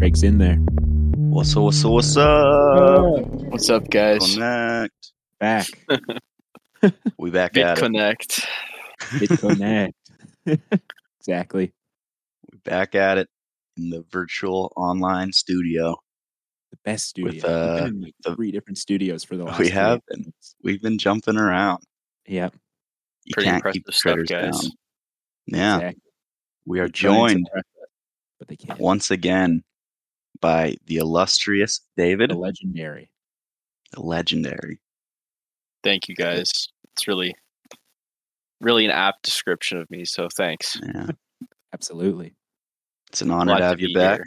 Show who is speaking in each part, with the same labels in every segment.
Speaker 1: Mike's in there.
Speaker 2: What's up? What's up? What's up?
Speaker 3: What's up, guys?
Speaker 2: Connect.
Speaker 1: Back.
Speaker 2: We back
Speaker 3: Bit
Speaker 2: at it.
Speaker 3: Connect.
Speaker 1: Hit connect. exactly.
Speaker 2: We back at it in the virtual online studio.
Speaker 1: The best studio. We've
Speaker 2: With,
Speaker 1: been
Speaker 2: uh,
Speaker 1: in, like,
Speaker 2: the-
Speaker 1: three different studios for the
Speaker 2: We
Speaker 1: last.
Speaker 2: have
Speaker 1: three
Speaker 2: been.
Speaker 1: episodes.
Speaker 2: We've been jumping around.
Speaker 1: Yep.
Speaker 2: You
Speaker 3: Pretty
Speaker 2: can't
Speaker 3: impressive
Speaker 2: keep the
Speaker 3: stuff,
Speaker 2: critters
Speaker 3: guys.
Speaker 2: down. Yeah,
Speaker 1: exactly.
Speaker 2: we are
Speaker 1: They're trying to
Speaker 2: joined
Speaker 1: press us, But they can't.
Speaker 2: once again by the illustrious David,
Speaker 1: The legendary.
Speaker 2: the legendary.
Speaker 3: Thank you, guys. It's really, really an apt description of me. So thanks.
Speaker 2: Yeah,
Speaker 1: Absolutely.
Speaker 2: it's an honor to have you
Speaker 3: be
Speaker 2: back.
Speaker 3: Here.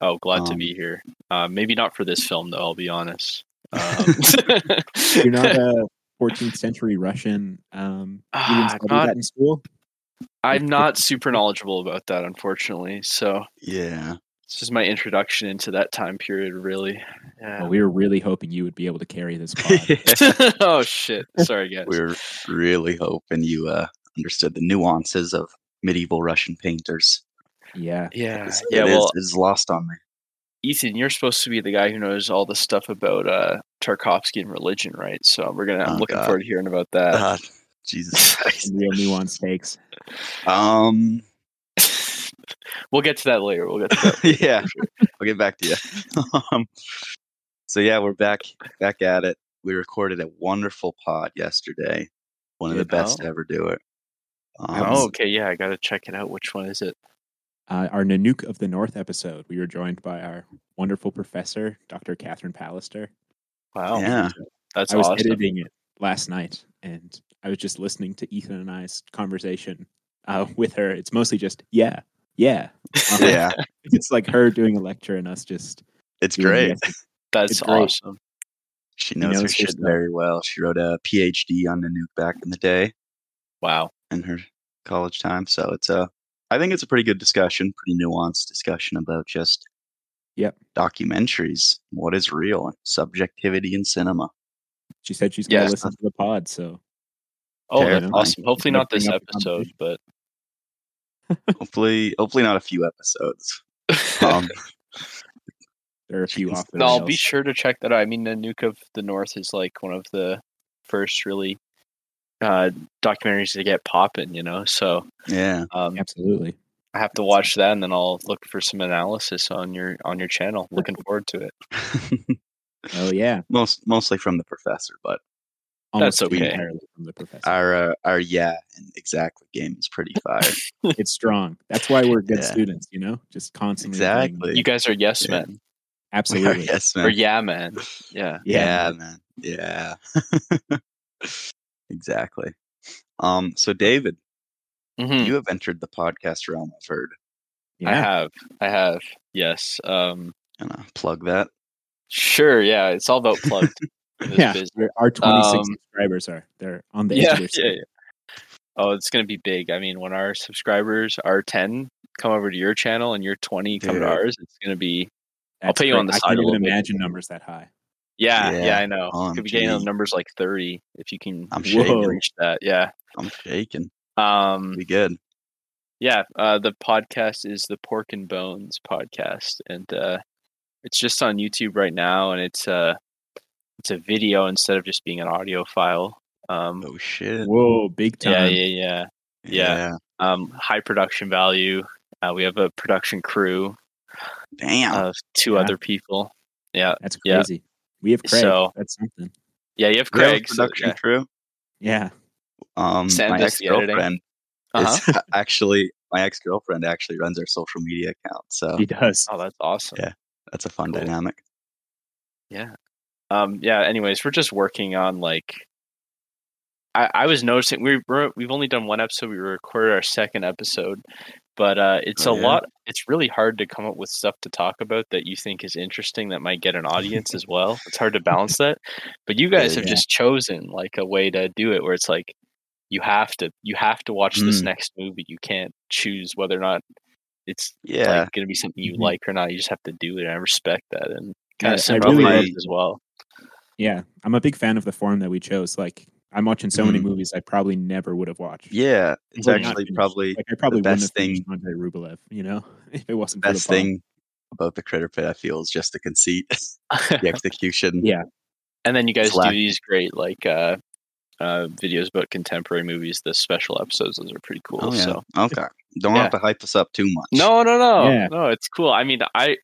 Speaker 3: Oh, glad to
Speaker 2: Um,
Speaker 3: be here. Uh, maybe not for this film, though. I'll be honest. Um,
Speaker 1: You're not a 14th century Russian. Um, you didn't
Speaker 3: Ah,
Speaker 1: study
Speaker 3: not-
Speaker 1: that in school.
Speaker 3: I'm not super knowledgeable about that, unfortunately. So
Speaker 2: Yeah,
Speaker 3: this is my introduction into that time period, really. Yeah.
Speaker 1: Well, we were really hoping you would be able to carry this pod.
Speaker 3: oh shit! Sorry, guys.
Speaker 2: we are really hoping you uh, understood the nuances of medieval Russian painters.
Speaker 1: yeah.
Speaker 3: Yeah,
Speaker 2: It's-
Speaker 3: Uh, yeah.
Speaker 2: it is-
Speaker 3: Well,
Speaker 2: it's lost on me.
Speaker 3: Ethan, you're supposed to be the guy who knows all the stuff about uh, Tarkovsky and religion, right? So we're gonna. I'm
Speaker 2: Oh,
Speaker 3: looking
Speaker 2: God.
Speaker 3: forward to hearing about that.
Speaker 1: Uh-huh.
Speaker 2: God, Jesus Christ.
Speaker 1: Some real nuanced takes.
Speaker 2: Um,
Speaker 3: we'll get to that later. We'll get to that.
Speaker 2: yeah, I'll get back to you. um, so yeah, we're back back at it. We recorded a wonderful pod yesterday, one of the
Speaker 3: Good.
Speaker 2: best
Speaker 3: Oh.
Speaker 2: to ever do it. Um,
Speaker 3: oh, okay. Yeah, I gotta check it out. Which one is it?
Speaker 1: uh, our Nanook of the North episode, we were joined by our wonderful professor, Dr. Catherine Pallister.
Speaker 3: Wow.
Speaker 2: Yeah.
Speaker 3: That's
Speaker 1: I was
Speaker 3: awesome.
Speaker 1: editing it last night, and I was just listening to Ethan and I's conversation uh, with her. It's mostly just yeah, yeah. Uh,
Speaker 2: yeah,
Speaker 1: it's like her doing a lecture and us just.
Speaker 2: it's
Speaker 1: doing
Speaker 2: great.
Speaker 1: the-
Speaker 3: That's
Speaker 1: It's great.
Speaker 3: awesome.
Speaker 2: She knows,
Speaker 1: knows
Speaker 2: her
Speaker 1: her
Speaker 2: shit
Speaker 1: stuff.
Speaker 2: very well. She wrote a PhD on the nuke back in the day
Speaker 3: Wow.
Speaker 2: in her college time. So it's a, I think it's a pretty good discussion, pretty nuanced discussion about just
Speaker 1: Yep.
Speaker 2: documentaries, what is real, and subjectivity in cinema.
Speaker 1: She said she's going to
Speaker 3: Yeah.
Speaker 1: listen to the pod, so
Speaker 3: Oh, that's
Speaker 2: Terrifying.
Speaker 3: awesome. Hopefully not this
Speaker 1: Bring up the
Speaker 3: episode, but
Speaker 2: hopefully, hopefully not a few episodes.
Speaker 1: Oh,
Speaker 2: Um,
Speaker 1: there are a few off. the
Speaker 3: no, I'll be
Speaker 1: rails.
Speaker 3: sure to check that out. I mean, the Nuke of the North is like one of the first really uh, documentaries to get popping, you know. So
Speaker 2: yeah.
Speaker 3: um,
Speaker 1: Absolutely.
Speaker 3: I have to watch that, and then I'll look for some analysis on your on your channel. Looking forward to it.
Speaker 1: Oh yeah,
Speaker 2: Most mostly from the professor, but
Speaker 1: almost
Speaker 3: That's okay.
Speaker 1: entirely from the professor.
Speaker 2: our uh, our yeah and exactly game is pretty fire.
Speaker 1: It's strong. That's why we're good
Speaker 2: Yeah.
Speaker 1: students, you know, just constantly. doing-
Speaker 2: exactly.
Speaker 3: You guys are yes
Speaker 2: Yeah.
Speaker 3: men
Speaker 2: We are
Speaker 1: Absolutely.
Speaker 2: yes
Speaker 3: or
Speaker 2: man.
Speaker 3: yeah man. Yeah.
Speaker 2: Yeah, man. Yeah. exactly. Um so David,
Speaker 3: Mhm.
Speaker 2: you have entered the podcast realm, I've heard.
Speaker 3: I
Speaker 1: Yeah.
Speaker 3: have. I have. Yes. Um.
Speaker 2: And uh, plug that.
Speaker 3: Sure. Yeah. It's all about plugged. in this
Speaker 1: yeah,
Speaker 3: business.
Speaker 1: we're- our 26
Speaker 3: Um,
Speaker 1: subscribers are they're on the edge
Speaker 3: Yeah,
Speaker 1: of their
Speaker 3: yeah,
Speaker 1: seat.
Speaker 3: yeah. Oh, it's gonna be big. I mean, when our subscribers are ten, come over to your channel, and you're twenty, come
Speaker 2: Dude.
Speaker 3: to ours. It's gonna be. I'll
Speaker 1: That's
Speaker 3: put you on
Speaker 1: great.
Speaker 3: the
Speaker 1: I
Speaker 3: side a
Speaker 1: can't even
Speaker 3: little bit.
Speaker 1: imagine numbers that high.
Speaker 3: Yeah.
Speaker 2: Yeah,
Speaker 3: Yeah. I know. Could be getting
Speaker 2: OMG.
Speaker 3: on numbers like thirty if you can
Speaker 2: I'm
Speaker 1: shaking.
Speaker 3: reach that. Yeah.
Speaker 2: I'm shaking.
Speaker 3: Um.
Speaker 2: We good.
Speaker 3: yeah uh, the podcast is the pork and bones podcast and uh, it's just on youtube right now and it's uh it's a video instead of just being an audio file um
Speaker 2: Oh shit.
Speaker 1: Whoa, big
Speaker 3: yeah
Speaker 1: time!
Speaker 3: yeah yeah yeah. um high production value uh, we have a production crew
Speaker 2: Damn.
Speaker 3: of two
Speaker 1: Yeah.
Speaker 3: other people yeah
Speaker 1: That's
Speaker 3: Yeah.
Speaker 1: crazy. We have Craig.
Speaker 3: So-
Speaker 1: That's something.
Speaker 3: yeah you have
Speaker 2: We have a
Speaker 3: craig so-
Speaker 2: production
Speaker 3: yeah.
Speaker 2: crew.
Speaker 1: Yeah.
Speaker 2: Um
Speaker 3: Sam
Speaker 2: my
Speaker 3: does the
Speaker 2: ex-girlfriend
Speaker 3: editing. uh-huh.
Speaker 2: is actually my ex-girlfriend actually runs our social media account. So
Speaker 1: he does.
Speaker 3: oh that's awesome
Speaker 2: Yeah. that's a fun
Speaker 3: Cool.
Speaker 2: dynamic.
Speaker 3: um yeah anyways we're just working on like i i was noticing we we're, we've only done one episode we recorded our second episode but uh it's
Speaker 2: Oh,
Speaker 3: a
Speaker 2: yeah?
Speaker 3: lot it's really hard to come up with stuff to talk about that you think is interesting that might get an audience as well it's hard to balance that but you guys have
Speaker 2: yeah.
Speaker 3: just chosen like a way to do it where it's like you have to you have to watch this
Speaker 2: Mm.
Speaker 3: next movie you can't choose whether or not it's
Speaker 2: Yeah. Mm-hmm.
Speaker 3: like going to be something you
Speaker 1: Mhm.
Speaker 3: like or not you just have to do it and i respect that and
Speaker 1: I-
Speaker 3: kind of
Speaker 1: I
Speaker 3: similar to
Speaker 2: really-
Speaker 3: ours as well
Speaker 1: Yeah, I'm a big fan of the form that we chose. Like, I'm watching so
Speaker 3: Mm.
Speaker 1: many
Speaker 2: Mhm.
Speaker 1: movies I probably never would have watched.
Speaker 2: yeah, it's
Speaker 1: We're not
Speaker 2: actually
Speaker 1: finished.
Speaker 2: probably
Speaker 1: Like, I probably
Speaker 2: the
Speaker 1: wouldn't
Speaker 2: best
Speaker 1: have finished Andrei Rublev. You know, if it wasn't for the
Speaker 2: best
Speaker 1: pod.
Speaker 2: thing about the critter pit. I feel is just the conceit, the execution.
Speaker 1: Yeah.
Speaker 3: and then you guys do
Speaker 2: Slack.
Speaker 3: these great like uh, uh, videos about contemporary movies. The special episodes, those are pretty cool.
Speaker 2: Oh yeah.
Speaker 3: So
Speaker 2: Okay. Don't
Speaker 3: Yeah.
Speaker 2: have to hype us up too much.
Speaker 3: no, no, no,
Speaker 1: Yeah.
Speaker 3: no, it's cool. I mean, I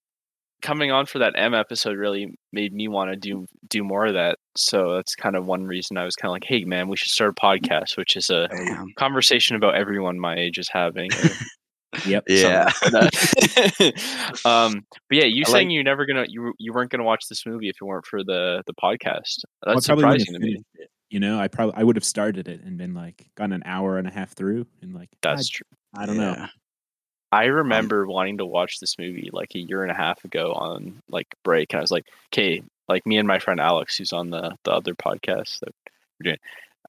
Speaker 3: coming on for that M episode really made me want to do do more of that. So that's kind of one reason I was kind of like, hey man, we should start a podcast, which is a
Speaker 2: Damn.
Speaker 3: conversation about everyone my age is having. or
Speaker 1: Yep.
Speaker 2: Yeah.
Speaker 3: something like that. um, but yeah, you
Speaker 2: I
Speaker 3: saying
Speaker 2: like-
Speaker 3: you're never gonna you were- you weren't gonna watch this movie if it weren't for the the podcast.
Speaker 1: Well, I
Speaker 3: That's
Speaker 1: probably wouldn't
Speaker 3: surprising to
Speaker 1: have
Speaker 3: me.
Speaker 1: finished it, You know, I probably I would have started it and been like gone an hour and a half through and like
Speaker 3: That's true.
Speaker 1: I, I don't know.
Speaker 2: Yeah.
Speaker 3: I remember wanting to watch this movie like a year and a half ago on like break, and I was like, okay, like me and my friend Alex, who's on the the other podcast that we're doing.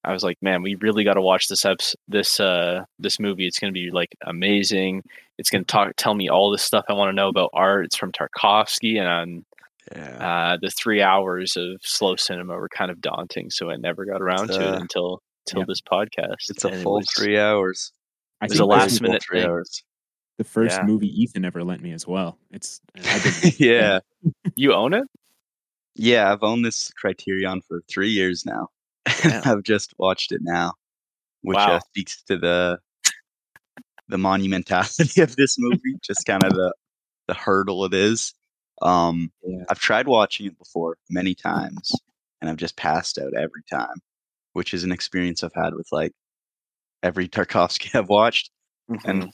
Speaker 3: I was like, man, we really got to watch this eps- this uh this movie. It's gonna be like amazing. It's gonna talk tell me all this stuff I want to know about art. It's from Tarkovsky, and I'm
Speaker 2: Yeah.
Speaker 3: uh, the three hours of slow cinema were kind of daunting, so I never got around
Speaker 2: uh,
Speaker 3: to it until till
Speaker 1: yeah.
Speaker 3: this podcast.
Speaker 2: It's a
Speaker 3: and it
Speaker 2: full
Speaker 3: was-
Speaker 2: three hours.
Speaker 1: I
Speaker 3: It's
Speaker 1: think
Speaker 3: a
Speaker 1: this
Speaker 3: last
Speaker 1: is
Speaker 2: full
Speaker 3: minute
Speaker 2: three
Speaker 3: thing.
Speaker 2: hours.
Speaker 1: the first
Speaker 3: yeah.
Speaker 1: movie Ethan ever lent me as well. It's I've been-
Speaker 2: yeah.
Speaker 3: You own it?
Speaker 2: Yeah. I've owned this Criterion for three years now.
Speaker 3: Damn.
Speaker 2: I've just watched it now, which
Speaker 3: Wow.
Speaker 2: uh, speaks to the the monumentality of this movie. just kind of the the hurdle it is. Um,
Speaker 1: Yeah.
Speaker 2: I've tried watching it before many times, and I've just passed out every time, which is an experience I've had with like every Tarkovsky I've watched. And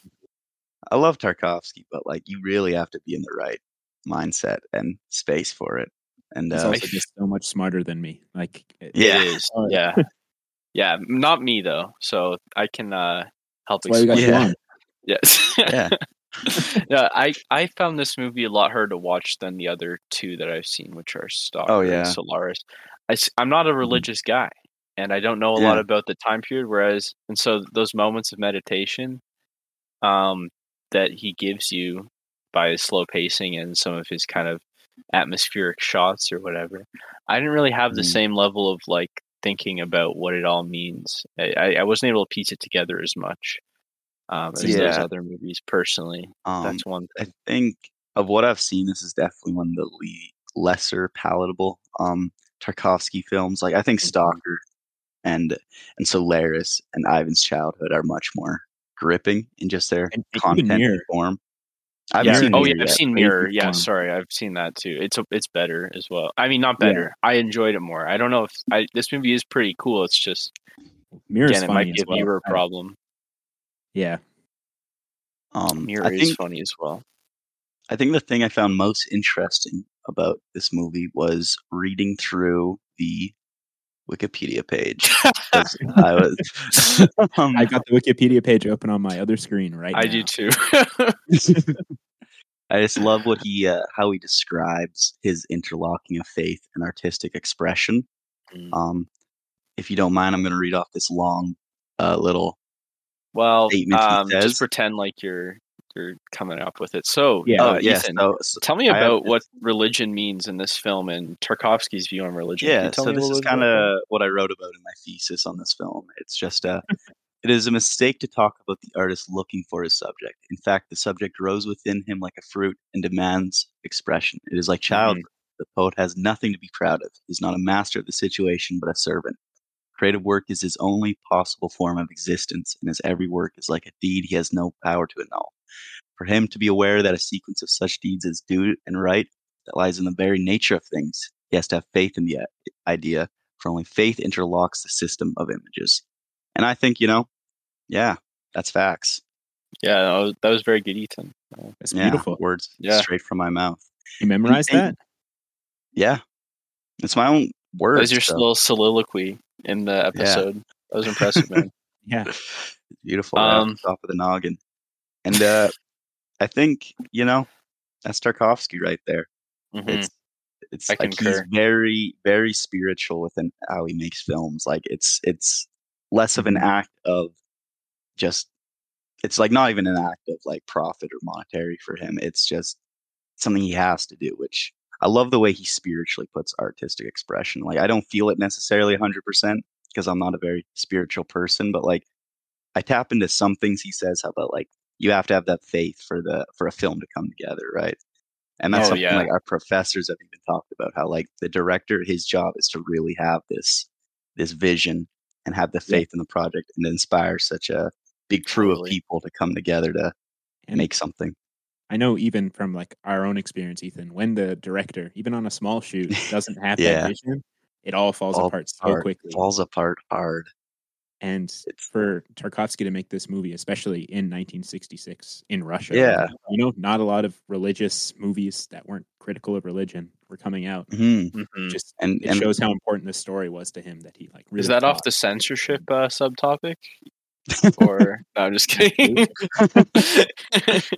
Speaker 2: I love Tarkovsky, but like you really have to be in the right mindset and space for it. And
Speaker 1: he's
Speaker 2: uh,
Speaker 1: also just so much smarter than me. Like it-
Speaker 2: Yeah.
Speaker 3: It is.
Speaker 1: Oh,
Speaker 3: Yeah. Yeah. Not me though. So I can uh help
Speaker 1: That's why we got
Speaker 3: explain.
Speaker 1: you
Speaker 2: Yeah.
Speaker 1: on.
Speaker 3: Yes.
Speaker 2: yeah,
Speaker 3: yeah, I, I found this movie a lot harder to watch than the other two that I've seen, which are Stalker
Speaker 2: Oh, yeah. Mm-hmm.
Speaker 3: and Solaris. I, am not a religious guy, and I don't know a lot
Speaker 2: Yeah.
Speaker 3: about the time period. Whereas, and so those moments of meditation um, that he gives you by his slow pacing and some of his kind of atmospheric shots or whatever, I didn't really have the
Speaker 2: Mhm.
Speaker 3: same level of like thinking about what it all means. I, I, I wasn't able to piece it together as much. Um, as those
Speaker 2: Yeah.
Speaker 3: other movies, personally,
Speaker 2: um,
Speaker 3: that's one
Speaker 2: I think of what I've seen, this is definitely one of the le- lesser palatable um, Tarkovsky films. Like I think
Speaker 3: Mhm.
Speaker 2: Stalker and and Solaris and Ivan's Childhood are much more gripping in just their
Speaker 1: And- and even
Speaker 2: content and
Speaker 1: Mirror.
Speaker 2: form. I've
Speaker 3: yeah.
Speaker 2: seen
Speaker 3: oh
Speaker 2: Mirror
Speaker 3: yeah, I've
Speaker 2: yet.
Speaker 3: seen
Speaker 1: but it's
Speaker 3: Mirror.
Speaker 1: just
Speaker 3: Yeah,
Speaker 1: one.
Speaker 3: sorry, I've seen that too. It's a, it's better as well. I mean, not
Speaker 1: Yeah.
Speaker 3: better. I enjoyed it more. I don't know if I, this movie is pretty cool. It's just
Speaker 1: Mirror's
Speaker 3: again, it
Speaker 1: funny
Speaker 3: might be
Speaker 1: as
Speaker 3: a
Speaker 1: well.
Speaker 3: viewer
Speaker 1: I-
Speaker 3: problem.
Speaker 1: Yeah.
Speaker 2: Um,
Speaker 3: Mirror
Speaker 2: I
Speaker 3: is
Speaker 2: think
Speaker 3: funny as well.
Speaker 2: I think the thing I found most interesting about this movie was reading through the Wikipedia page. 'cause I was, um,
Speaker 1: I got the Wikipedia page open on my other screen right
Speaker 3: I
Speaker 1: now.
Speaker 3: do too.
Speaker 2: I just love what he uh, how he describes his interlocking of faith and artistic expression.
Speaker 3: Mm.
Speaker 2: Um, if you don't mind, I'm going to read off this long uh, little.
Speaker 3: well,
Speaker 2: Statements he
Speaker 3: um,
Speaker 2: says.
Speaker 3: just pretend like you're you're coming up with it. So
Speaker 1: Yeah.
Speaker 3: uh,
Speaker 2: oh yes,
Speaker 3: Ethan,
Speaker 2: so, so-
Speaker 3: tell me
Speaker 2: I have
Speaker 3: about
Speaker 2: this-
Speaker 3: what religion means in this film and Tarkovsky's view on religion. Can you
Speaker 2: yeah.
Speaker 3: tell
Speaker 2: So
Speaker 3: me a
Speaker 2: this is
Speaker 3: little bit
Speaker 2: kind
Speaker 3: about
Speaker 2: of what I wrote about in my thesis on this film. It's just uh, a. It is a mistake to talk about the artist looking for his subject. In fact, the subject grows within him like a fruit and demands expression. It is like child. The poet has nothing to be proud of. He's not a master of the situation, but a servant. Creative work is his only possible form of existence, and his every work is like a deed he has no power to annul. For him to be aware that a sequence of such deeds is due and right, that lies in the very nature of things, he has to have faith in the i- idea, for only faith interlocks the system of images. And I think, you know, yeah, that's facts.
Speaker 3: Yeah, that was, that was very good, Ethan.
Speaker 1: That's
Speaker 2: Yeah,
Speaker 1: beautiful.
Speaker 2: Words
Speaker 3: Yeah.
Speaker 2: straight from my mouth.
Speaker 1: You memorized
Speaker 2: And-
Speaker 1: that?
Speaker 2: Yeah. It's my own
Speaker 3: That
Speaker 2: words.
Speaker 3: was your
Speaker 2: so
Speaker 3: little soliloquy in the episode. That was impressive, man.
Speaker 1: Yeah.
Speaker 2: Beautiful. right off
Speaker 3: Um,
Speaker 2: the top of the noggin. And uh, I think, you know, that's Tarkovsky right there.
Speaker 3: Mhm.
Speaker 2: It's it's
Speaker 3: I
Speaker 2: like he's
Speaker 3: concur.
Speaker 2: very, very spiritual within how he makes films. Like it's it's less of an
Speaker 3: Mm-hmm.
Speaker 1: Mhm.
Speaker 2: act of just it's like not even an act of like profit or monetary for him. It's just something he has to do, which I love the way he spiritually puts artistic expression. Like I don't feel it necessarily 100% because I'm not a very spiritual person, but like I tap into some things he says about like you have to have that faith for the for a film to come together, right? and that's
Speaker 3: Oh,
Speaker 2: something
Speaker 3: yeah.
Speaker 2: like our professors have even talked about how like the director his job is to really have this this vision and have the
Speaker 1: Yeah.
Speaker 2: faith in the project and inspire such a big crew
Speaker 3: Totally.
Speaker 2: of people to come together to
Speaker 1: And-
Speaker 2: make something
Speaker 1: I know even from like our own experience, Ethan, when the director, even on a small shoot, doesn't have
Speaker 2: Yeah.
Speaker 1: that vision, it all falls
Speaker 2: All
Speaker 1: apart so
Speaker 2: apart,
Speaker 1: quickly.
Speaker 2: falls apart hard
Speaker 1: And
Speaker 2: It's-
Speaker 1: for Tarkovsky to make this movie, especially in 1966 in Russia,
Speaker 2: Yeah.
Speaker 1: you know, not a lot of religious movies that weren't critical of religion were coming out.
Speaker 2: Mhm.
Speaker 3: Mhm.
Speaker 1: Just
Speaker 2: and
Speaker 1: it
Speaker 2: and
Speaker 1: shows how important this story was to him that he like. Really
Speaker 3: Is that off
Speaker 1: fought.
Speaker 3: the censorship uh, subtopic? or no, I'm just kidding.
Speaker 2: it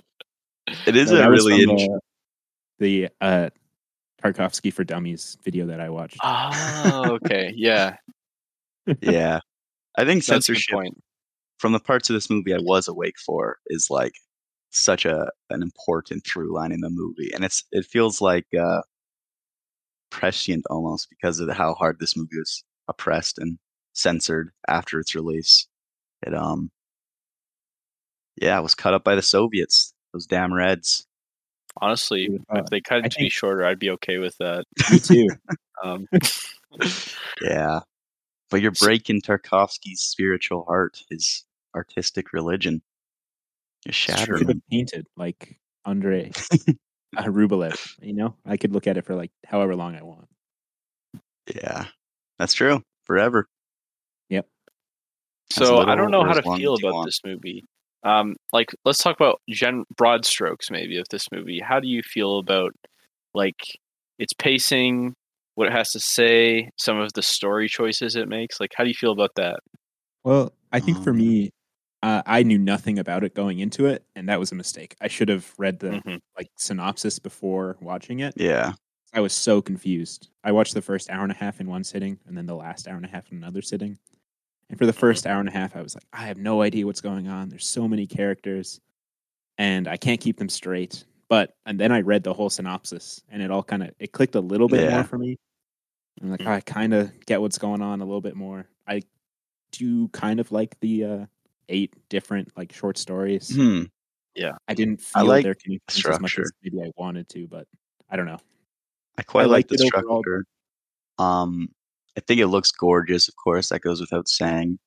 Speaker 2: is
Speaker 1: No,
Speaker 2: a
Speaker 1: that was
Speaker 2: really
Speaker 1: from,
Speaker 2: interesting
Speaker 1: uh, the uh, Tarkovsky for Dummies video that I watched.
Speaker 3: oh, okay. Yeah.
Speaker 2: yeah i think
Speaker 3: That's a good
Speaker 2: censorship
Speaker 3: point.
Speaker 2: from the parts of this movie I was awake for is like such a an important through line in the movie, and it's it feels like uh, prescient almost because of how hard this movie was oppressed and censored after its release. It um, yeah, it was cut up by the Soviets. Those damn Reds.
Speaker 3: Honestly,
Speaker 1: Uh,
Speaker 3: if they cut it
Speaker 1: I
Speaker 3: to be
Speaker 1: think-
Speaker 3: shorter, I'd be okay with that.
Speaker 1: me too.
Speaker 3: Um,
Speaker 2: Yeah, but you're breaking Tarkovsky's spiritual heart, his artistic religion. You're shattering.
Speaker 1: Should
Speaker 2: him.
Speaker 1: have painted like Andre uh, Rublev. You know, I could look at it for like however long I want.
Speaker 2: Yeah, that's true. Forever. As
Speaker 3: so I
Speaker 2: little
Speaker 3: don't know
Speaker 2: or
Speaker 3: how
Speaker 2: as
Speaker 3: to
Speaker 2: long
Speaker 3: feel
Speaker 2: as you
Speaker 3: about
Speaker 2: want.
Speaker 3: this movie. Um, like, let's talk about gen broad strokes, maybe, of this movie. How do you feel about like its pacing, what it has to say, some of the story choices it makes? Like, how do you feel about that?
Speaker 1: Well, I think
Speaker 3: Oh,
Speaker 1: for
Speaker 2: Um,
Speaker 1: me, uh, I knew nothing about it going into it, and that was a mistake. I should have read the
Speaker 3: Mhm.
Speaker 1: like synopsis before watching it.
Speaker 2: Yeah.
Speaker 1: I was so confused. I watched the first hour and a half in one sitting, and then the last hour and a half in another sitting. And for
Speaker 2: Uh-huh.
Speaker 1: the first hour and a half, I was like, I have no idea what's going on. There's so many characters, and I can't keep them straight. But and then I read the whole synopsis, and it all kind of it clicked a little bit
Speaker 2: Yeah. Mm.
Speaker 1: more for me. I'm like, I kind of get what's going on a little bit more. I do kind of like the uh, eight different like short stories.
Speaker 2: Hmm.
Speaker 1: I didn't
Speaker 2: I
Speaker 1: feel
Speaker 2: like
Speaker 1: their connections as much
Speaker 2: structure.
Speaker 1: as maybe I wanted to, but I don't know.
Speaker 2: I quite
Speaker 1: I
Speaker 2: like
Speaker 1: liked
Speaker 2: the
Speaker 1: it overall,
Speaker 2: structure. Um, I think it looks gorgeous. Of course, that goes without saying.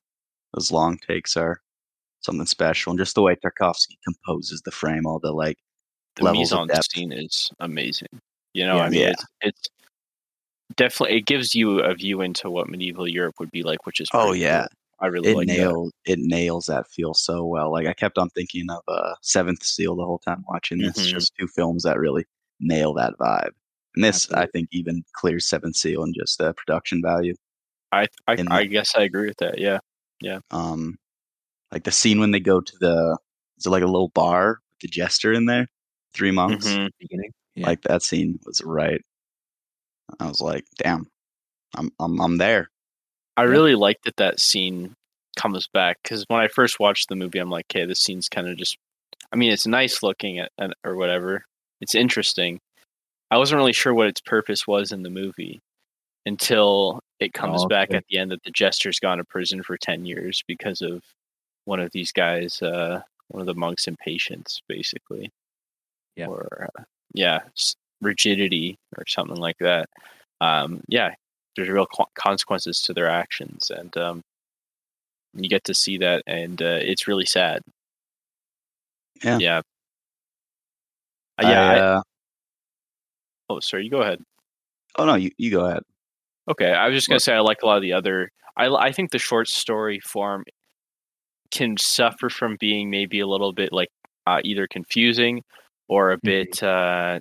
Speaker 2: Those long takes are something special, and just the way Tarkovsky composes the frame, all the like
Speaker 3: the
Speaker 2: levels
Speaker 3: mise
Speaker 2: of
Speaker 3: en
Speaker 2: depth.
Speaker 3: scene is amazing. You know,
Speaker 1: Yeah.
Speaker 3: I mean,
Speaker 2: Yeah.
Speaker 3: it's, it's definitely it gives you a view into what medieval Europe would be like, which is
Speaker 2: Oh,
Speaker 3: pretty
Speaker 2: yeah.
Speaker 3: cool. I really
Speaker 2: it
Speaker 3: like that.
Speaker 2: nails it nails that feel so well. Like I kept on thinking of uh, Seventh Seal the whole time watching this.
Speaker 3: Mhm.
Speaker 2: Just two films that really nail that vibe. And this, I
Speaker 1: Absolutely.
Speaker 2: think, even clears Seventh Seal in just the production value.
Speaker 3: I I,
Speaker 2: in
Speaker 3: I guess I agree with that. Yeah,
Speaker 2: um like the scene when they go to the is it like a little bar with the jester in there three monks
Speaker 3: Mhm.
Speaker 1: Beginning, yeah.
Speaker 2: like that scene was right i was like damn i'm i'm, I'm there
Speaker 3: I
Speaker 1: Yeah.
Speaker 3: really like that that scene comes back because when I first watched the movie, I'm like, okay, this scene's kind of just. I mean, it's nice looking at, and or whatever. It's interesting. I wasn't really sure what its purpose was in the movie until it comes
Speaker 1: Oh,
Speaker 3: back
Speaker 1: okay.
Speaker 3: at the end that the jester's gone to prison for ten years because of one of these guys, uh, one of the monks' impatience, basically.
Speaker 1: Yeah.
Speaker 3: Or uh, yeah, s- rigidity or something like that. Um, yeah, there's real co- consequences to their actions, and um, you get to see that, and uh, it's really sad.
Speaker 2: Yeah.
Speaker 3: Yeah. Uh, yeah.
Speaker 2: I,
Speaker 3: I-
Speaker 2: uh,
Speaker 3: oh, sorry. You go ahead.
Speaker 2: oh no you, you go ahead
Speaker 3: Okay, I was just gonna
Speaker 2: What?
Speaker 3: say I like a lot of the other. I li- I think the short story form can suffer from being maybe a little bit like uh, either confusing or a bit. Uh,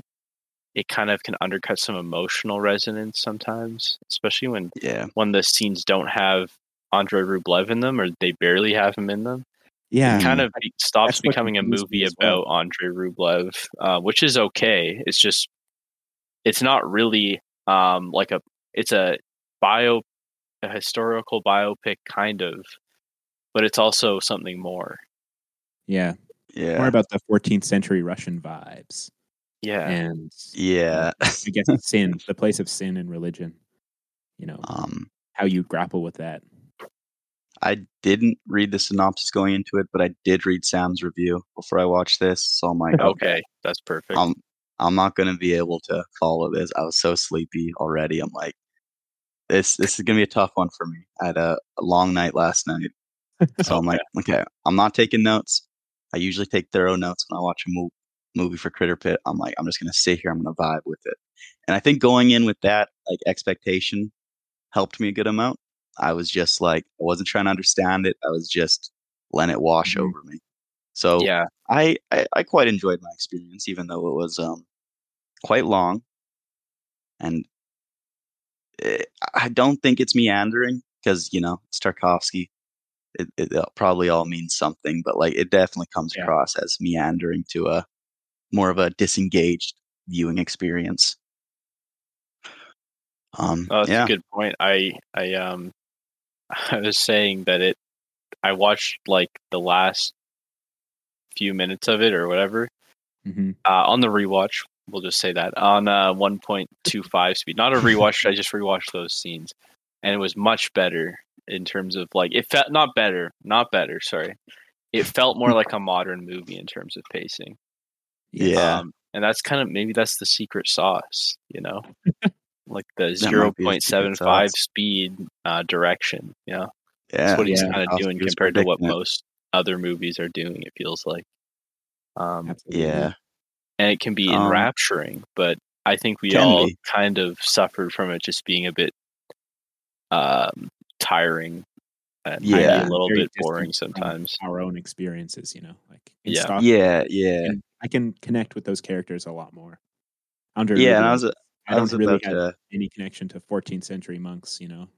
Speaker 3: it kind of can undercut some emotional resonance sometimes, especially when
Speaker 2: yeah
Speaker 3: when the scenes don't have Andrei Rublev in them or they barely have him in them.
Speaker 1: yeah,
Speaker 3: It kind of be- stops
Speaker 1: Mm. That's what
Speaker 3: becoming a
Speaker 1: confused me
Speaker 3: movie
Speaker 1: as well.
Speaker 3: about Andrei Rublev, uh, which is okay. It's just it's not really um, like a it's a bio a historical biopic kind of, but it's also something more.
Speaker 1: yeah. More
Speaker 2: yeah
Speaker 1: about the 14th century Russian vibes
Speaker 3: Yeah,
Speaker 1: and
Speaker 2: yeah
Speaker 1: I guess sin, the place of sin and religion. You know
Speaker 2: um
Speaker 1: how you grapple with that.
Speaker 2: i didn't read the synopsis going
Speaker 3: Oh,
Speaker 2: into it but i did read sam's review before i watched this so i'm like
Speaker 3: okay, that's perfect.
Speaker 2: um I'm not going to be able to follow this. I was so sleepy already. I'm like, this this is going to be a tough one for me. I had a, a long night last night. So I'm like, okay, I'm not taking notes. I usually take thorough notes when I watch a mo- movie for Critter Pit. I'm like, I'm just going to sit here. I'm going to vibe with it. And I think going in with that like expectation helped me a good amount. I was just like, I wasn't trying to understand it. I was just letting it wash
Speaker 1: Mhm.
Speaker 2: over me. So
Speaker 3: yeah,
Speaker 2: I, I I quite enjoyed my experience, even though it was um quite long, and eh, I don't think it's meandering because you know it's Tarkovsky. It, it it'll probably all means something, but like it definitely comes
Speaker 1: Yeah.
Speaker 2: across as meandering to a more of a disengaged viewing experience. Um,
Speaker 3: Oh, that's
Speaker 2: yeah,
Speaker 3: a good point. I I um I was saying that it I watched like the last few minutes of it or whatever
Speaker 1: hmm
Speaker 3: uh, on the rewatch. We'll just say that on uh, 1.25 speed, not a rewatch. I just rewatched those scenes, and it was much better in terms of like it felt not better, not better. Sorry, it felt more like a modern movie in terms of pacing.
Speaker 2: Yeah.
Speaker 3: um, and that's kind of maybe that's the secret sauce, you know, like the
Speaker 2: That might
Speaker 3: zero
Speaker 2: be the
Speaker 3: point seven
Speaker 2: secret
Speaker 3: five
Speaker 2: sauce.
Speaker 3: speed uh, direction. Yeah,
Speaker 2: yeah,
Speaker 3: that's what he's
Speaker 1: Yeah.
Speaker 3: kind of
Speaker 2: Tarkovsky
Speaker 3: doing
Speaker 2: was
Speaker 3: compared to what
Speaker 2: predicting it.
Speaker 3: most other movies are doing. It feels like, um,
Speaker 1: Absolutely.
Speaker 2: Yeah,
Speaker 3: and it can be
Speaker 2: Um,
Speaker 3: enrapturing, but I think we
Speaker 2: can
Speaker 3: all
Speaker 2: be.
Speaker 3: kind of suffered from it just being a bit um, tiring and maybe
Speaker 2: Yeah.
Speaker 3: a little
Speaker 1: Very
Speaker 3: bit boring
Speaker 1: distant from
Speaker 3: sometimes.
Speaker 1: Our own experiences, you know, like in
Speaker 3: Yeah.
Speaker 1: Stock-
Speaker 2: yeah, yeah,
Speaker 1: and I can connect with those characters a lot more. Under
Speaker 2: yeah. And
Speaker 1: Rubin,
Speaker 2: I was uh, I,
Speaker 1: I don't
Speaker 2: was
Speaker 1: really
Speaker 2: about
Speaker 1: have
Speaker 2: to.
Speaker 1: any connection to 14th century monks. You know,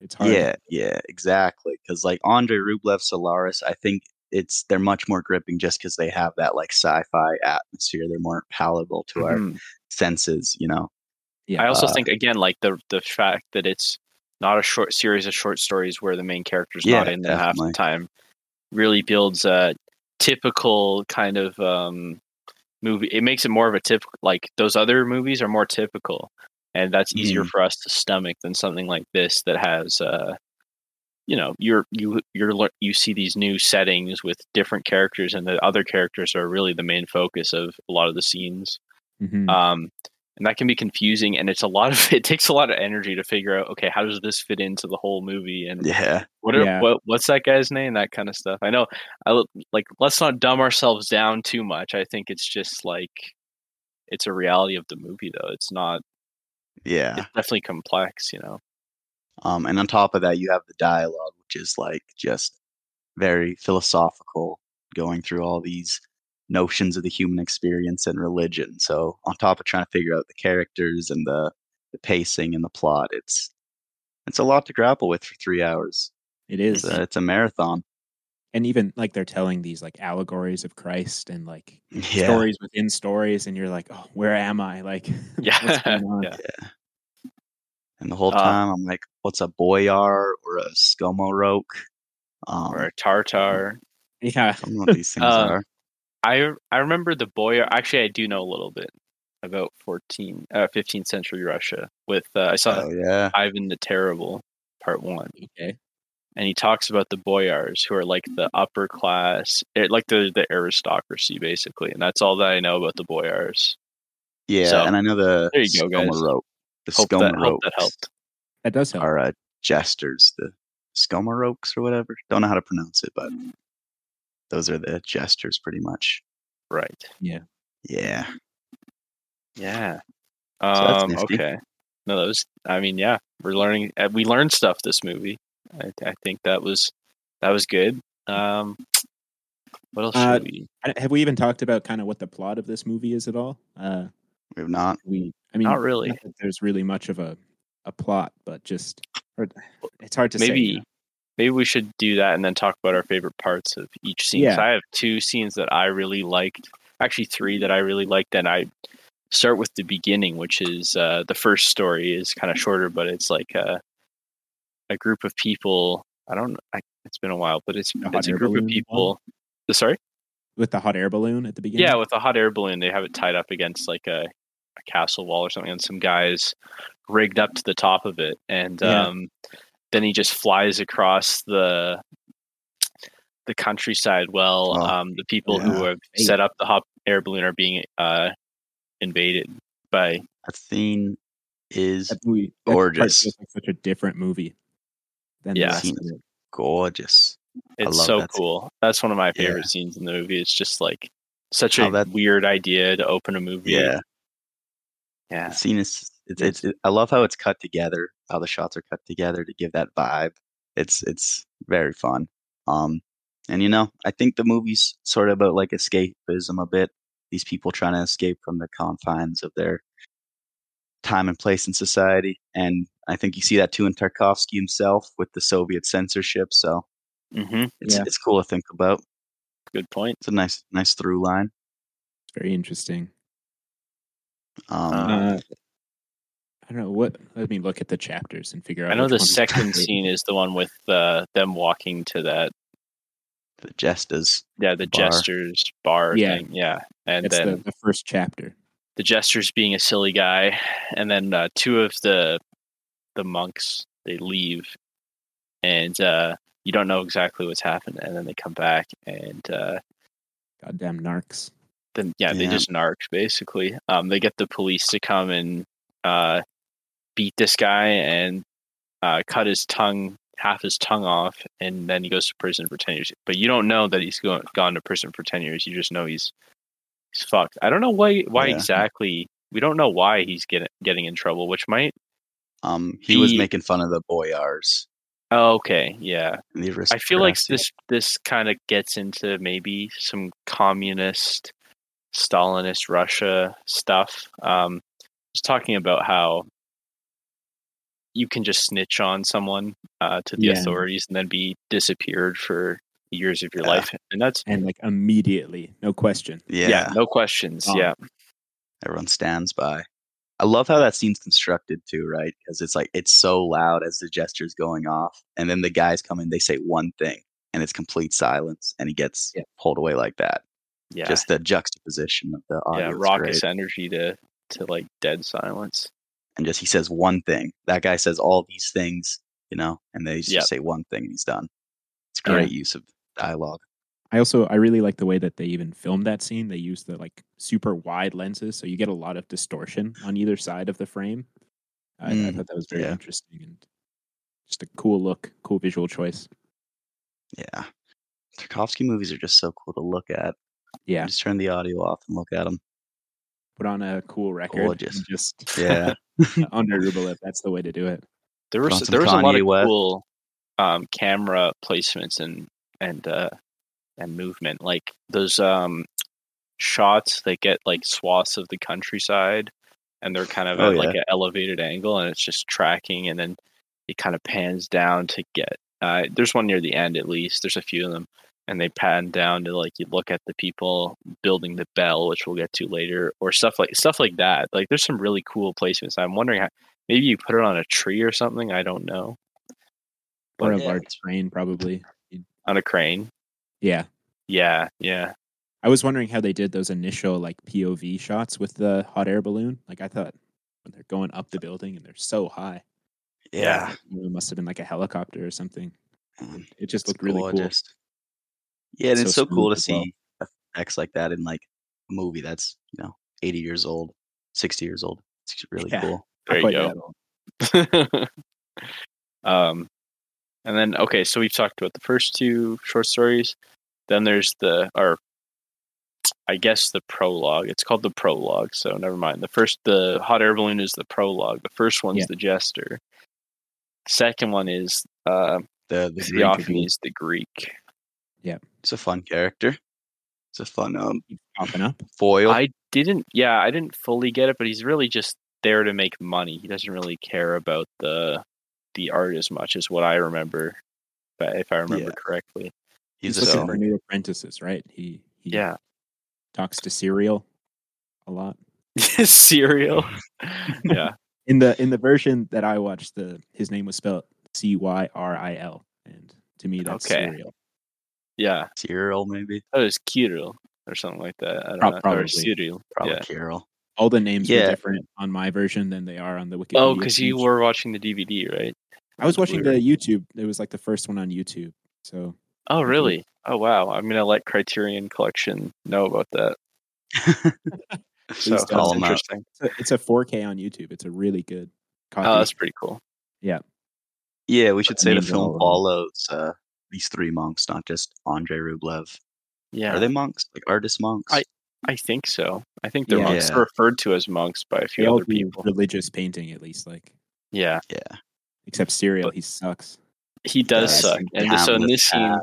Speaker 1: it's hard.
Speaker 2: Yeah, yeah, exactly. Because like Andre Rublev Solaris, I think it's they're much more gripping just because they have that like sci-fi atmosphere. They're more palatable to our
Speaker 3: Mhm.
Speaker 2: senses, you know.
Speaker 1: yeah.
Speaker 3: I also
Speaker 2: uh,
Speaker 3: think again, like the the fact that it's not a short series of short stories where the main character's not
Speaker 2: Yeah,
Speaker 3: in there half
Speaker 2: definitely.
Speaker 3: the time, really builds a typical kind of um, movie. It makes it more of a tip. Like those other movies are more typical, and that's easier
Speaker 2: Mhm.
Speaker 3: for us to stomach than something like this that has. Uh, you know, you're you you're lear- you see these new settings with different characters, and the other characters are really the main focus of a lot of the scenes
Speaker 1: Mhm.
Speaker 3: um, and that can be confusing and it's a lot of it takes a lot of energy to figure out okay how does this fit into the whole movie and
Speaker 2: Yeah,
Speaker 3: what, are,
Speaker 1: Yeah.
Speaker 3: what what's that guy's name that kind of stuff i know i look- like let's not dumb ourselves down too much i think it's just like it's a reality of the movie though it's not
Speaker 2: yeah.
Speaker 3: it's definitely complex you know
Speaker 2: Um, and on top of that, you have the dialogue, which is like just very philosophical, going through all these notions of the human experience and religion. So on top of trying to figure out the characters and the the pacing and the plot, it's it's a lot to grapple with for three hours.
Speaker 1: it
Speaker 2: It's uh,
Speaker 1: is.
Speaker 2: a, it's a marathon.
Speaker 1: and even like they're telling these like allegories of Christ and like stories within stories, and you're like, oh, where am I? Like, what's
Speaker 3: yeah
Speaker 1: going on?
Speaker 3: yeah
Speaker 2: And the whole
Speaker 3: Uh,
Speaker 2: time I'm like, what's a boyar or a skomorok?
Speaker 1: Oh,
Speaker 2: Um,
Speaker 3: or tartar
Speaker 1: Yeah.
Speaker 2: I don't know what these things
Speaker 3: Uh,
Speaker 2: are.
Speaker 3: I I remember the boyar. Actually, I do know a little bit about 14, uh, 15th century Russia. With uh, I saw
Speaker 2: Oh yeah,
Speaker 3: Ivan the Terrible, part one,
Speaker 1: Okay.
Speaker 3: and he talks about the boyars, who are like the upper class, eh, like the the aristocracy, basically. And that's all that I know about the boyars.
Speaker 2: yeah.
Speaker 3: so-
Speaker 2: and I know the
Speaker 3: There you go, guys.
Speaker 2: skomorok. The
Speaker 3: Hope that, hope
Speaker 2: skomoroks
Speaker 3: that helped.
Speaker 1: That does help.
Speaker 2: are uh, jesters. The skomoroks or whatever. Don't know how to pronounce it, but
Speaker 3: Mm.
Speaker 2: those are the jesters, pretty much.
Speaker 3: Right.
Speaker 2: Yeah.
Speaker 3: Yeah.
Speaker 2: that's
Speaker 3: Um,
Speaker 2: nifty.
Speaker 3: okay. No, that was. I mean, yeah, we're learning. uh, We learned stuff this movie. I, I think that was that was good. Um, what else
Speaker 1: Uh,
Speaker 3: should we?
Speaker 1: I- Have we even talked about kind of what the plot of this movie is at all? Uh,
Speaker 2: We've not.
Speaker 1: we, I mean,
Speaker 3: Not really.
Speaker 1: not that there's really much of a, a plot, but just or, it's hard to say.
Speaker 3: maybe
Speaker 1: you know?
Speaker 3: maybe we should do that and then talk about our favorite parts of each scene. 'Cause
Speaker 1: Yeah.
Speaker 3: I have two scenes that I really liked, actually three that I really liked, and I start with the beginning, which is uh, the first story is kind of shorter, but it's like a, a group of people. I don't. I, it's been a while, but it's
Speaker 1: hot
Speaker 3: it's a
Speaker 1: air
Speaker 3: group
Speaker 1: balloon
Speaker 3: of
Speaker 1: one?
Speaker 3: people. The- Sorry,
Speaker 1: with the hot air balloon at the beginning.
Speaker 3: yeah, with a hot air balloon, they have it tied up against like a, a castle wall or something, and some guys rigged up to the top of it, and
Speaker 1: Yeah.
Speaker 3: um, then he just flies across the the countryside. Well,
Speaker 2: Oh,
Speaker 3: um, the people who have
Speaker 1: Hey.
Speaker 3: set up the hot air balloon are being uh, invaded by
Speaker 2: Athene is
Speaker 1: That movie- that part
Speaker 2: Gorgeous.
Speaker 1: feels like such a different movie than the
Speaker 3: Yeah.
Speaker 1: rest of it.
Speaker 2: gorgeous.
Speaker 3: it's
Speaker 2: love
Speaker 3: so
Speaker 2: that scene.
Speaker 3: cool. That's one of my
Speaker 2: Yeah.
Speaker 3: favorite scenes in the movie. It's just like such
Speaker 2: How
Speaker 3: a
Speaker 2: that-
Speaker 3: weird idea to open a movie.
Speaker 2: Yeah,
Speaker 3: Yeah. Uh,
Speaker 2: the scene is it's, it's it, I love how it's cut together, how the shots are cut together to give that vibe. It's it's very fun. Um, and you know, I think the movie's sort of about like escapism a bit. These people trying to escape from the confines of their time and place in society, and I think you see that too in Tarkovsky himself with the Soviet censorship. So
Speaker 3: hmm
Speaker 2: it's
Speaker 1: Yeah.
Speaker 2: it's cool to think about.
Speaker 3: Good point.
Speaker 2: It's a nice nice through line.
Speaker 1: It's very interesting.
Speaker 2: Um,
Speaker 3: Uh-huh.
Speaker 1: Uh, I don't know what. Let me look at the chapters and figure out.
Speaker 3: I know
Speaker 1: which
Speaker 3: the
Speaker 1: one's
Speaker 3: second
Speaker 1: favorite.
Speaker 3: scene is the one with uh, them walking to that
Speaker 2: the jesters.
Speaker 3: yeah the
Speaker 2: Bar.
Speaker 3: jester's bar
Speaker 1: Yeah.
Speaker 3: thing yeah and
Speaker 1: That's
Speaker 3: then
Speaker 1: the, the first chapter.
Speaker 3: the jester's being a silly guy and then uh, two of the the monks they leave and uh, you don't know exactly what's happened and then they come back and uh,
Speaker 1: Goddamn narcs.
Speaker 3: then yeah, they
Speaker 2: Yeah.
Speaker 3: just narc basically. Um, they get the police to come and uh, beat this guy and uh, cut his tongue, half his tongue off, and then he goes to prison for ten years. But you don't know that he's gone gone to prison for ten years. You just know he's he's fucked. I don't know why why
Speaker 2: Yeah.
Speaker 3: exactly. We don't know why he's getting getting in trouble, which might.
Speaker 2: Um, he was
Speaker 3: The-
Speaker 2: making fun of the boyars.
Speaker 3: Oh, okay, yeah.
Speaker 2: and the
Speaker 3: I feel like
Speaker 2: aristocracy.
Speaker 3: this this kind of gets into maybe some communist, Stalinist Russia stuff. Um, just talking about how you can just snitch on someone uh, to the
Speaker 1: Yeah.
Speaker 3: authorities and then be disappeared for years of your
Speaker 2: Yeah.
Speaker 3: life, and that's
Speaker 1: And like immediately, no question.
Speaker 2: Yeah,
Speaker 3: yeah, no questions.
Speaker 1: Gone.
Speaker 3: Yeah,
Speaker 2: everyone stands by. I love how that scene's constructed too, right? Because it's like it's so loud as the gesture's going off, and then the guys come in, they say one thing, and it's complete silence, and he gets
Speaker 1: Yeah.
Speaker 2: pulled away like that.
Speaker 3: yeah,
Speaker 2: Just the juxtaposition of the audio,
Speaker 3: yeah.
Speaker 2: is
Speaker 3: Raucous e
Speaker 2: great.
Speaker 3: energy to to like dead silence.
Speaker 2: and just he says one thing. That guy says all these things, you know, and they just
Speaker 3: Yep.
Speaker 2: say one thing, and he's done. It's
Speaker 1: Yeah.
Speaker 2: great use of dialogue.
Speaker 1: I also I really like the way that they even filmed that scene. They use the like super wide lenses, so you get a lot of distortion on either side of the frame. I, I
Speaker 2: Mm,
Speaker 1: thought that was very
Speaker 2: yeah.
Speaker 1: interesting and just a cool look, cool visual choice.
Speaker 2: Yeah, Tarkovsky movies are just so cool to look at.
Speaker 1: Yeah,
Speaker 2: Just turn the audio off and look at them.
Speaker 1: put on a cool record.
Speaker 2: Gorgeous.
Speaker 1: and Just
Speaker 2: Yeah.
Speaker 1: under it. That's the way to do it.
Speaker 3: there was
Speaker 2: Lots of
Speaker 3: there was a lot
Speaker 2: Kanye
Speaker 3: of
Speaker 2: West.
Speaker 3: cool um, camera placements and and uh, and movement, like those um, shots that get like swaths of the countryside, and they're kind of
Speaker 2: Oh,
Speaker 3: at like an elevated angle, and it's just tracking, and then it kind of pans down to get. Uh, there's one near the end, at least. There's a few of them, and they pan down to like you look at the people building the bell, which we'll get to later, or stuff like stuff like that. Like there's some really cool placements. I'm wondering how maybe you put it on a tree or something. I don't know.
Speaker 1: Or a
Speaker 2: Yeah.
Speaker 1: large train, probably.
Speaker 3: On a crane.
Speaker 1: Yeah.
Speaker 3: Yeah, yeah.
Speaker 1: I was wondering how they did those initial like POV shots with the hot air balloon. Like I thought when they're going up the building and they're so high.
Speaker 2: Yeah.
Speaker 1: It must have been like a helicopter or something.
Speaker 2: Um,
Speaker 1: It just
Speaker 2: it's
Speaker 1: looked really
Speaker 2: gorgeous. Yeah, and
Speaker 1: So
Speaker 2: it's so cool
Speaker 1: smooth
Speaker 2: to
Speaker 1: as well.
Speaker 2: see effects like that in like a movie that's, you know, 80 years old, 60 years old. It's really
Speaker 1: Yeah.
Speaker 2: cool.
Speaker 1: cool.
Speaker 3: There
Speaker 1: Not
Speaker 3: you
Speaker 1: quite
Speaker 3: go.
Speaker 1: that old.
Speaker 3: um, and then okay, so we've talked about the first two short stories. Then there's the or I guess the prologue. It's called the prologue, so never mind. The first the hot air balloon is the prologue. The first one's
Speaker 1: Yeah.
Speaker 3: the jester. Second one is uh
Speaker 2: The, the Greek would be-
Speaker 3: Theophanes the Greek.
Speaker 2: It's a fun character. It's a fun um,
Speaker 1: Keep Popping up.
Speaker 2: foil.
Speaker 3: I didn't. Yeah, I didn't fully get it, but he's really just there to make money. He doesn't really care about the the art as much as what I remember, but if I remember
Speaker 2: Yeah.
Speaker 3: correctly,
Speaker 2: He's a
Speaker 1: looking
Speaker 3: so-
Speaker 1: for
Speaker 2: silver.
Speaker 1: new apprentices, right? He, he
Speaker 3: yeah,
Speaker 1: talks to cereal a lot.
Speaker 3: cereal. yeah,
Speaker 1: In the in the version that I watched, the his name was spelled C Y R I L. And to me that's
Speaker 3: Okay.
Speaker 1: cereal.
Speaker 3: yeah.
Speaker 2: Cyril, maybe.
Speaker 3: That was Kirill or something like that. I don't
Speaker 1: Prob-
Speaker 3: know. Or
Speaker 1: probably.
Speaker 3: cereal.
Speaker 2: Probably
Speaker 3: Yeah.
Speaker 2: Cyril.
Speaker 1: All the names
Speaker 2: Yeah.
Speaker 1: were different on my version than they are on the Wikipedia.
Speaker 3: Oh, because
Speaker 1: page.
Speaker 3: you were watching the DVD, right?
Speaker 1: I was watching the
Speaker 3: Blu-ray.
Speaker 1: YouTube. It was like the first one on YouTube. So
Speaker 3: Oh, really? Oh, wow. I'm gonna let Criterion Collection know about that. So
Speaker 1: don't.
Speaker 3: that's
Speaker 2: Call 'em out.
Speaker 3: interesting.
Speaker 1: It's a- It's a 4K on YouTube. It's a really good copy.
Speaker 3: Oh, that's pretty cool.
Speaker 2: Yeah, we should
Speaker 1: I
Speaker 2: say the
Speaker 1: mean,
Speaker 2: film
Speaker 1: well, um,
Speaker 2: follows uh, these three monks, not just Andrei Rublev.
Speaker 3: Yeah,
Speaker 2: Are they monks? Like artist monks?
Speaker 3: I think so. I think they're
Speaker 1: Yeah.
Speaker 3: monks. They're referred to as monks by a
Speaker 1: they
Speaker 3: few
Speaker 1: all
Speaker 3: other
Speaker 1: do
Speaker 3: people.
Speaker 1: religious painting at least. Like
Speaker 3: Yeah,
Speaker 2: yeah.
Speaker 1: except Serial, he sucks.
Speaker 3: he does
Speaker 1: Yes.
Speaker 3: suck. And so in
Speaker 2: Hamlet,
Speaker 3: this scene,
Speaker 2: uh,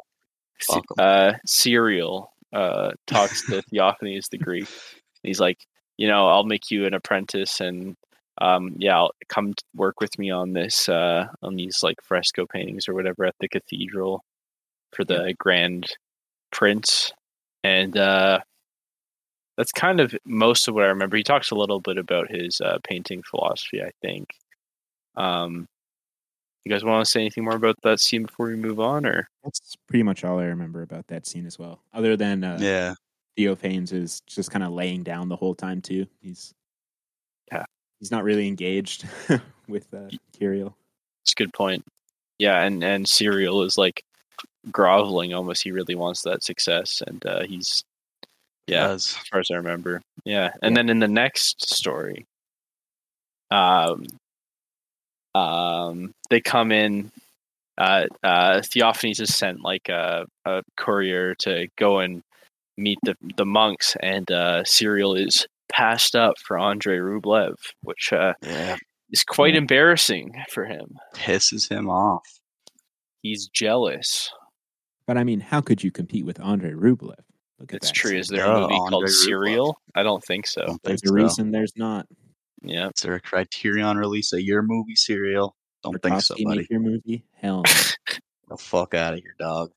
Speaker 3: Se-
Speaker 2: Fuck 'em.
Speaker 3: uh, Serial uh, talks to Theophanes the Greek. And he's like, you know, I'll make you an apprentice, and um, yeah, I'll come t- work with me on this uh, on these like fresco paintings or whatever at the cathedral for the Grand Prince, and uh, that's kind of most of what I remember. He talks a little bit about his uh, painting philosophy, I think. Um, you guys want to say anything more about that scene before we move on, or?
Speaker 1: That's pretty much all I remember about that scene as well. Other than uh,
Speaker 2: Yeah.
Speaker 1: Theo Fanes is just kind of laying down the whole time too. He's
Speaker 3: Yeah.
Speaker 1: he's not really engaged with uh, Kirill.
Speaker 3: It's a good point. Yeah, and and Serial is like groveling almost. He really wants that success, and uh, he's yeah,
Speaker 2: does.
Speaker 3: as far as I remember. Yeah, and then in the next story, um, um, they come in. Uh, uh, Theophanes has sent like a, a courier to go and meet the the monks, and uh, Serial is passed up for Andrei Rublev, which uh,
Speaker 2: Yeah.
Speaker 3: is quite
Speaker 1: Yeah.
Speaker 3: embarrassing for him.
Speaker 2: Pisses him off.
Speaker 3: he's jealous.
Speaker 1: But I mean, how could you compete with Andre Rublev? Look at
Speaker 3: It's
Speaker 1: that
Speaker 3: true.
Speaker 1: scene.
Speaker 3: Is there
Speaker 2: Duh,
Speaker 3: a movie called
Speaker 2: Andrei Rublev.
Speaker 3: Serial? I don't think
Speaker 2: I
Speaker 3: so.
Speaker 2: don't
Speaker 1: There's
Speaker 2: think
Speaker 1: a
Speaker 2: so.
Speaker 1: reason there's not.
Speaker 3: Yeah.
Speaker 2: Is there a Criterion release of your movie serial? Don't think so,
Speaker 1: Tarkovsky make
Speaker 2: buddy.
Speaker 1: Your movie, hell, no.
Speaker 2: The fuck out of here, dog.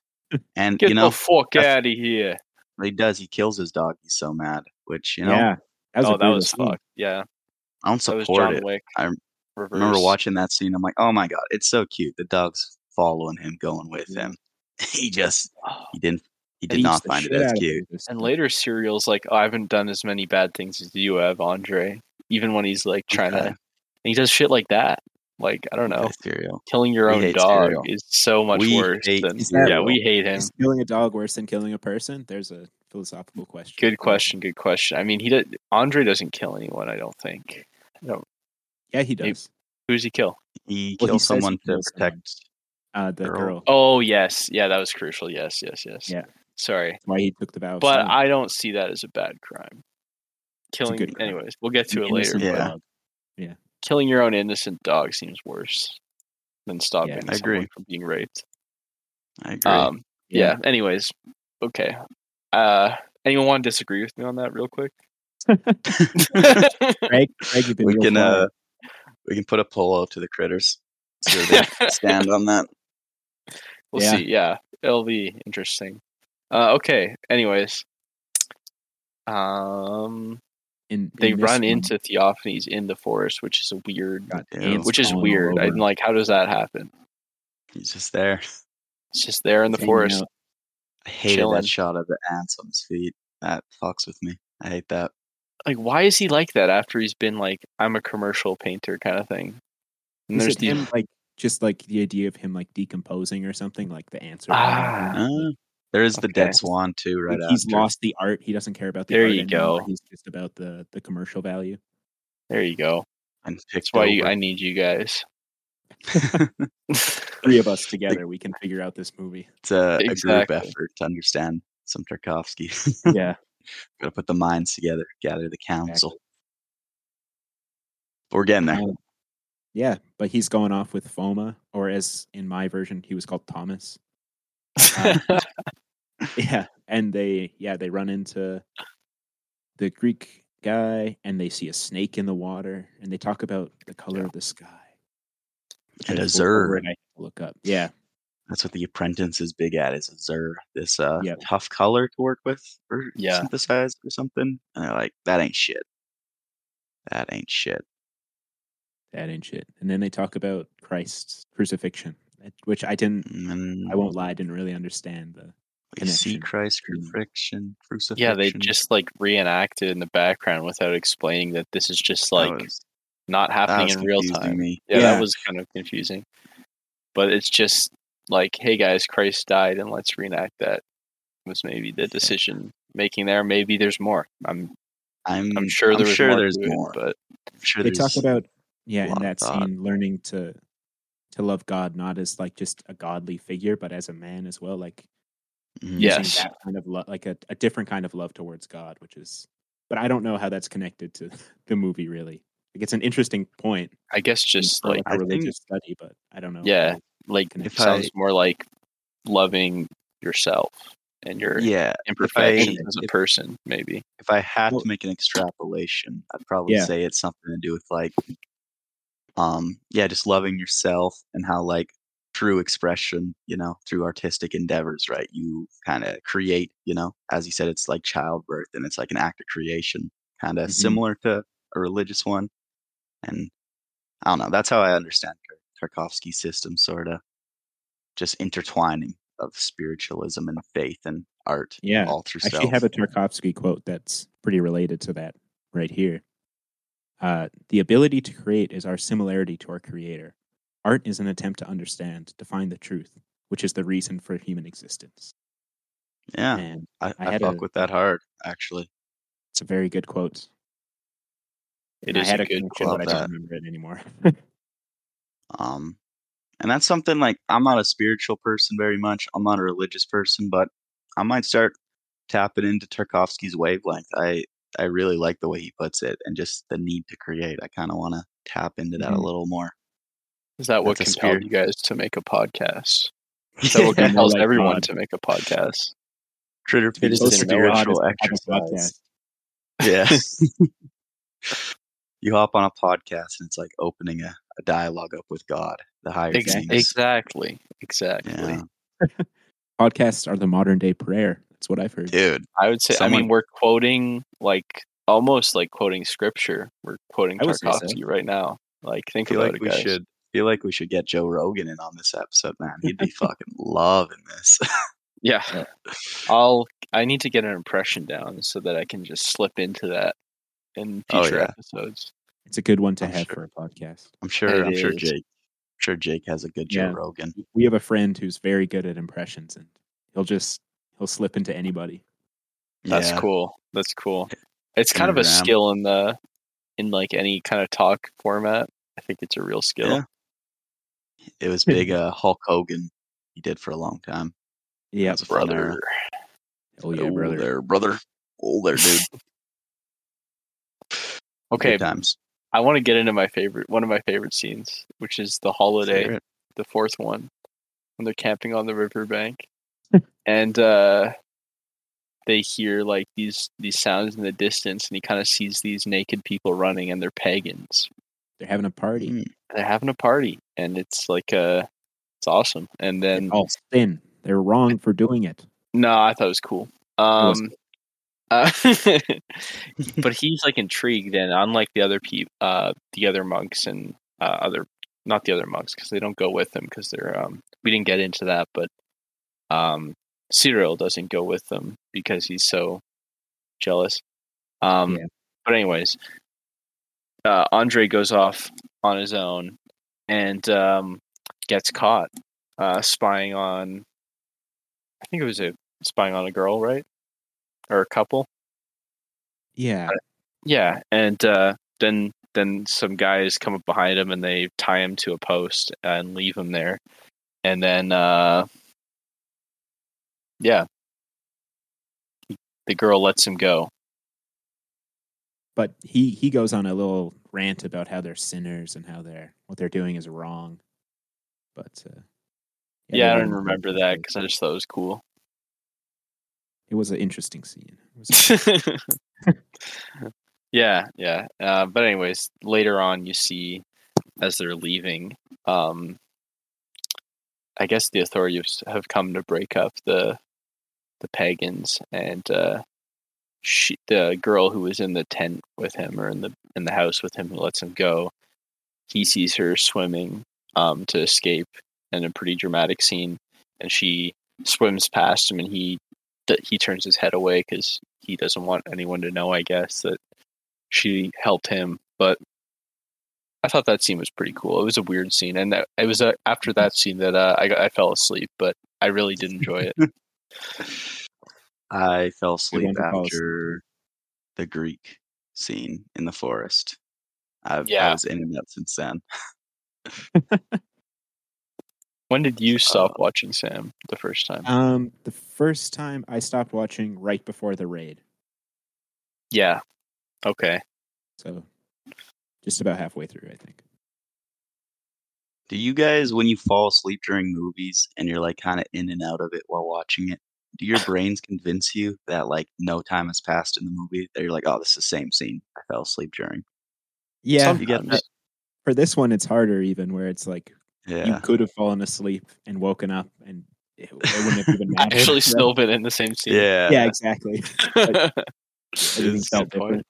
Speaker 2: And
Speaker 3: Get
Speaker 2: you know
Speaker 3: the fuck
Speaker 2: that's-
Speaker 3: out of here.
Speaker 2: he does. He kills his dog. He's so mad. Which you know,
Speaker 1: yeah, that was
Speaker 3: oh,
Speaker 1: a
Speaker 3: that
Speaker 1: brutal
Speaker 3: was
Speaker 1: scene.
Speaker 3: fucked. Yeah.
Speaker 2: I don't
Speaker 3: That was
Speaker 2: support
Speaker 3: John
Speaker 2: it.
Speaker 3: Wick.
Speaker 2: I I
Speaker 3: reverse.
Speaker 2: remember watching that scene. I'm like, oh my god, it's so cute. The dog's following him, going with
Speaker 1: Yeah.
Speaker 2: him. He just
Speaker 3: Oh.
Speaker 2: he didn't he
Speaker 1: That Mm-hmm.
Speaker 2: did
Speaker 1: eats
Speaker 2: not
Speaker 1: the
Speaker 2: find it
Speaker 1: shit
Speaker 2: as
Speaker 1: out of
Speaker 2: cute.
Speaker 1: me, this
Speaker 3: And
Speaker 1: scene.
Speaker 3: later, Serial's like, oh, I haven't done as many bad things as you have, Andre. Even when he's like trying to,
Speaker 2: Okay.
Speaker 3: and he does shit like that. Like I don't know,
Speaker 2: Okay, Serial.
Speaker 3: killing your
Speaker 2: We
Speaker 3: own
Speaker 2: hate
Speaker 3: dog
Speaker 2: Serial.
Speaker 3: is so much
Speaker 2: We
Speaker 3: worse
Speaker 2: hate
Speaker 3: than.
Speaker 1: Serial.
Speaker 3: Yeah, we hate him.
Speaker 1: Is killing a dog worse than killing a person? There's a philosophical question.
Speaker 3: Good question. Good question. I mean, he did, Andre doesn't kill anyone. I don't think.
Speaker 1: Yeah, he does.
Speaker 3: Who does he kill?
Speaker 2: He
Speaker 1: Well, he
Speaker 2: kills
Speaker 1: says he
Speaker 2: someone to
Speaker 1: kills someone.
Speaker 2: protect.
Speaker 1: Uh, the
Speaker 2: Girl.
Speaker 1: girl.
Speaker 3: Oh yes, yeah, that was crucial. Yes, yes, yes.
Speaker 1: Yeah.
Speaker 3: Sorry,
Speaker 1: That's why he took the vow. of
Speaker 3: but
Speaker 1: silence.
Speaker 3: I don't see that as a bad crime. Killing,
Speaker 1: good crime.
Speaker 3: anyways, we'll get to
Speaker 1: An
Speaker 3: it later.
Speaker 1: innocent
Speaker 3: but
Speaker 2: Yeah.
Speaker 1: dog.
Speaker 3: Killing your own innocent dog seems worse than stopping
Speaker 1: I
Speaker 3: someone
Speaker 2: agree.
Speaker 3: from being raped.
Speaker 2: I agree.
Speaker 3: Um, yeah. Anyways, okay. Uh, anyone want to disagree with me on that real quick?
Speaker 1: Um, Greg, Greg, you've been
Speaker 2: we
Speaker 1: real
Speaker 2: can
Speaker 1: quiet.
Speaker 2: uh, we can put a poll out to the critters. See where they stand on that.
Speaker 3: We'll
Speaker 1: Yeah.
Speaker 3: see. Yeah, it'll be interesting. Uh, okay. Anyways, um,
Speaker 1: In- in
Speaker 3: they
Speaker 1: this
Speaker 3: run
Speaker 1: one,
Speaker 3: into Theophanes in the forest, which is a weird,
Speaker 1: got
Speaker 2: Ew.
Speaker 1: ants
Speaker 3: which is
Speaker 1: crawling all
Speaker 3: weird.
Speaker 1: over
Speaker 3: I'm
Speaker 1: him.
Speaker 3: like, how does that happen?
Speaker 2: He's just there.
Speaker 3: It's just there in the
Speaker 1: Hanging
Speaker 3: forest.
Speaker 1: out.
Speaker 2: I hated
Speaker 3: Chilling.
Speaker 2: that shot of the ants on his feet. That fucks with me. I hate that.
Speaker 3: Like, why is he like that after he's been like, I'm a commercial painter kind of thing? And
Speaker 1: Is
Speaker 3: there's
Speaker 1: it
Speaker 3: the
Speaker 1: him, like just like the idea of him like decomposing or something like the answer.
Speaker 3: ah,
Speaker 2: Uh, there is the
Speaker 3: Okay.
Speaker 2: dead swan too, right?
Speaker 1: he's
Speaker 2: after.
Speaker 1: lost the art. He doesn't care about the
Speaker 3: There
Speaker 1: art
Speaker 3: you
Speaker 1: anymore.
Speaker 3: go.
Speaker 1: He's just about the the commercial value.
Speaker 3: there you go.
Speaker 2: and picked
Speaker 3: That's why you,
Speaker 2: over.
Speaker 3: I need you guys.
Speaker 1: Three of us together, we can figure out this movie.
Speaker 2: it's a, a
Speaker 3: Exactly.
Speaker 2: group effort to understand some Tarkovsky.
Speaker 1: Yeah,
Speaker 2: Gotta put the minds together, gather the council. But We're getting there.
Speaker 1: Um, yeah. But he's going off with Foma, or as in my version, he was called Thomas. yeah and they yeah they run into the greek guy and they see a snake in the water and they talk about the color of the sky which
Speaker 2: And
Speaker 1: I
Speaker 2: a
Speaker 1: looked over
Speaker 2: zir.
Speaker 1: and I had to look up yeah
Speaker 2: That's what the apprentice is big at is a Zer, this uh,
Speaker 1: Yep.
Speaker 2: tough color to work with or
Speaker 3: Yeah.
Speaker 2: synthesize or something. And they're like, that ain't shit. That ain't shit.
Speaker 1: that ain't shit and then they talk about christ's crucifixion eh, which i didn't
Speaker 2: Mm, And
Speaker 1: i won't lie i didn't really understand the
Speaker 2: we see
Speaker 1: connection.
Speaker 2: Christ
Speaker 1: Mm.
Speaker 2: crucifixion, crucifixion.
Speaker 3: yeah, they just like reenacted in the background without explaining that this is just
Speaker 2: That
Speaker 3: like
Speaker 2: was-
Speaker 3: not
Speaker 2: that
Speaker 3: happening
Speaker 2: was
Speaker 3: in real
Speaker 2: Oh, confusing
Speaker 3: time.
Speaker 2: Me.
Speaker 3: yeah,
Speaker 1: Yeah.
Speaker 3: that was kind of confusing. But it's just like, hey guys, Christ died, and let's reenact that. Was maybe the decision making there. Maybe there's more. I'm
Speaker 2: Mm, I'm,
Speaker 3: I'm sure there was
Speaker 2: sure
Speaker 3: more
Speaker 2: there's
Speaker 3: to it,
Speaker 2: more.
Speaker 3: but
Speaker 2: I'm sure
Speaker 1: they
Speaker 2: there's
Speaker 1: talk about yeah in
Speaker 2: lot of
Speaker 1: that
Speaker 2: thought.
Speaker 1: scene learning to to love god not as like just a godly figure but as a man as well like
Speaker 2: Mhm.
Speaker 1: using
Speaker 3: Yes.
Speaker 1: that kind of love like a, a different kind of love towards god which is but i don't know how that's connected to the movie really like it's an interesting point
Speaker 3: I guess just
Speaker 1: for,
Speaker 3: like
Speaker 1: like
Speaker 2: I
Speaker 1: a
Speaker 2: think-
Speaker 1: religious study but i don't know
Speaker 3: Yeah,
Speaker 1: how it
Speaker 3: like
Speaker 1: connects.
Speaker 2: If
Speaker 3: sounds
Speaker 2: I-
Speaker 3: more like loving yourself and your
Speaker 2: mm-hmm. Yeah.
Speaker 3: imperfections
Speaker 2: I-
Speaker 3: as a
Speaker 2: if-
Speaker 3: person, maybe.
Speaker 2: If I had
Speaker 1: Well-
Speaker 2: to make an extrapolation, I'd probably
Speaker 1: Yeah.
Speaker 2: say it's something to do with like, um, yeah, just loving yourself and how like through expression, you know, through artistic endeavors, right? You kind of create, you know, as you said, it's like childbirth and it's like an act of creation, kind of
Speaker 1: Mhm.
Speaker 2: similar to a religious one. And I don't know. That's how I understand Kar- Tarkovsky system, sort of just intertwining of spiritualism and faith and art
Speaker 1: yeah
Speaker 2: all through
Speaker 1: I actually
Speaker 2: self.
Speaker 1: have a Tarkovsky quote that's pretty related to that right here. Uh, the ability to create is our similarity to our creator. Art is an attempt to understand, to find the truth, which is the reason for human existence.
Speaker 2: yeah.
Speaker 1: And
Speaker 2: I,
Speaker 1: I
Speaker 2: I,
Speaker 1: had
Speaker 2: fuck
Speaker 1: a-
Speaker 2: with that hard, actually.
Speaker 1: it's a very good quote.
Speaker 3: It
Speaker 1: And
Speaker 3: is
Speaker 1: I had
Speaker 3: a
Speaker 1: a
Speaker 3: good
Speaker 1: connection,
Speaker 2: quote.
Speaker 1: but I
Speaker 2: Love
Speaker 1: don't remember it anymore.
Speaker 2: Um, and that's something like I'm not a spiritual person very much. I'm not a religious person, but I might start tapping into Tarkovsky's wavelength. I I really like the way he puts it, and just the need to create. I kind of want to tap into that a
Speaker 1: Mhm.
Speaker 2: little more.
Speaker 3: Is that what
Speaker 2: That's a
Speaker 3: compelled
Speaker 2: spirit.
Speaker 3: you guys to make a podcast? Is that what
Speaker 1: Yeah.
Speaker 3: compels
Speaker 1: Like
Speaker 3: everyone
Speaker 1: God.
Speaker 3: to make a podcast?
Speaker 2: Critter
Speaker 3: be
Speaker 2: Pit is a
Speaker 3: closer to your
Speaker 2: spiritual
Speaker 1: God is to have a podcast.
Speaker 2: exercise. Yeah. you hop on a podcast, and it's like opening a, a dialogue up with God, the higher
Speaker 3: Ex-
Speaker 1: Exactly.
Speaker 2: things.
Speaker 3: Exactly. Exactly.
Speaker 2: Yeah.
Speaker 1: Podcasts are the modern day prayer. That's what I've heard.
Speaker 2: Dude,
Speaker 3: I would say. I
Speaker 2: Someone-
Speaker 3: mean, we're quoting like almost like quoting scripture. We're quoting
Speaker 1: I would say so.
Speaker 3: Tarkovsky right now. Like, think
Speaker 2: feel
Speaker 3: about
Speaker 2: like
Speaker 3: it,
Speaker 2: we
Speaker 3: guys.
Speaker 2: should feel like we should get Joe Rogan in on this episode, man. He'd be fucking loving this.
Speaker 3: Yeah.
Speaker 1: Yeah.
Speaker 3: I'll. I need to get an impression down so that I can just slip into that in
Speaker 2: Oh,
Speaker 3: future
Speaker 2: yeah.
Speaker 3: episodes.
Speaker 1: It's a good one to
Speaker 2: I'm
Speaker 1: have
Speaker 2: sure.
Speaker 1: for a podcast.
Speaker 2: I'm sure.
Speaker 3: It
Speaker 2: I'm sure
Speaker 3: is.
Speaker 2: Jake. I'm sure Jake has a good Joe
Speaker 1: Yeah.
Speaker 2: Rogan.
Speaker 1: We have a friend who's very good at impressions, and he'll just he'll slip into anybody.
Speaker 3: That's
Speaker 2: Yeah.
Speaker 3: cool. That's cool. It's kind of a
Speaker 2: Underground.
Speaker 3: skill in the in like any kind of talk format. I think it's a real skill.
Speaker 2: Yeah. It was big. Uh, Hulk Hogan. He did for a long time.
Speaker 1: Yeah,
Speaker 2: That's a fun
Speaker 3: Brother.
Speaker 2: era.
Speaker 1: oh yeah,
Speaker 2: Oh,
Speaker 1: brother.
Speaker 2: there, brother. Oh, there, dude.
Speaker 3: Okay,
Speaker 2: Good times.
Speaker 3: I want to get into my favorite one of my favorite scenes, which is the holiday,
Speaker 2: Favorite.
Speaker 3: the fourth one, when they're camping on the riverbank, and uh, they hear like these these sounds in the distance, and he kind of sees these naked people running, and they're pagans.
Speaker 1: They're having a party.
Speaker 2: Mm.
Speaker 3: They're having a party, and it's like uh, it's awesome. And then
Speaker 1: all sin. They're wrong for doing it.
Speaker 3: No, I thought it was cool.
Speaker 1: was
Speaker 3: Um, uh, but he's like intrigued, and unlike the other people, uh, the other monks and uh, other not the other monks because they don't go with them because they're um, we didn't get into that, but um, Cyril doesn't go with them because he's so jealous. Um,
Speaker 1: Yeah.
Speaker 3: But anyways, uh, Andre goes off on his own and um, gets caught uh, spying on. I think it was a spying on a girl, right? Or a couple.
Speaker 1: Yeah.
Speaker 3: Yeah, and uh, then then some guys come up behind him and they tie him to a post and leave him there, and then uh, yeah, the girl lets him go.
Speaker 1: But he he goes on a little rant about how they're sinners and how they're what they're doing is wrong. But uh,
Speaker 3: Yeah, I
Speaker 1: they
Speaker 3: don't
Speaker 1: weren't
Speaker 3: remember
Speaker 1: very
Speaker 3: that
Speaker 1: good.
Speaker 3: because I just thought it was cool.
Speaker 1: it was an interesting scene. It was-
Speaker 3: yeah, yeah. Uh, but anyways, later on, you see as they're leaving, um, I guess the authorities have come to break up the the pagans, and uh, she, the girl who was in the tent with him or in the in the house with him, who lets him go, he sees her swimming um, to escape, in a pretty dramatic scene, and she swims past him, and he that he turns his head away because he doesn't want anyone to know, I guess, that she helped him. But I thought that scene was pretty cool. It was a weird scene, and that, it was uh, after
Speaker 2: Mm-hmm.
Speaker 3: that scene that uh, I got, I fell asleep, but I really did enjoy it.
Speaker 2: I fell
Speaker 1: one
Speaker 2: asleep
Speaker 1: to fall asleep.
Speaker 2: after the Greek. scene in the forest. I've, I
Speaker 3: Yeah.
Speaker 2: was in and out since then.
Speaker 3: When did
Speaker 2: Uh,
Speaker 3: you stop watching Sam the first time?
Speaker 1: Um, the first time I stopped watching right before the raid,
Speaker 3: yeah. Okay.
Speaker 1: so just about halfway through, I think.
Speaker 2: Do you guys, when you fall asleep during movies and you're like kind of in and out of it while watching it, do your brains convince you that like no time has passed in the movie? That you're like, oh, this is the same scene I fell asleep during.
Speaker 1: Yeah,
Speaker 2: you get
Speaker 3: Sometimes.
Speaker 2: that.
Speaker 1: for this one, it's harder even where it's like you
Speaker 2: Yeah,
Speaker 1: could have fallen asleep and woken up, and it, it wouldn't have even mattered.
Speaker 3: Actually, still been in the same scene.
Speaker 2: yeah,
Speaker 1: yeah, exactly.
Speaker 3: I,
Speaker 1: Everything
Speaker 2: It's a
Speaker 1: felt
Speaker 2: good point.
Speaker 1: different.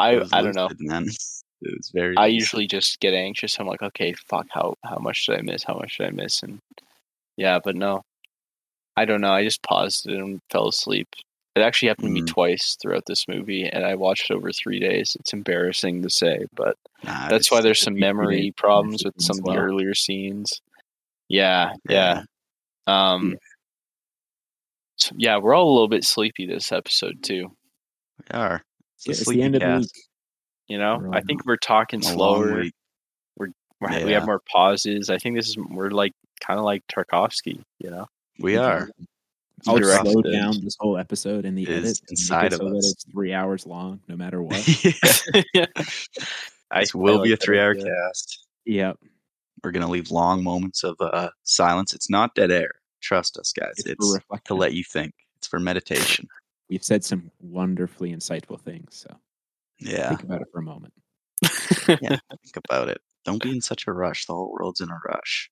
Speaker 3: I
Speaker 2: was
Speaker 3: don't know.
Speaker 2: lucid, Man. It was very.
Speaker 3: I
Speaker 2: lucid.
Speaker 3: usually just get anxious. I'm like, okay, fuck, how how much did I miss? How much did I miss? And yeah, but no, I don't know. I just paused it and fell asleep. It actually happened to me
Speaker 2: Mhm.
Speaker 3: twice throughout this movie, and I watched it over three days. It's embarrassing to say, but
Speaker 2: Nah,
Speaker 3: that's
Speaker 2: it's-
Speaker 3: why there's
Speaker 1: it's a
Speaker 3: some
Speaker 1: few
Speaker 3: memory
Speaker 1: days
Speaker 3: problems with
Speaker 1: as
Speaker 3: some of the
Speaker 1: well.
Speaker 3: earlier scenes. Yeah, yeah. Um, so- yeah, we're all a little bit sleepy this episode too.
Speaker 2: we are. It's a
Speaker 1: Yeah, it's
Speaker 2: sleepy
Speaker 1: the end of the
Speaker 2: cast.
Speaker 1: week.
Speaker 3: You know,
Speaker 1: We're
Speaker 3: I
Speaker 1: all-
Speaker 3: think we're talking
Speaker 2: A long
Speaker 3: slower.
Speaker 2: week.
Speaker 3: We're, We have
Speaker 2: Yeah.
Speaker 3: more pauses. I think this is we're like kind of like Tarkovsky, you know.
Speaker 2: We are.
Speaker 1: I'll
Speaker 2: Direct
Speaker 1: slow
Speaker 3: it.
Speaker 1: down this whole episode in the
Speaker 2: It is
Speaker 1: edit and make it
Speaker 2: inside of
Speaker 1: so that
Speaker 2: us.
Speaker 1: it's three hours long, no matter what.
Speaker 3: I-
Speaker 2: This will
Speaker 3: I
Speaker 2: be a
Speaker 3: like that
Speaker 2: three-hour
Speaker 3: idea.
Speaker 2: cast.
Speaker 1: yeah,
Speaker 2: We're gonna leave long moments of uh, silence. It's not dead air. Trust us, guys.
Speaker 1: it's,
Speaker 2: It's,
Speaker 1: for
Speaker 2: to
Speaker 1: reflection.
Speaker 2: let you think. It's for meditation.
Speaker 1: We've said some wonderfully insightful things, so
Speaker 2: Yeah,
Speaker 1: think about it for a moment.
Speaker 2: think about it. Don't be in such a rush. The whole world's in a rush.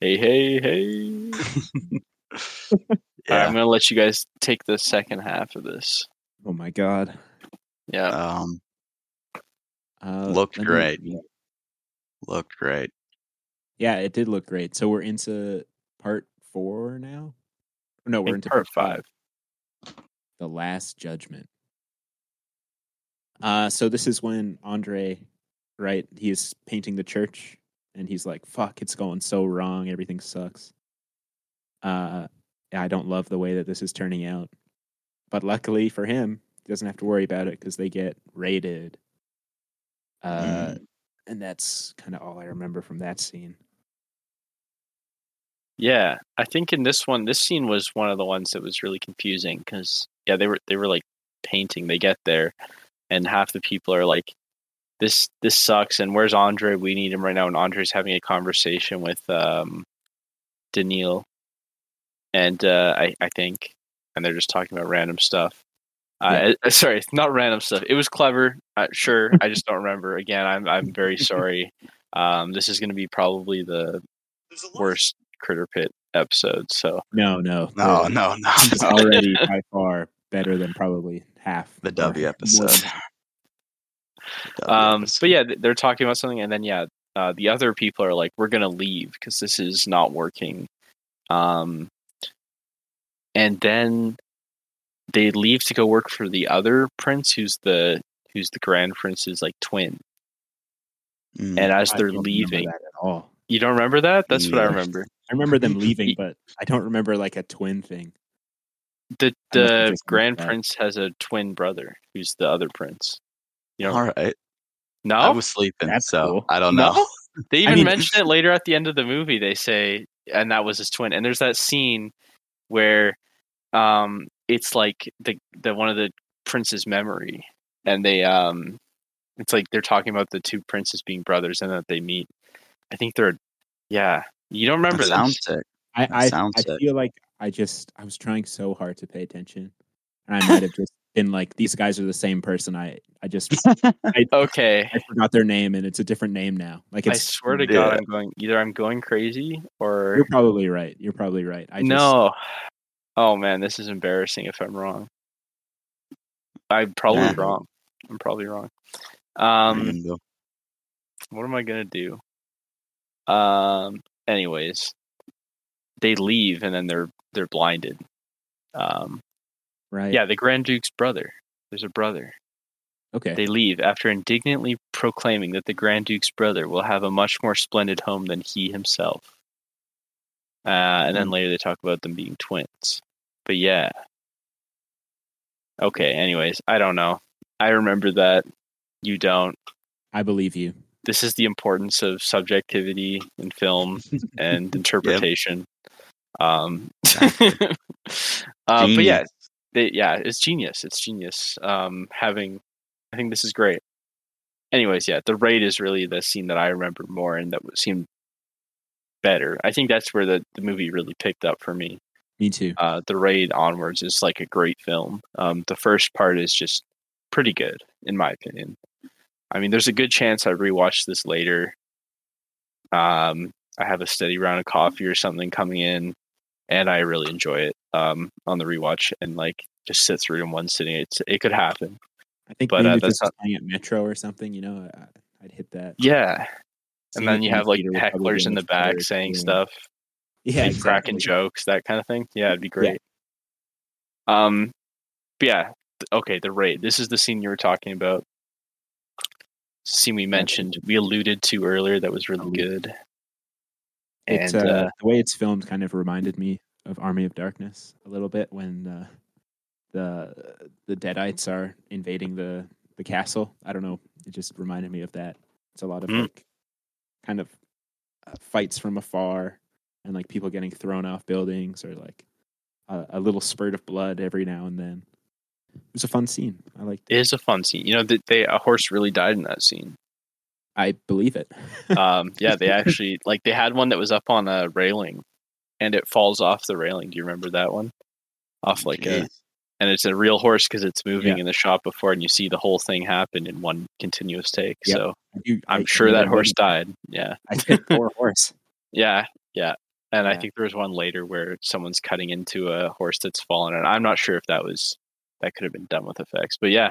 Speaker 3: Hey, hey, hey! All right, I'm
Speaker 2: Yeah.
Speaker 3: gonna let you guys take the second half of this.
Speaker 1: Oh my god,
Speaker 3: Yeah,
Speaker 2: Um,
Speaker 1: uh,
Speaker 2: Looked
Speaker 1: let
Speaker 2: great.
Speaker 1: yeah.
Speaker 2: looked great.
Speaker 1: Yeah, it did look great. So we're into part four now. No,
Speaker 3: I
Speaker 1: we're
Speaker 3: think
Speaker 1: into
Speaker 3: part five.
Speaker 1: the last judgment. Uh, so this is when Andre, right? He is painting the church, and he's like, "Fuck, it's going so wrong. Everything sucks. Uh, I don't love the way that this is turning out." But luckily for him, he doesn't have to worry about it because they get raided. Uh,
Speaker 2: Mm.
Speaker 1: and that's kind of all I remember from that scene.
Speaker 3: Yeah, I think in this one, this scene was one of the ones that was really confusing because yeah, they were they were like painting. They get there, and half the people are like, "This this sucks." And where's Andre? We need him right now. And Andre's having a conversation with um, Daniil, and uh, I I think, and they're just talking about random stuff. Uh, uh, sorry, not random stuff. It was clever, uh, sure. I just don't remember. Again, I'm I'm very sorry. Um, this is going to be probably the worst critter pit episode so
Speaker 1: No, no,
Speaker 2: No,
Speaker 1: the-
Speaker 2: no, no.
Speaker 1: It's
Speaker 2: no.
Speaker 1: already by far better than probably half
Speaker 2: The
Speaker 1: or
Speaker 2: W
Speaker 1: more.
Speaker 2: episode.
Speaker 1: Oh,
Speaker 2: The W
Speaker 3: um
Speaker 2: episode.
Speaker 3: but yeah th- they're talking about something and then yeah uh, the other people are like we're gonna leave because this is not working um and then they leave to go work for the other prince who's the who's the grand prince's like twin
Speaker 2: Mm.
Speaker 3: and as
Speaker 1: I
Speaker 3: they're
Speaker 1: don't remember
Speaker 3: leaving
Speaker 1: that at all.
Speaker 3: you don't remember that that's what i
Speaker 2: No.
Speaker 3: remember
Speaker 1: I remember them leaving, but I don't remember like a twin thing.
Speaker 3: the
Speaker 1: I must have
Speaker 3: the
Speaker 1: just missed
Speaker 3: grand
Speaker 1: that.
Speaker 3: prince has a twin brother who's the other prince you know
Speaker 2: all right.
Speaker 3: no
Speaker 2: I was sleeping,
Speaker 1: That's
Speaker 2: so
Speaker 1: cool.
Speaker 2: I don't
Speaker 3: No?
Speaker 2: know.
Speaker 3: They even
Speaker 1: mean-
Speaker 3: mention it later at the end of the movie. They say, and that was his twin. And there's that scene where um, it's like the the one of the prince's memory, and they um, it's like they're talking about the two princes being brothers, and that they meet. I think they're, yeah. You don't remember
Speaker 2: That
Speaker 3: this?
Speaker 2: sounds sick.
Speaker 1: I I,
Speaker 2: sounds
Speaker 1: I
Speaker 2: it.
Speaker 1: feel like I just I was trying so hard to pay attention, and I might have just been like, these guys are the same person. I I just
Speaker 3: okay.
Speaker 1: I forgot their name, and it's a different name now. Like
Speaker 3: I
Speaker 1: it's
Speaker 3: swear to
Speaker 2: Yeah.
Speaker 3: God, I'm going. Either I'm going crazy, or
Speaker 1: you're probably right. You're probably right. I just,
Speaker 3: no. Oh man, this is embarrassing if I'm wrong. I'm probably
Speaker 2: Nah.
Speaker 3: wrong. I'm probably wrong.
Speaker 2: Um,
Speaker 3: Um
Speaker 1: Mm-hmm.
Speaker 3: what am I gonna do? Um anyways. They leave and then they're they're blinded. Um
Speaker 1: right.
Speaker 3: yeah, the Grand Duke's brother. There's a brother.
Speaker 1: Okay.
Speaker 3: They leave after indignantly proclaiming that the Grand Duke's brother will have a much more splendid home than he himself. Uh, and then later they talk about them being twins. But yeah, Okay. Anyways, I don't know. I remember that. You don't.
Speaker 1: I believe you.
Speaker 3: This is the importance of subjectivity in film and interpretation. Um, uh, but yeah,
Speaker 2: Genius.
Speaker 3: they, yeah, it's genius. It's genius. Um, having, I think this is great. Anyways, yeah, the raid is really the scene that I remember more and that w- seemed better. I think that's where the, the movie really picked up for me.
Speaker 1: Me too.
Speaker 3: Uh, the raid onwards is like a great film. Um, the first part is just pretty good, in my opinion. I mean, there's a good chance I rewatch this later. Um, I have a steady round of coffee or something coming in, and I really enjoy it um, on the rewatch and like just sit through it in one sitting. It's, it could happen.
Speaker 1: I think
Speaker 3: but,
Speaker 1: maybe
Speaker 3: uh,
Speaker 1: if
Speaker 3: that's
Speaker 1: this was playing at Metro or something, you know, I, I'd hit that.
Speaker 3: Yeah.
Speaker 1: Seeing
Speaker 3: And then
Speaker 1: it
Speaker 3: you
Speaker 1: in
Speaker 3: have like
Speaker 1: theater would probably
Speaker 3: hecklers
Speaker 1: be
Speaker 3: in the
Speaker 1: much
Speaker 3: back
Speaker 1: better
Speaker 3: saying
Speaker 1: experience.
Speaker 3: stuff.
Speaker 1: Yeah,
Speaker 3: yeah, cracking
Speaker 1: exactly.
Speaker 3: jokes, that kind of thing. Yeah, it'd be
Speaker 1: Yeah.
Speaker 3: great. Um, but yeah, th- okay, the raid. This is the scene you were talking about. Scene we mentioned, we alluded to earlier. That was really good.
Speaker 1: It,
Speaker 3: And
Speaker 1: uh,
Speaker 3: Mm-hmm. uh,
Speaker 1: the way it's filmed kind of reminded me of Army of Darkness a little bit when uh, the the Deadites are invading the the castle. I don't know. It just reminded me of that. It's a lot of
Speaker 3: Mm.
Speaker 1: like kind of uh, fights from afar and like people getting thrown off buildings or like a, a little spurt of blood every now and then. It was a fun scene. I liked
Speaker 3: it
Speaker 1: it.
Speaker 3: is a fun scene. You know, that they a horse really died in that scene.
Speaker 1: I believe it.
Speaker 3: Um, yeah, they actually like they had one that was up on a railing, and it falls off the railing. Do you remember that one? Off like a
Speaker 2: Jeez.
Speaker 3: and it's a real horse because it's moving
Speaker 1: Yeah.
Speaker 3: in the shot before, and you see the whole thing happen in one continuous take.
Speaker 1: Yep.
Speaker 3: So
Speaker 1: You-
Speaker 3: I'm
Speaker 1: I-
Speaker 3: sure that
Speaker 1: I-
Speaker 3: horse died. Yeah,
Speaker 1: I said poor horse.
Speaker 3: yeah, yeah. And I
Speaker 1: Yeah.
Speaker 3: think there was one later where someone's cutting into a horse that's fallen, and I'm not sure if that was that could have been done with effects, but yeah,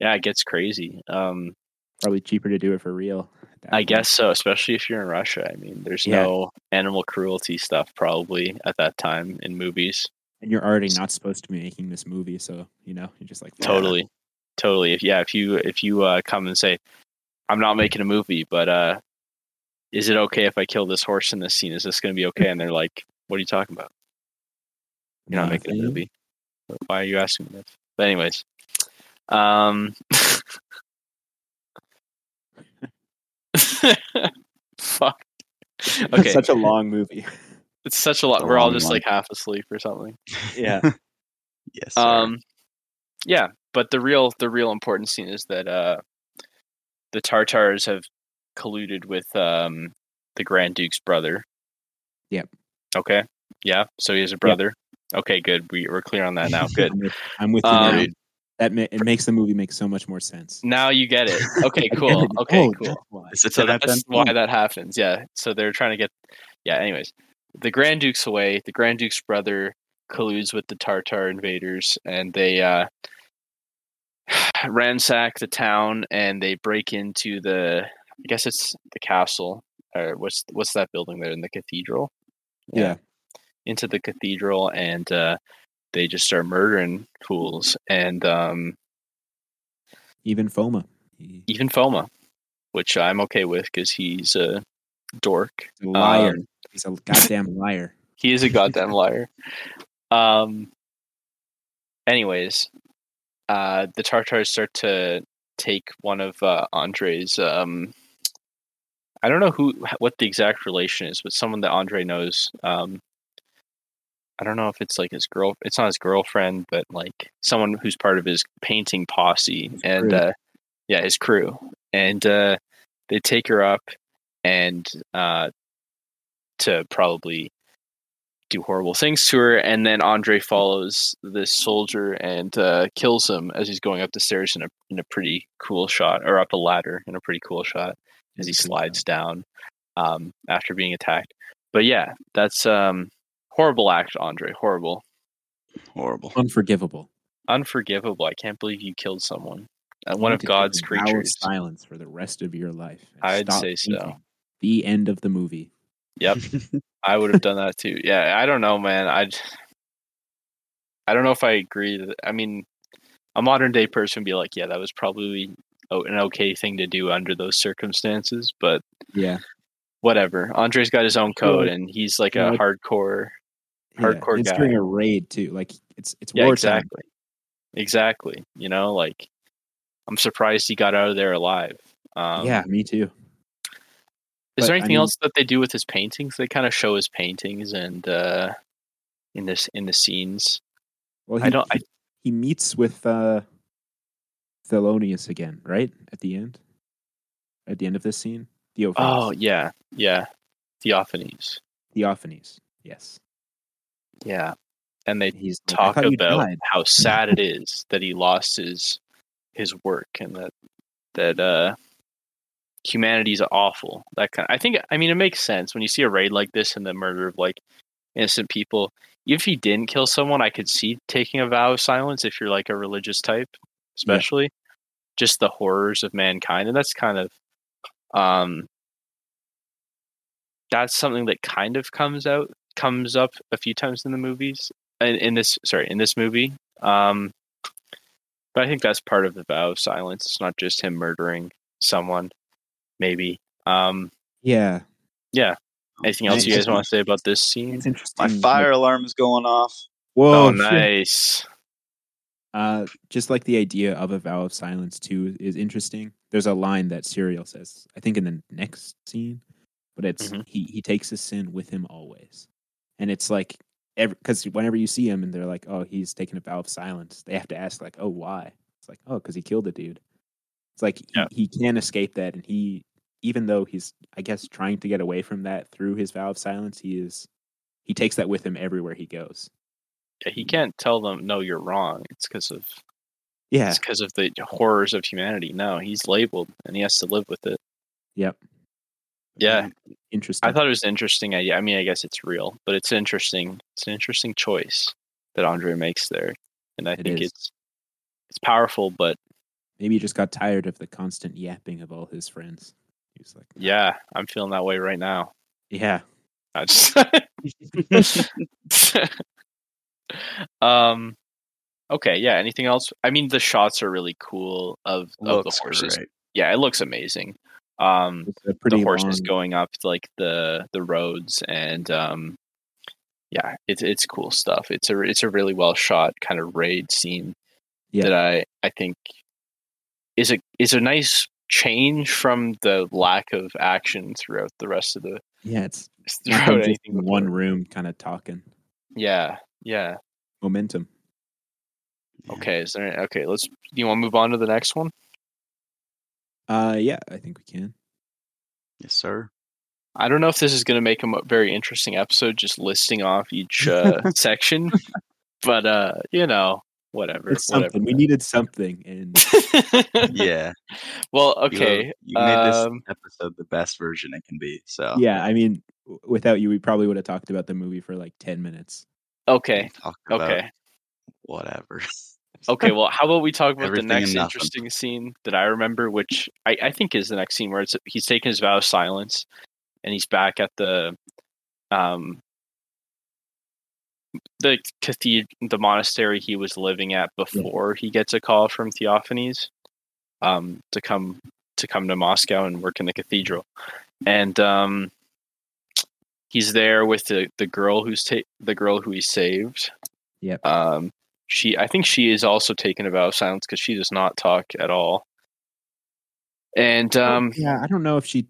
Speaker 3: yeah, it gets crazy. Um,
Speaker 1: Probably cheaper to do it for real. at that
Speaker 3: I
Speaker 1: point.
Speaker 3: guess so, especially if you're in Russia. I mean, there's
Speaker 1: Yeah.
Speaker 3: no animal cruelty stuff probably at that time in movies.
Speaker 1: and you're already not supposed to be making this movie, so you know you're just like "Nah."
Speaker 3: totally totally if yeah if you if you uh, come and say i'm not making a movie but uh is it okay if i kill this horse in this scene is this going to be okay and they're like what are you talking about you're not making a
Speaker 1: Nothing.
Speaker 3: movie
Speaker 2: Mm-hmm.
Speaker 3: why are you asking me this but anyways um fuck okay
Speaker 1: It's such a long movie.
Speaker 3: it's such a lot
Speaker 2: a
Speaker 3: we're all
Speaker 2: long
Speaker 3: just
Speaker 2: one.
Speaker 3: like half asleep or something
Speaker 1: yeah,
Speaker 2: Yes. sir.
Speaker 3: Um, yeah, but the real the real important scene is that uh, the Tartars have colluded with um the Grand Duke's brother.
Speaker 1: Yep.
Speaker 3: Okay. Yeah. So he has a brother. Okay. Good. We we're clear on that now. Good.
Speaker 1: I'm with, I'm with you
Speaker 3: Um,
Speaker 1: now. That ma- it makes the movie make so much more sense.
Speaker 3: now you get it. Okay.
Speaker 1: I get
Speaker 3: Cool.
Speaker 1: it.
Speaker 3: Okay.
Speaker 1: Oh,
Speaker 3: cool.
Speaker 1: that's why.
Speaker 2: Is it
Speaker 3: So
Speaker 2: that hmm. I've
Speaker 3: that's
Speaker 2: done?
Speaker 3: why that happens. Yeah. So they're trying to get. Yeah. Anyways, the Grand Duke's away. The Grand Duke's brother colludes with the Tartar invaders, and they uh, ransack the town and they break into the. I guess it's the castle. Or what's what's that building there in the cathedral?
Speaker 1: Yeah.
Speaker 3: Into the cathedral, and uh, they just start murdering fools, and um,
Speaker 1: Even Foma, he's
Speaker 3: even Foma, which I'm okay with because he's a dork.
Speaker 1: a liar.
Speaker 3: Um,
Speaker 1: he's a goddamn liar.
Speaker 3: He is a goddamn liar. Um. Anyways, uh, the Tartars start to take one of uh, Andre's. Um, I don't know who what the exact relation is, but someone that Andre knows. Um, I don't know if it's like his girl. It's not his girlfriend, but like someone who's part of his painting posse
Speaker 1: His
Speaker 3: and
Speaker 1: crew.
Speaker 3: uh, yeah, his crew. And uh, they take her up and uh, to probably do horrible things to her and then andre follows this soldier and uh, kills him as he's going up the stairs in a, in a pretty cool shot or up a ladder in a pretty cool shot as he
Speaker 1: It's a good
Speaker 3: slides down um, after being attacked but yeah that's um, horrible act andre horrible
Speaker 2: Horrible.
Speaker 1: Unforgivable.
Speaker 3: unforgivable i can't believe you killed someone uh, one
Speaker 1: You need
Speaker 3: of
Speaker 1: to
Speaker 3: god's
Speaker 1: take a vow of
Speaker 3: creatures
Speaker 1: Silence for the rest of your life. and
Speaker 3: I'd
Speaker 1: stop
Speaker 3: say so.
Speaker 1: thinking. The end of the movie.
Speaker 3: Yep. I would have done that too. Yeah, I don't know, man. I I don't know if I agree. That, I mean, a modern day person would be like, yeah, that was probably o- an okay thing to do under those circumstances, but
Speaker 1: Yeah,
Speaker 3: whatever. Andre's got his own code,
Speaker 1: Well,
Speaker 3: and he's like
Speaker 1: you
Speaker 3: a
Speaker 1: know,
Speaker 3: hardcore.
Speaker 1: yeah.
Speaker 3: Hardcore
Speaker 1: It's
Speaker 3: guy.
Speaker 1: during a raid too. Like it's it's
Speaker 3: Yeah,
Speaker 1: wartime.
Speaker 3: exactly. Exactly. You know, like I'm surprised he got out of there alive. Um,
Speaker 1: yeah, me too.
Speaker 3: Is
Speaker 1: But,
Speaker 3: there
Speaker 1: I
Speaker 3: anything
Speaker 1: mean-
Speaker 3: else that they do with his paintings? They kind of show his paintings and uh, in this in the scenes.
Speaker 1: Well, he,
Speaker 3: I don't. I,
Speaker 1: He, he meets with uh, Thelonious again, right at the end. At the end of this scene, Theophanes.
Speaker 3: oh yeah, yeah. Theophanes.
Speaker 1: Theophanes. Yes,
Speaker 3: Yeah, and they
Speaker 1: he's like, "I
Speaker 3: talk
Speaker 1: thought you
Speaker 3: about
Speaker 1: died."
Speaker 3: how sad it is that he lost his his work and that that uh humanity's awful that kind i think i mean it makes sense when you see a raid like this and the murder of like innocent people if he didn't kill someone i could see taking a vow of silence if you're like a religious type especially just the horrors of mankind and that's kind of um that's something that kind of comes out comes up a few times in the movies in, in this sorry in this movie um but i think that's part of the vow of silence it's not just him murdering someone maybe um
Speaker 1: Yeah,
Speaker 3: anything else you guys want to say about this scene
Speaker 1: it's interesting.
Speaker 2: My
Speaker 1: like-
Speaker 2: fire alarm is going off.
Speaker 1: Whoa,
Speaker 3: oh
Speaker 1: shit.
Speaker 3: nice
Speaker 1: Uh, just like the idea of a vow of silence too is interesting. There's a line that Serial says, I think in the next scene, but it's
Speaker 3: Mhm.
Speaker 1: he he takes his sin with him always, and it's like because whenever you see him and they're like, oh, he's taking a vow of silence, they have to ask like, oh, why? It's like, oh, because he killed a dude. It's like he,
Speaker 3: Yeah.
Speaker 1: he can't escape that, and he even though he's I guess trying to get away from that through his vow of silence, he is he takes that with him everywhere he goes.
Speaker 3: Yeah, he can't tell them no you're wrong it's because of
Speaker 1: Yeah,
Speaker 3: it's because of the horrors of humanity no he's labeled and he has to live with it
Speaker 1: yep,
Speaker 3: yeah
Speaker 2: Mm,
Speaker 1: interesting.
Speaker 3: I thought it was an interesting idea. I mean, I guess it's real, but it's interesting. It's an interesting choice that Andre makes there, and I
Speaker 1: It
Speaker 3: think
Speaker 1: is.
Speaker 3: it's it's powerful. But
Speaker 1: Maybe he just got tired of the constant yapping of all his friends. He was like,
Speaker 3: yeah, I'm feeling that way right now.
Speaker 1: Yeah.
Speaker 3: I just um, okay, yeah. Anything else? I mean, the shots are really cool of Oh, of the
Speaker 2: Looks
Speaker 3: horses.
Speaker 2: great.
Speaker 3: Yeah, it looks amazing. Um,
Speaker 1: It's a pretty
Speaker 3: the horses
Speaker 1: long-
Speaker 3: going up like the the roads and um yeah it's it's cool stuff it's a it's a really well shot kind of raid scene
Speaker 1: Yeah.
Speaker 3: that i i think is a is a nice change from the lack of action throughout the rest of the
Speaker 1: Yeah, it's not them
Speaker 3: throughout
Speaker 1: just
Speaker 3: anything
Speaker 1: in
Speaker 3: before.
Speaker 1: one room kind of talking.
Speaker 3: yeah yeah
Speaker 1: Momentum.
Speaker 3: okay is there okay let's you want to move on to the next one
Speaker 1: Uh yeah, I think we can.
Speaker 2: Yes, sir.
Speaker 3: I don't know if this is going to make a mo- very interesting episode, just listing off each uh, section, but uh, you know, whatever.
Speaker 1: It's something. We needed something and
Speaker 3: whatever.
Speaker 2: Yeah.
Speaker 3: well,
Speaker 2: you-
Speaker 3: okay.
Speaker 2: You, made this
Speaker 3: um,
Speaker 2: episode the best version it can be. So
Speaker 1: yeah, I mean w- without you we probably would have talked about the movie for like 10 minutes.
Speaker 3: Okay.
Speaker 2: Talk about
Speaker 3: Okay.
Speaker 2: whatever.
Speaker 3: Okay. Well, how about we talk about the
Speaker 2: Everything and
Speaker 3: next
Speaker 2: nothing.
Speaker 3: interesting scene that I remember, which I, I think is the next scene where it's he's taking his vow of silence, and he's back at the um the cathedral, the monastery he was living at before he gets a call from Theophanes, um, to come to come to Moscow and work in the cathedral, and um. He's there with the, the girl who's ta- the girl who he saved.
Speaker 1: Yep.
Speaker 3: Um, she i think she is also taken a vow of silence because she does not talk at all and um
Speaker 1: yeah, I don't know if she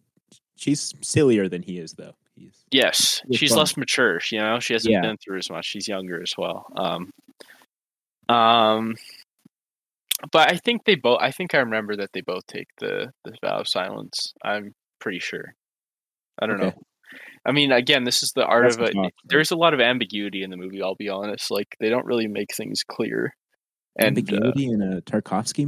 Speaker 1: she's sillier than he is though. He's
Speaker 3: yes
Speaker 1: Which
Speaker 3: she's
Speaker 1: one?
Speaker 3: less mature you know she hasn't
Speaker 1: Yeah.
Speaker 3: been through as much she's younger as well um um but i think they both i think i remember that they both take the the vow of silence i'm pretty sure i don't
Speaker 1: Okay.
Speaker 3: know i mean again this is the art
Speaker 1: That's
Speaker 3: of it
Speaker 1: what's up.
Speaker 3: there's a lot of ambiguity in the movie i'll be honest like they don't really make things clear and uh,
Speaker 1: ambiguity in a Tarkovsky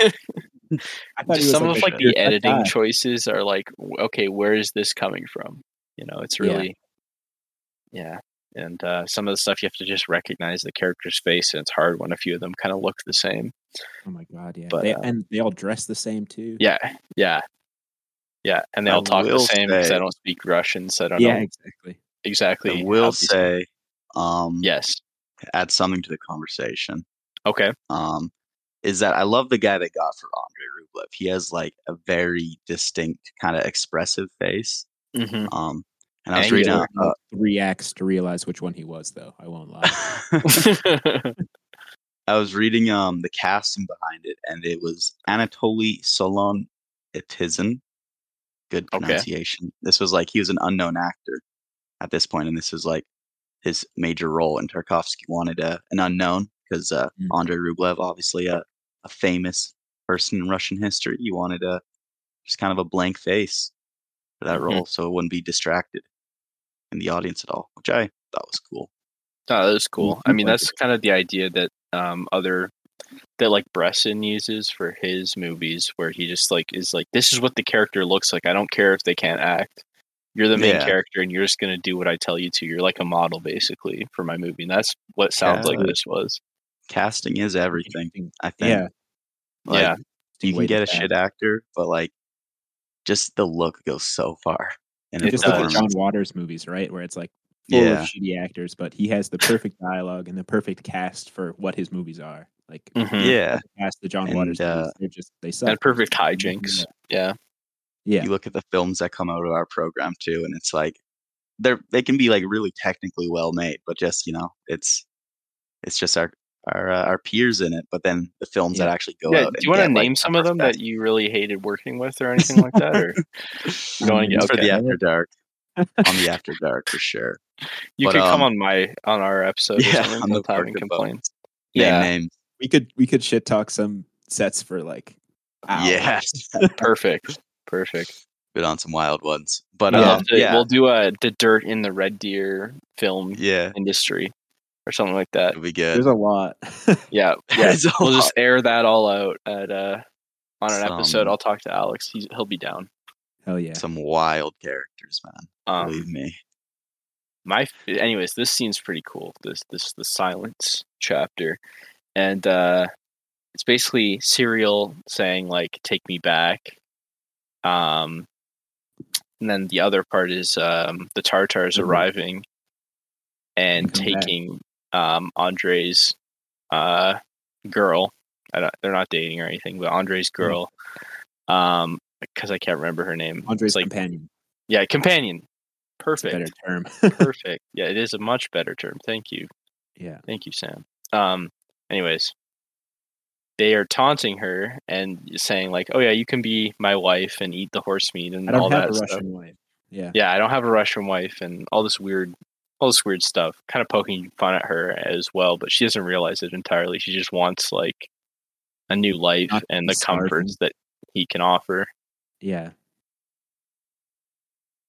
Speaker 1: movie. I thought he was
Speaker 3: just some of like the
Speaker 1: "You're a tough
Speaker 3: editing
Speaker 1: guy."
Speaker 3: choices are like w- okay where is this coming from you know it's
Speaker 1: Yeah.
Speaker 3: really yeah, and uh, some of the stuff you have to just recognize the character's face and it's hard when a few of them kind of look the same
Speaker 1: Oh my god, yeah.
Speaker 3: But,
Speaker 1: They-
Speaker 3: uh,
Speaker 1: and they all dress the same too.
Speaker 3: yeah yeah yeah and they
Speaker 2: I
Speaker 3: all talk the
Speaker 2: will
Speaker 3: same because
Speaker 2: say-
Speaker 3: i don't speak russian so i don't
Speaker 1: yeah,
Speaker 3: know
Speaker 1: exactly.
Speaker 3: exactly
Speaker 2: I
Speaker 3: how
Speaker 2: will
Speaker 3: these-
Speaker 2: say, um,
Speaker 3: yes
Speaker 2: to add something to the conversation.
Speaker 3: okay
Speaker 2: Um, is that I love the guy they got for Andre Rublev. He has like a very distinct kind of expressive face.
Speaker 1: Mm-hmm.
Speaker 3: Mhm.
Speaker 2: Um, and I was
Speaker 3: Angular.
Speaker 2: reading
Speaker 1: Yeah,
Speaker 2: up, uh,
Speaker 1: three acts to realize which one he was, though. I won't lie.
Speaker 2: I I was reading um the casting behind it, and it was Anatoly Solon-Etizen. Good
Speaker 3: Okay.
Speaker 2: pronunciation. This was like he was an unknown actor at this point, and this was like his major role. And Tarkovsky wanted a, an unknown because uh,
Speaker 1: Mm.
Speaker 2: Andrei Rublev, obviously a, a famous person in Russian history, he wanted a just kind of a blank face for that
Speaker 3: Mhm.
Speaker 2: role, so it wouldn't be distracted in the audience at all, which I thought was cool.
Speaker 3: No, Oh, that was cool. I mean,
Speaker 2: like
Speaker 3: that's kind of the idea that um other that like Bresson uses for his movies, where he just like is like, this is what the character looks like. I don't care if they can't act. You're the main
Speaker 2: Yeah.
Speaker 3: character, and you're just gonna do what I tell you to. You're like a model, basically, for my movie. And that's what sounds
Speaker 2: Yeah.
Speaker 3: like this was.
Speaker 2: Casting is everything,
Speaker 1: Interesting-
Speaker 2: I think.
Speaker 1: Yeah.
Speaker 2: Like,
Speaker 3: yeah,
Speaker 2: you can
Speaker 1: way to
Speaker 2: get a
Speaker 1: back.
Speaker 2: shit actor, but like just the look goes so far. And
Speaker 3: It
Speaker 1: Just like the
Speaker 3: does.
Speaker 1: John Waters movies, right? Where it's like full
Speaker 2: yeah,
Speaker 1: of shitty actors, but he has the perfect dialogue and the perfect cast for what his movies are. Like
Speaker 3: Mhm.
Speaker 2: yeah.
Speaker 1: cast the John
Speaker 2: And,
Speaker 1: Waters
Speaker 2: uh,
Speaker 1: movies, they're just they suck.
Speaker 3: and perfect hijinks. Yeah,
Speaker 1: Yeah.
Speaker 2: You look at the films that come out of our program too, and it's like they're they can be like really technically well made, but just you know, it's it's just our our uh, our peers in it. But then the films that
Speaker 1: Yeah.
Speaker 2: actually go
Speaker 3: yeah.
Speaker 2: out.
Speaker 3: Do
Speaker 2: and
Speaker 3: you want to
Speaker 2: get, like,
Speaker 3: name some of them
Speaker 2: perfect-
Speaker 3: that you really hated working with, or anything like that? Or you don't
Speaker 1: Um,
Speaker 3: want to get
Speaker 2: Mm, for
Speaker 3: okay.
Speaker 2: the after dark on the after dark for sure.
Speaker 3: you
Speaker 2: but,
Speaker 3: could come
Speaker 2: um,
Speaker 3: on my on our episode
Speaker 2: yeah,
Speaker 3: or something
Speaker 2: on the
Speaker 3: one time and
Speaker 2: Parker
Speaker 3: complain.
Speaker 2: Name
Speaker 3: Yeah,
Speaker 2: names.
Speaker 1: we could we could shit talk some sets for like hours.
Speaker 2: Yeah,
Speaker 3: perfect, perfect.
Speaker 2: been on some wild ones, but
Speaker 3: I'd
Speaker 2: yeah,
Speaker 3: love
Speaker 2: um,
Speaker 3: to,
Speaker 2: yeah,
Speaker 3: We'll do a the dirt in the Red Deer film
Speaker 2: yeah,
Speaker 3: industry or something like that.
Speaker 2: it'll be good.
Speaker 1: There's a lot.
Speaker 3: Yeah, yeah.
Speaker 2: It's a
Speaker 3: we'll just
Speaker 2: lot.
Speaker 3: air that all out at uh on an
Speaker 2: Some-
Speaker 3: episode. I'll talk to Alex. He's, he'll be down.
Speaker 1: Hell yeah.
Speaker 2: some wild characters, man.
Speaker 3: Um,
Speaker 2: Believe me.
Speaker 3: my anyways this scene's pretty cool this this the silence chapter and uh it's basically serial saying like take me back um and then the other part is um the tartars
Speaker 1: Mhm.
Speaker 3: arriving and
Speaker 1: Come back.
Speaker 3: taking um andre's uh girl I don't, they're not dating or anything but andre's
Speaker 1: Mm-hmm.
Speaker 3: girl um because i can't remember her name
Speaker 1: Andre's
Speaker 3: It's like
Speaker 1: companion.
Speaker 3: yeah companion
Speaker 1: It's a
Speaker 3: perfect
Speaker 1: better term.
Speaker 3: perfect. Yeah, it is a much better term. Thank you.
Speaker 1: yeah.
Speaker 3: Thank you, Sam. Um, anyways, they are taunting her and saying, like, oh, yeah, you can be my wife and eat the horse meat and
Speaker 1: I don't
Speaker 3: all
Speaker 1: have a
Speaker 3: that
Speaker 1: Russian
Speaker 3: stuff.
Speaker 1: wife. Yeah.
Speaker 3: Yeah, I don't have a Russian wife and all this weird, all this weird stuff, kind of poking fun at her as well, but she doesn't realize it entirely. She just wants, like, a new life
Speaker 1: Not
Speaker 3: and the
Speaker 1: starving.
Speaker 3: comforts that he can offer.
Speaker 1: Yeah.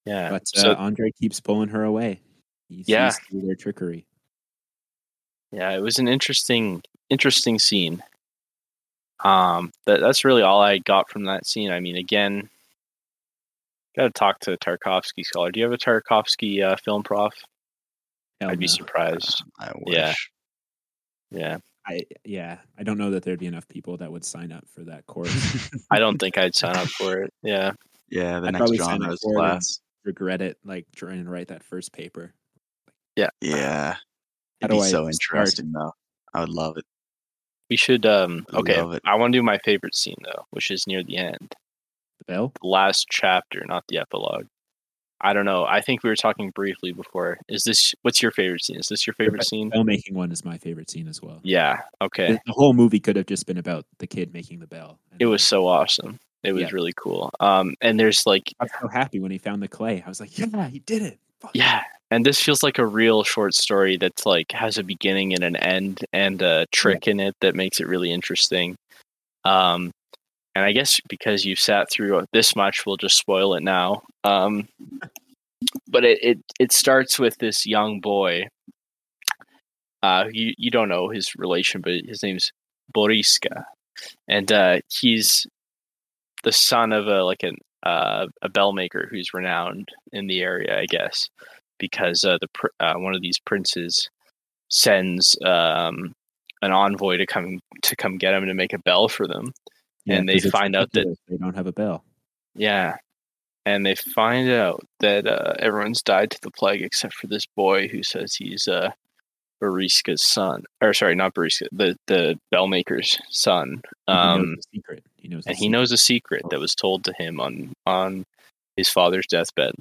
Speaker 3: Yeah.
Speaker 1: But uh,
Speaker 3: so,
Speaker 1: Andre keeps pulling her away. He
Speaker 3: Yeah.
Speaker 1: sees through their trickery.
Speaker 3: yeah, it was an interesting, interesting scene. Um, that that's really all I got from that scene. I mean, again, got to talk to a Tarkovsky scholar. Do you have a Tarkovsky uh, film prof?
Speaker 1: Hell
Speaker 3: I'd be
Speaker 1: no.
Speaker 3: surprised.
Speaker 2: I wish.
Speaker 3: yeah. Yeah,
Speaker 1: I yeah. I don't know that there'd be enough people that would sign up for that course.
Speaker 3: I don't think I'd sign up for it. Yeah,
Speaker 2: Yeah, the
Speaker 1: I'd
Speaker 2: next
Speaker 1: probably sign up
Speaker 2: genres
Speaker 1: for it.
Speaker 2: class.
Speaker 1: Regret it, like trying to write that first paper.
Speaker 2: Yeah.
Speaker 1: How
Speaker 2: It'd
Speaker 1: do
Speaker 2: be
Speaker 1: I
Speaker 2: so
Speaker 1: start?
Speaker 2: interesting though. I would love it.
Speaker 3: we should. Um,
Speaker 2: I
Speaker 3: okay,
Speaker 2: love it.
Speaker 3: I want to do my favorite scene though, which is near the end,
Speaker 1: The bell?
Speaker 3: the last chapter, not the epilogue. I don't know. I think we were talking briefly before. Is this what's your favorite scene? Is this your favorite scene?
Speaker 1: Bell making one is my favorite scene as well.
Speaker 3: Yeah. Okay.
Speaker 1: The, the whole movie could have just been about the kid making the bell. and
Speaker 3: it
Speaker 1: like,
Speaker 3: was so awesome. It was
Speaker 1: Yeah.
Speaker 3: really cool. Um, and there's like,
Speaker 1: I was so happy when he found the clay. I was like, yeah, he did it. Fuck
Speaker 3: yeah, and this feels like a real short story that's like has a beginning and an end and a trick in it that makes it really interesting. Um, and I guess because you've sat through uh, this much, we'll just spoil it now. Um, but it, it it starts with this young boy. Uh, you you don't know his relation, but his name's Boriska, and uh, he's the son of a like an uh, a bell maker who's renowned in the area, I guess, because uh, the pr- uh, one of these princes sends um, an envoy to come to come get him to make a bell for them. and they
Speaker 1: 'cause it's
Speaker 3: find out that-
Speaker 1: ridiculous they don't have a bell.
Speaker 3: Yeah, and they find out that uh, everyone's died to the plague except for this boy who says he's uh, Bariska's son, or sorry, not Bariska, the the bell maker's son.
Speaker 1: he
Speaker 3: Um,
Speaker 1: knows the secret. He knows. the
Speaker 3: and he
Speaker 1: secret.
Speaker 3: knows a secret that was told to him on on his father's deathbed.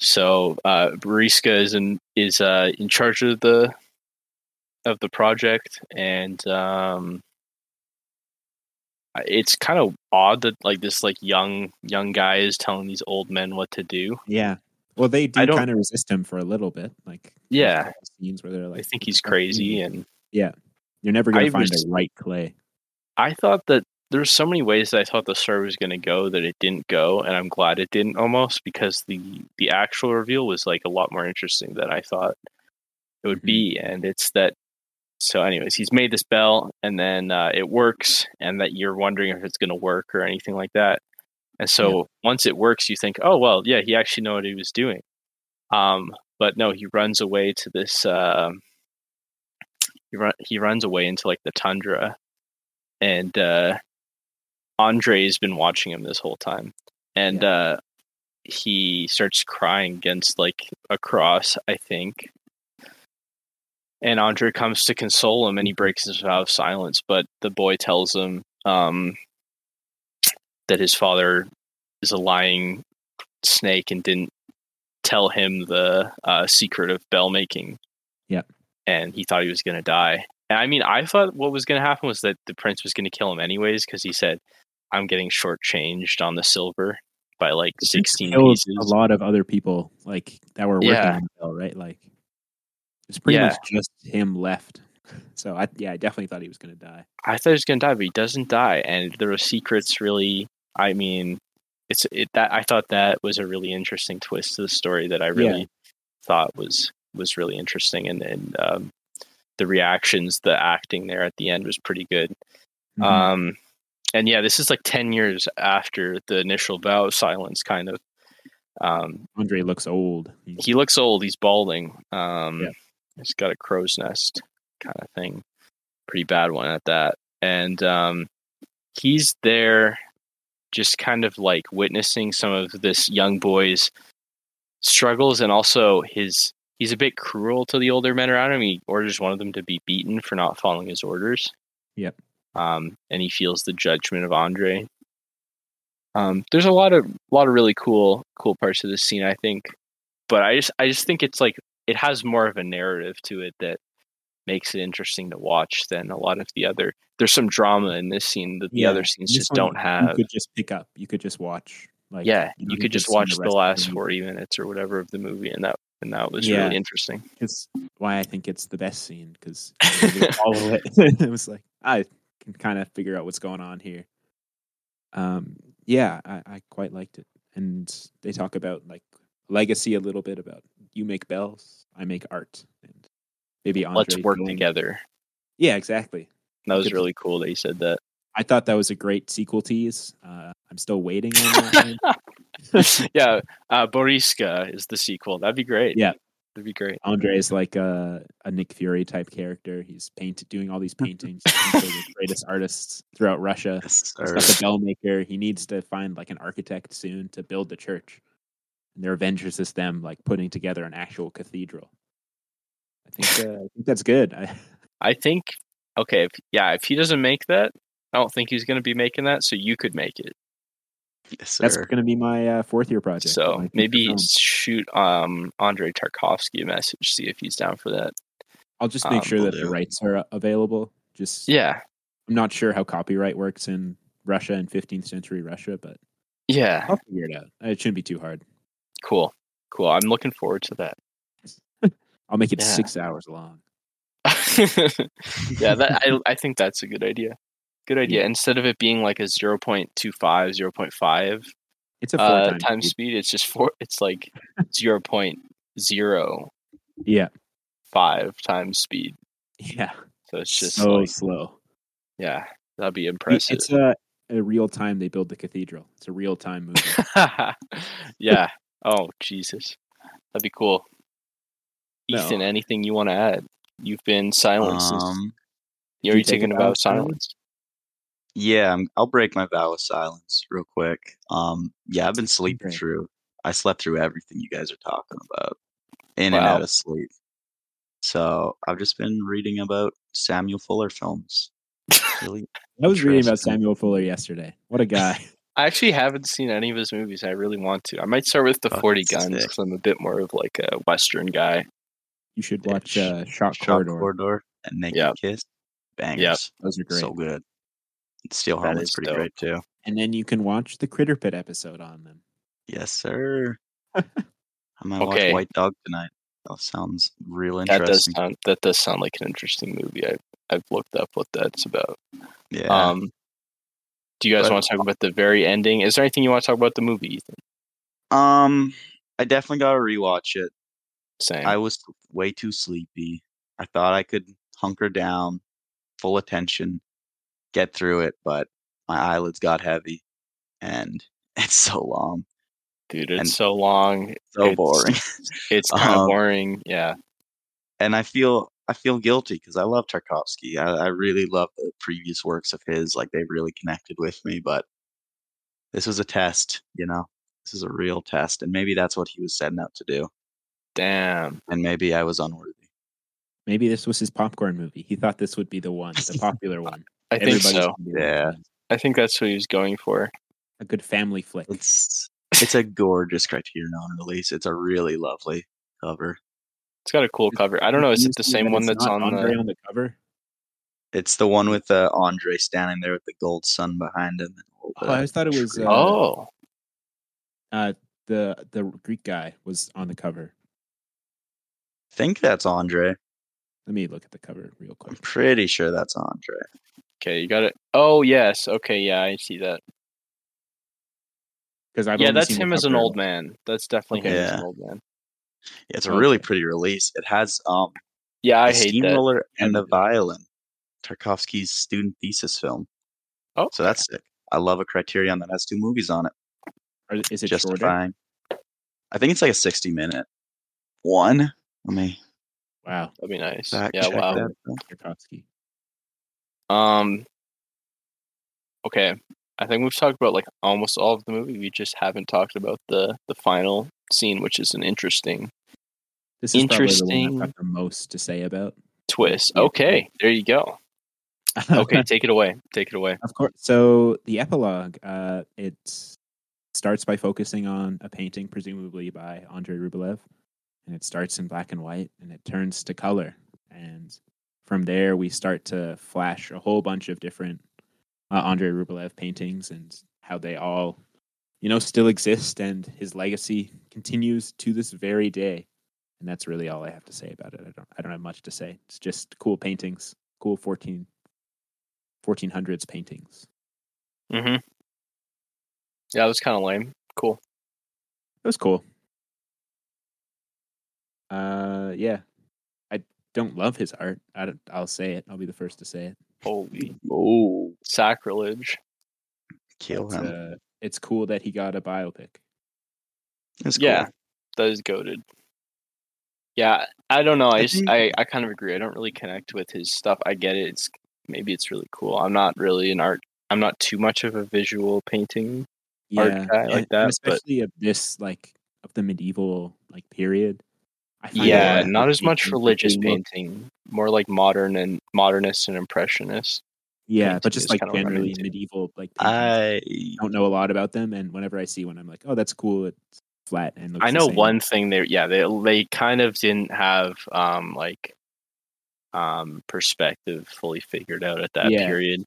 Speaker 3: So uh, Bariska is in is uh, in charge of the of the project, and um, I- it's kind of odd that like this like young young guy is telling these old men what to do.
Speaker 1: Yeah. Well, they do
Speaker 3: I don't-
Speaker 1: kind of resist him for a little bit. Like, there's
Speaker 3: Yeah.
Speaker 1: a couple scenes where they're like,
Speaker 3: I think he's
Speaker 1: "What the fuck
Speaker 3: crazy,
Speaker 1: you-
Speaker 3: and
Speaker 1: You're never going
Speaker 3: I
Speaker 1: to find
Speaker 3: res-
Speaker 1: the right clay.
Speaker 3: I thought that there's so many ways that I thought the story was going to go that it didn't go, and I'm glad it didn't almost because the the actual reveal was like a lot more interesting than I thought it would
Speaker 1: Mhm.
Speaker 3: be, and it's that. So, anyways, he's made this bell, and then uh, it works, and that you're wondering if it's going to work or anything like that. And so, once it works, you think, "Oh well, yeah, he actually knew what he was doing." Um, but no, he runs away to this. um he, run, he runs away into like the tundra, and uh, Andre's been watching him this whole time, and uh, he starts crying against like a cross, I think. And Andre comes to console him, and he breaks his vow of silence. But the boy tells him um, that his father is a lying snake and didn't tell him the uh, secret of bell making.
Speaker 1: Yep.
Speaker 3: And he thought he was going to die. And I mean, I thought what was going to happen was that the prince was going to kill him anyways because he said, "I'm getting shortchanged on the silver by like
Speaker 1: It
Speaker 3: sixteen
Speaker 1: kills
Speaker 3: pieces."
Speaker 1: a lot of other people like that were working
Speaker 3: Yeah.
Speaker 1: on the bill, right? Like, it's pretty
Speaker 3: Yeah.
Speaker 1: much just him left. So I, yeah, I definitely thought he was going to die.
Speaker 3: I thought he was gonna die, but he doesn't die, and there are secrets. Really, I mean, it's it that I thought that was a really interesting twist to the story that I
Speaker 1: Yeah.
Speaker 3: really thought was was really interesting, and and um, the reactions, the acting there at the end was pretty good.
Speaker 1: Mm-hmm.
Speaker 3: Um, and yeah, this is like ten years after the initial vow of silence, kind of. Um,
Speaker 1: Andre looks old. He's-
Speaker 3: he looks old. He's balding. Um,
Speaker 1: Yeah.
Speaker 3: he's got a crow's nest kind of thing. Pretty bad one at that. And um, he's there, just kind of like witnessing some of this young boy's struggles, and also his. He's a bit cruel to the older men around him. He orders one of them to be beaten for not following his orders.
Speaker 1: Yep.
Speaker 3: Um, and he feels the judgment of Andre. Um, there's a lot of lot of really cool cool parts of this scene. I think but I just I just think it's like it has more of a narrative to it that makes it interesting to watch than a lot of the other. There's some drama in this scene that the
Speaker 1: Yeah,
Speaker 3: other scenes
Speaker 1: This
Speaker 3: just
Speaker 1: one
Speaker 3: don't
Speaker 1: You
Speaker 3: have.
Speaker 1: could just pick up. You could just watch. Like,
Speaker 3: yeah,
Speaker 1: you
Speaker 3: you
Speaker 1: could
Speaker 3: could just
Speaker 1: just see the
Speaker 3: watch the
Speaker 1: rest of
Speaker 3: last
Speaker 1: them.
Speaker 3: 40 minutes or whatever of the movie, and that and that was
Speaker 1: Yeah.
Speaker 3: really interesting.
Speaker 1: It's why I think it's the best scene because follow it. it was like I can kind of figure out what's going on here. Um, yeah, I, I quite liked it, and they talk about like legacy a little bit about you make bells, I make art, and maybe Andre
Speaker 3: Let's work
Speaker 1: going-
Speaker 3: together.
Speaker 1: Yeah, exactly.
Speaker 3: That was
Speaker 1: Good.
Speaker 3: really cool that you said that.
Speaker 1: I thought that was a great sequel tease. Uh, I'm still waiting on that. one.
Speaker 3: yeah, uh, Boriska is the sequel. That'd be great.
Speaker 1: Yeah.
Speaker 3: that'd be great.
Speaker 1: Andre is like a, a Nick Fury type character. He's painted doing all these paintings. He's one of the greatest artists throughout Russia.
Speaker 2: Yes,
Speaker 1: He's
Speaker 2: sir.
Speaker 1: got the bell maker. He needs to find like an architect soon to build the church. And their adventures is them like putting together an actual cathedral. I think uh, I think that's good. I,
Speaker 3: I think okay, if, yeah, if he doesn't make that, I don't think he's going to be making that. So you could make it.
Speaker 2: Yes,
Speaker 1: that's
Speaker 2: sir.
Speaker 1: going to be my uh, fourth year project.
Speaker 3: So
Speaker 1: my feature
Speaker 3: maybe
Speaker 1: film.
Speaker 3: shoot um Andre Tarkovsky a message, see if he's down for that.
Speaker 1: I'll just make
Speaker 3: um,
Speaker 1: sure
Speaker 2: will
Speaker 1: that the
Speaker 2: do.
Speaker 1: rights are available. Just
Speaker 3: Yeah,
Speaker 1: I'm not sure how copyright works in Russia in 15th century Russia, but
Speaker 3: yeah,
Speaker 1: I'll figure it out. It shouldn't be too hard.
Speaker 3: cool, cool. I'm looking forward to that.
Speaker 1: I'll make it
Speaker 3: Yeah.
Speaker 1: six hours long.
Speaker 3: yeah, that I I think that's a good idea. Good idea. Instead of it being like a 0.25, 0.5
Speaker 1: It's a four
Speaker 3: uh,
Speaker 1: times
Speaker 3: times
Speaker 1: speed.
Speaker 3: speed, it's just four. It's like 0.05
Speaker 1: Yeah,
Speaker 3: times speed.
Speaker 1: yeah.
Speaker 3: So it's just
Speaker 1: so
Speaker 3: like,
Speaker 1: slow.
Speaker 3: yeah, that'd be
Speaker 1: I mean,
Speaker 3: impressive.
Speaker 1: It's a, a real time. They build the cathedral. It's a real time movie.
Speaker 3: yeah. Oh Jesus, that'd be cool.
Speaker 1: No.
Speaker 3: Ethan, anything you want to add? You've been silenced. since-
Speaker 2: Um,
Speaker 3: You're
Speaker 1: you
Speaker 3: you
Speaker 1: take
Speaker 3: taking
Speaker 1: a
Speaker 3: about
Speaker 1: vow of
Speaker 3: silence.
Speaker 2: yeah, I'm, I'll break my vow of silence real quick. Um, yeah, I've been sleeping
Speaker 1: Great.
Speaker 2: through. I slept through everything you guys are talking about, in and
Speaker 3: Wow.
Speaker 2: out of sleep. So I've just been reading about Samuel Fuller films. Really,
Speaker 1: I was reading about
Speaker 2: Interesting.
Speaker 1: Samuel Fuller yesterday. What a guy!
Speaker 3: I actually haven't seen any of his movies. I really want to. I might start with the
Speaker 2: Oh,
Speaker 3: Forty
Speaker 2: that's
Speaker 3: Guns
Speaker 2: sick.
Speaker 3: because I'm a bit more of like a Western guy.
Speaker 1: You should
Speaker 2: Yeah,
Speaker 1: watch
Speaker 2: Sh-
Speaker 1: uh, Shock
Speaker 2: Shock
Speaker 1: Corridor.
Speaker 2: Corridor. and Naked
Speaker 3: Yep.
Speaker 2: Kiss. Bangers.
Speaker 1: Those are great.
Speaker 2: So good. Steel
Speaker 3: That
Speaker 2: Helmet's
Speaker 3: is
Speaker 2: pretty
Speaker 3: dope.
Speaker 2: great too.
Speaker 1: and then you can watch the Critter Pit episode on them.
Speaker 2: Yes, sir. I'm gonna
Speaker 3: Okay.
Speaker 2: watch White Dog tonight. That sounds real
Speaker 3: That
Speaker 2: interesting.
Speaker 3: does sound that does sound like an interesting movie. I I've looked up what that's about.
Speaker 2: yeah.
Speaker 3: Um, do you guys
Speaker 2: But-
Speaker 3: want to talk about the very ending? Is there anything you want to talk about the movie? Ethan? uh,
Speaker 2: Um, I definitely gotta rewatch it.
Speaker 3: Same.
Speaker 2: I was way too sleepy. I thought I could hunker down, full attention, get through it, but my eyelids got heavy, and it's so long,
Speaker 3: Dude, it's
Speaker 2: and-
Speaker 3: so long.
Speaker 2: so
Speaker 3: It's-
Speaker 2: boring.
Speaker 3: It's kind of
Speaker 2: Um,
Speaker 3: boring. Yeah.
Speaker 2: and I feel I feel guilty because I love Tarkovsky. I, I really love the previous works of his. Like they really connected with me, but this was a test, you know. This is a real test, and maybe that's what he was setting out to do.
Speaker 3: Damn.
Speaker 2: And maybe I was unworthy.
Speaker 1: Maybe this was his popcorn movie. He thought this would be the one, the popular one.
Speaker 3: I think
Speaker 1: Everybody's
Speaker 3: so.
Speaker 1: gonna be watching
Speaker 2: Yeah.
Speaker 1: this.
Speaker 3: I think that's what he was going for.
Speaker 1: a good family flick.
Speaker 2: It's it's a gorgeous Criterion release. It's a really lovely cover.
Speaker 3: It's got a cool cover. I don't know. Is it the same one that's on
Speaker 1: Andre
Speaker 3: the?
Speaker 1: on the cover?
Speaker 2: It's the one with uh, Andre standing there with the gold sun behind him. And all
Speaker 1: Oh,
Speaker 2: the
Speaker 1: I always thought it was,
Speaker 2: trees.
Speaker 1: uh,
Speaker 3: Oh,
Speaker 1: The the Greek guy was on the cover.
Speaker 2: I think that's Andre.
Speaker 1: Let me look at the cover real
Speaker 2: I'm
Speaker 1: quick.
Speaker 2: pretty sure that's Andre.
Speaker 3: okay. You got it. Oh yes. Okay. Yeah, I see that.
Speaker 1: Because I've
Speaker 3: yeah,
Speaker 1: only
Speaker 3: that's
Speaker 1: seen the
Speaker 3: him as an
Speaker 1: cover
Speaker 3: old man. That's definitely him as
Speaker 2: Okay.
Speaker 3: an old man.
Speaker 2: Yeah, it's a really
Speaker 1: Okay.
Speaker 2: pretty release. It has um
Speaker 3: Yeah, I
Speaker 2: the
Speaker 3: hate that.
Speaker 2: steamroller and the violin, Tarkovsky's student thesis film.
Speaker 3: Oh,
Speaker 2: So that's sick. I love a Criterion that has two movies on it.
Speaker 1: Or Is it shorter?
Speaker 2: Justifying. I think it's like a 60 minute one. Let me
Speaker 1: Wow,
Speaker 3: That'd be nice.
Speaker 2: fact
Speaker 3: Yeah.
Speaker 2: check
Speaker 3: Wow.
Speaker 2: that. though.
Speaker 1: Tarkovsky.
Speaker 3: Um. Okay, I think we've talked about like almost all of the movie. We just haven't talked about the the final scene, which is an interesting
Speaker 1: This is probably the one
Speaker 3: Interesting.
Speaker 1: I've got the most to say about.
Speaker 3: twist.
Speaker 1: Yeah.
Speaker 3: Okay, there you go. Okay, take it away. Take it away.
Speaker 1: Of course. So the epilogue, uh, it starts by focusing on a painting, presumably by Andrei Rublev, and it starts in black and white, and it turns to color, and from there we start to flash a whole bunch of different uh, Andrei Rublev paintings and how they all, you know, still exist, and his legacy continues to this very day. And that's really all I have to say about it. I don't, I don't have much to say. It's just cool paintings, cool 14, 1400s paintings.
Speaker 3: Mm-hmm. Yeah, that was kind of lame. Cool.
Speaker 1: It was cool. Uh, yeah, I don't love his art. I don't, I'll say it. I'll be the first to say it.
Speaker 3: Holy
Speaker 2: Oh,
Speaker 3: sacrilege!
Speaker 2: kill
Speaker 1: It's,
Speaker 2: him.
Speaker 1: uh, it's cool that he got a biopic.
Speaker 2: It's
Speaker 3: Yeah,
Speaker 2: cool.
Speaker 3: that is goaded. Yeah, I don't know. I
Speaker 2: I
Speaker 3: just,
Speaker 2: think-
Speaker 3: I, I kind of agree. I don't really connect with his stuff. I get it. It's maybe it's really cool. I'm not really an art. I'm not too much of a visual painting art guy like
Speaker 1: and- and
Speaker 3: that, but-
Speaker 1: especially of this like of the medieval like period. I find a lot
Speaker 3: Yeah,
Speaker 1: of the
Speaker 3: not as much
Speaker 1: paintings that they
Speaker 3: religious
Speaker 1: look-
Speaker 3: painting, more like modern and modernist and impressionist.
Speaker 1: Yeah,
Speaker 3: painting
Speaker 1: but just
Speaker 3: is
Speaker 1: like
Speaker 3: kinda what I'm
Speaker 1: generally
Speaker 3: into.
Speaker 1: medieval like paintings.
Speaker 2: I
Speaker 1: I don't know a lot about them, and whenever I see one, I'm like, oh, that's cool. It's flat and looks
Speaker 3: I
Speaker 1: the
Speaker 3: know
Speaker 1: same.
Speaker 3: one thing they yeah, they they kind of didn't have um like um perspective fully figured out at that
Speaker 1: Yeah.
Speaker 3: period.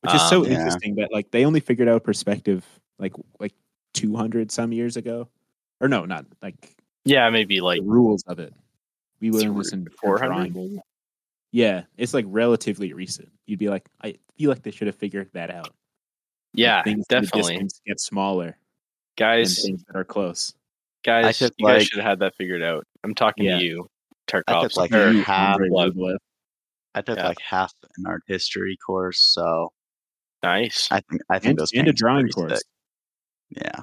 Speaker 1: which is so
Speaker 3: Um,
Speaker 2: Yeah.
Speaker 1: interesting that like they only figured out perspective like like 200 some years ago or no not like
Speaker 3: Yeah, maybe
Speaker 1: the
Speaker 3: like
Speaker 1: rules of it we learned this
Speaker 3: three-
Speaker 1: in in
Speaker 3: 400
Speaker 1: drawing.
Speaker 3: maybe?
Speaker 1: yeah it's like relatively recent you'd be like i feel like they should have figured that out Like,
Speaker 3: Yeah,
Speaker 1: things in the
Speaker 3: definitely.
Speaker 1: distance get smaller and
Speaker 3: Guys,
Speaker 1: things that are close
Speaker 3: guys,
Speaker 2: took,
Speaker 3: you guys
Speaker 2: like-
Speaker 3: should have had that figured out. I'm talking
Speaker 1: Yeah.
Speaker 3: to you,
Speaker 2: I
Speaker 3: Tarkovsky.
Speaker 2: took like
Speaker 3: or-
Speaker 2: half.
Speaker 1: Andre
Speaker 3: love-
Speaker 1: Rublev.
Speaker 2: I took
Speaker 3: yeah.
Speaker 2: like half an art history course, so
Speaker 3: nice.
Speaker 2: I think I think
Speaker 1: and,
Speaker 2: those
Speaker 1: and a
Speaker 2: paintings are
Speaker 1: drawing
Speaker 2: pretty
Speaker 1: course
Speaker 2: sick. Yeah,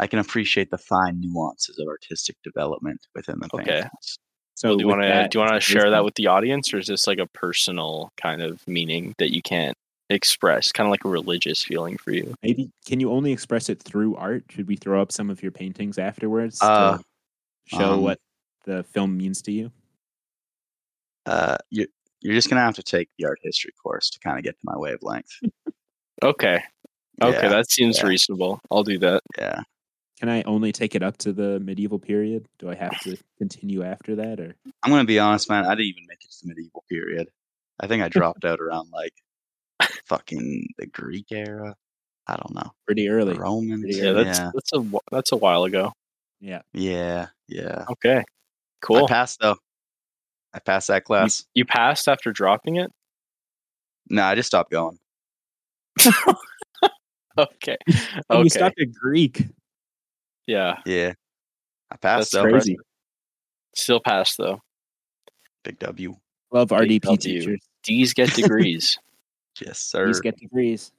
Speaker 2: I can appreciate the fine nuances of artistic development within the
Speaker 3: Okay.
Speaker 2: paintings.
Speaker 1: so
Speaker 3: Well, do you
Speaker 1: with
Speaker 3: want to
Speaker 1: that,
Speaker 3: do you want to
Speaker 1: it's
Speaker 3: share that
Speaker 1: wisdom.
Speaker 3: with the audience, or is this like a personal kind of meaning that you can't express? Kind of like a religious feeling for you.
Speaker 1: maybe can you only express it through art should we throw up some of your paintings afterwards
Speaker 2: Uh,
Speaker 1: to show
Speaker 2: um,
Speaker 1: what the film means to you
Speaker 2: Uh, you're you're just gonna have to take the art history course to kind of get to my wavelength.
Speaker 3: Okay, okay,
Speaker 2: Yeah,
Speaker 3: that seems
Speaker 2: yeah.
Speaker 3: reasonable. I'll do that.
Speaker 2: yeah.
Speaker 1: Can I only take it up to the medieval period? Do I have to continue after that, or
Speaker 2: I'm gonna be honest, man. I didn't even make it to the medieval period. I think I dropped out around like fucking the Greek era. I don't know.
Speaker 1: pretty early?
Speaker 2: The Romans.
Speaker 3: Yeah, that's that's a wh- that's a while ago.
Speaker 1: Yeah,
Speaker 2: yeah, yeah.
Speaker 3: Okay, cool.
Speaker 2: I passed though. I passed that
Speaker 3: You-
Speaker 2: class.
Speaker 3: You, passed after dropping it.
Speaker 2: No, I just stopped going.
Speaker 3: Okay,
Speaker 1: Oh, you
Speaker 3: okay,
Speaker 1: stopped at Greek.
Speaker 3: yeah,
Speaker 2: Yeah, I passed though.
Speaker 3: That's
Speaker 1: Crazy.
Speaker 3: still passed though.
Speaker 2: Big W.
Speaker 1: Love RDP
Speaker 3: W.
Speaker 1: teachers.
Speaker 3: D's get degrees.
Speaker 2: Yes, sir.
Speaker 1: These get degrees.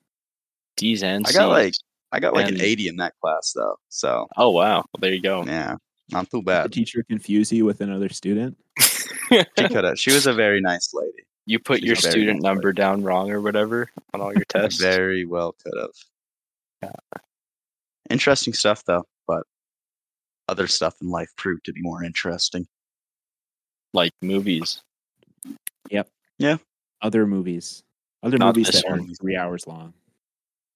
Speaker 3: D's and
Speaker 2: I got,
Speaker 3: C's.
Speaker 2: like- I got like an
Speaker 3: and-
Speaker 2: 80 in that class though. So
Speaker 3: oh wow, well, there you go.
Speaker 2: yeah, not too
Speaker 1: The
Speaker 2: bad.
Speaker 1: teacher confuse you with another student.
Speaker 2: She could have. She was a very nice lady.
Speaker 3: You put
Speaker 2: She's
Speaker 3: your
Speaker 2: a very
Speaker 3: student
Speaker 2: nice
Speaker 3: number down wrong or whatever on all your tests.
Speaker 2: Very well could have. Interesting stuff though, but other stuff in life proved to be more interesting.
Speaker 3: like movies.
Speaker 1: Other movies. Other
Speaker 3: Not
Speaker 1: movies
Speaker 3: this
Speaker 1: that aren't
Speaker 2: one.
Speaker 1: three hours long.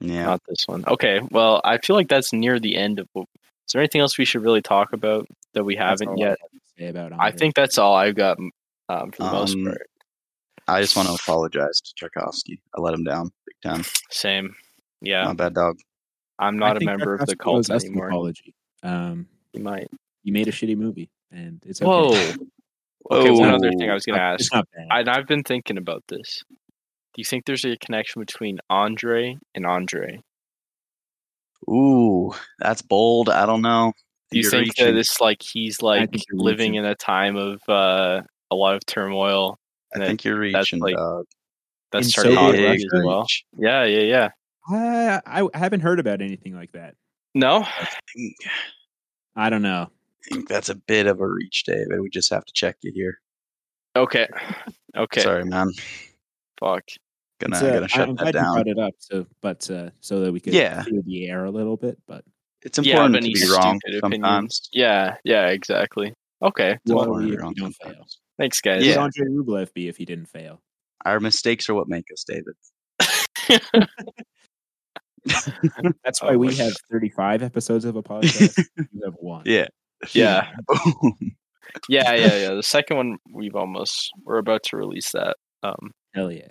Speaker 2: Yeah.
Speaker 3: Not this one. Okay. Well, I feel like that's near the end of. what- Is there anything else we should really talk about that we
Speaker 1: That's
Speaker 3: haven't
Speaker 1: all
Speaker 3: yet?
Speaker 1: have to say about
Speaker 3: I
Speaker 1: Andre.
Speaker 3: think that's all I've got m- um, for the most
Speaker 2: Um,
Speaker 3: part.
Speaker 2: I just want to apologize to Tchaikovsky. I let him down big time.
Speaker 3: Same. Yeah,
Speaker 2: Not bad dog.
Speaker 3: I'm
Speaker 1: uh, I
Speaker 3: not a
Speaker 1: think
Speaker 3: member of the
Speaker 1: Tarkovsky
Speaker 3: cult
Speaker 1: owes us an
Speaker 3: anymore.
Speaker 1: apology. Um,
Speaker 3: You might.
Speaker 1: you made a shitty movie, and it's okay.
Speaker 3: Whoa. Okay. One other thing I
Speaker 2: Whoa.
Speaker 3: was gonna
Speaker 1: It's
Speaker 3: ask,
Speaker 1: not bad.
Speaker 3: and I've been thinking about this. Do you think there's a connection between Andre and Andre?
Speaker 2: Ooh, that's bold. I don't know.
Speaker 3: Do you
Speaker 2: You're
Speaker 3: think
Speaker 2: reaching.
Speaker 3: that it's like he's like
Speaker 1: think you're
Speaker 3: living
Speaker 1: reaching.
Speaker 3: in a time of uh, a lot of turmoil?
Speaker 2: I think you're
Speaker 3: that's
Speaker 2: reaching,
Speaker 3: like-
Speaker 2: dog.
Speaker 3: That's
Speaker 1: In
Speaker 2: Big
Speaker 1: Soviet
Speaker 3: Tarkovsky as
Speaker 1: Russia?
Speaker 3: well.
Speaker 2: reach.
Speaker 3: Yeah, yeah, yeah.
Speaker 1: I, I haven't heard about anything like that.
Speaker 3: No,
Speaker 2: I
Speaker 1: I don't know.
Speaker 2: think that's a bit of a reach, David. We just have to check you here.
Speaker 3: Okay. Okay.
Speaker 2: Sorry, man.
Speaker 3: Fuck.
Speaker 2: Gonna
Speaker 1: It's, uh,
Speaker 2: gonna
Speaker 1: I-
Speaker 2: shut
Speaker 1: I'm
Speaker 2: that
Speaker 1: glad you
Speaker 2: down.
Speaker 1: brought it up, so but uh, so that we could
Speaker 2: Yeah.
Speaker 1: clear the air a little bit. But
Speaker 2: It's important to
Speaker 3: Benny's
Speaker 2: be wrong
Speaker 3: stupid opinions.
Speaker 2: sometimes.
Speaker 3: Yeah. Yeah. Exactly. Okay.
Speaker 2: It's
Speaker 1: Well,
Speaker 2: important
Speaker 1: we-
Speaker 2: to be
Speaker 1: we
Speaker 2: wrong
Speaker 1: don't
Speaker 2: sometimes.
Speaker 3: Thanks, guys.
Speaker 1: who would
Speaker 2: Yeah.
Speaker 1: Andre Rublev be if he didn't fail?
Speaker 2: Our mistakes are what make us, David.
Speaker 1: That's
Speaker 3: Oh
Speaker 1: why
Speaker 3: my
Speaker 1: we have 35 episodes of a podcast. you have one.
Speaker 2: Yeah.
Speaker 3: Yeah. Yeah. Yeah. Yeah. The second one we've almost we're about to release that. Um,
Speaker 1: Hell yeah.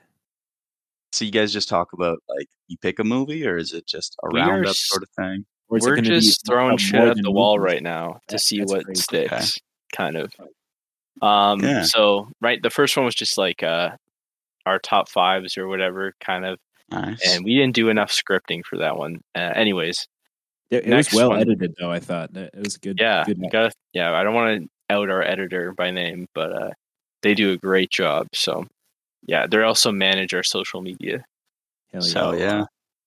Speaker 2: so you guys just talk about like you pick a movie, or is it just a
Speaker 3: We are
Speaker 2: roundup
Speaker 3: s-
Speaker 2: sort of thing?
Speaker 1: Or is it
Speaker 3: we're
Speaker 1: gonna be
Speaker 3: just throwing
Speaker 1: about
Speaker 3: shit
Speaker 1: more
Speaker 3: at
Speaker 1: than
Speaker 3: the wall
Speaker 1: movies?
Speaker 3: right now to
Speaker 1: That-
Speaker 3: see
Speaker 1: that's
Speaker 3: what
Speaker 1: crazy.
Speaker 3: sticks,
Speaker 2: Okay.
Speaker 3: kind of. Um.
Speaker 2: Yeah.
Speaker 3: So right, the first one was just like uh, our top fives or whatever, kind of,
Speaker 2: Nice.
Speaker 3: and we didn't do enough scripting for that one. Uh, anyways,
Speaker 1: It, it was
Speaker 3: Next
Speaker 1: well
Speaker 3: one.
Speaker 1: edited, though. I thought That- it was good.
Speaker 3: Yeah,
Speaker 1: good.
Speaker 3: gotta, yeah. I don't want to out our editor by name, but uh, they do a great job. So, yeah, they also manage our social media,
Speaker 1: Hell yeah.
Speaker 2: so
Speaker 3: so-
Speaker 2: yeah,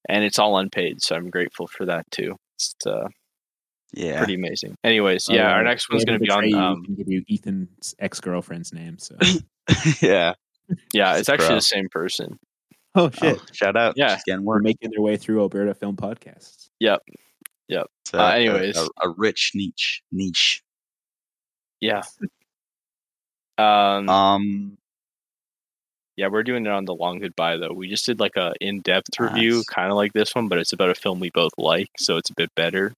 Speaker 3: and it's all unpaid. So I'm grateful for that too. It's uh,
Speaker 2: yeah.
Speaker 3: pretty amazing. Anyways, yeah,
Speaker 1: Uh,
Speaker 3: our next one's
Speaker 1: David
Speaker 3: gonna be on.
Speaker 1: Atreyu
Speaker 3: Um,
Speaker 1: can give you Ethan's ex girlfriend's name. So.
Speaker 2: yeah.
Speaker 3: yeah, it's actually the
Speaker 2: Bro.
Speaker 3: same person.
Speaker 1: oh
Speaker 2: Oh,
Speaker 1: shit!
Speaker 2: shout out.
Speaker 3: Yeah.
Speaker 2: She's getting
Speaker 1: We're
Speaker 2: work.
Speaker 1: making their way through Alberta film podcasts.
Speaker 2: It's, uh,
Speaker 3: Uh,
Speaker 2: a-
Speaker 3: anyways.
Speaker 2: a, a rich niche. Niche.
Speaker 3: Yeah. Um.
Speaker 2: Um.
Speaker 3: yeah, we're doing it on the long goodbye though. We just did like a in-depth review,
Speaker 2: Nice.
Speaker 3: kind of like this one, but it's about a film we both like, so it's a bit better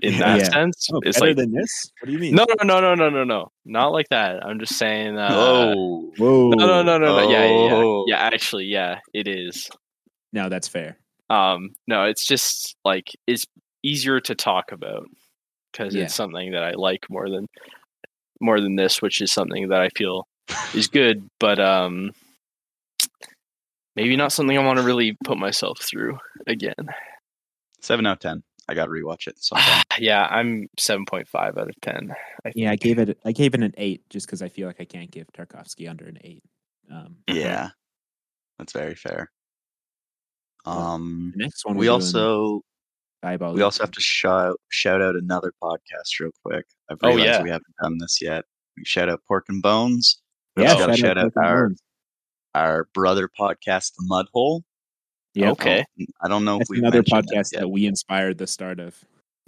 Speaker 3: in
Speaker 2: Yeah.
Speaker 3: that
Speaker 1: Yeah.
Speaker 3: sense.
Speaker 1: Oh,
Speaker 3: it's
Speaker 1: better
Speaker 3: like
Speaker 1: than this? What do you mean?
Speaker 3: No, no, no, no, no, no, no. Not like that. I'm just saying. Uh,
Speaker 2: oh.
Speaker 1: Whoa!
Speaker 3: No, no, no, no, no. Yeah, yeah, yeah.
Speaker 2: Oh.
Speaker 3: Yeah, actually, yeah, it is.
Speaker 1: No, that's fair.
Speaker 3: Um, no, it's just like it's easier to talk about because
Speaker 1: Yeah.
Speaker 3: it's something that I like more than more than this, which is something that I feel is good, but um, maybe not something I want to really put myself through again.
Speaker 2: Seven out of ten. I gotta rewatch it sometime.
Speaker 3: yeah, I'm seven point five out of ten. I
Speaker 1: Yeah, I
Speaker 3: think.
Speaker 1: gave it. I gave it an eight just because I feel like I can't give Tarkovsky under an eight. Um,
Speaker 2: yeah. That's very fair. Um.
Speaker 1: the next one
Speaker 2: We also
Speaker 1: eyeball.
Speaker 2: Uh, we also have to shout shout out another podcast real quick. I've
Speaker 3: Oh,
Speaker 2: realized
Speaker 3: yeah.
Speaker 2: we haven't done this yet. We shout out Pork and Bones. We
Speaker 1: yeah,
Speaker 2: also gotta shout out
Speaker 1: Broken
Speaker 2: our
Speaker 1: Bones.
Speaker 2: our brother podcast, The Mud Hole.
Speaker 1: Yep.
Speaker 3: Okay.
Speaker 2: I don't know if
Speaker 1: That's
Speaker 2: we
Speaker 1: another podcast that we inspired the start of.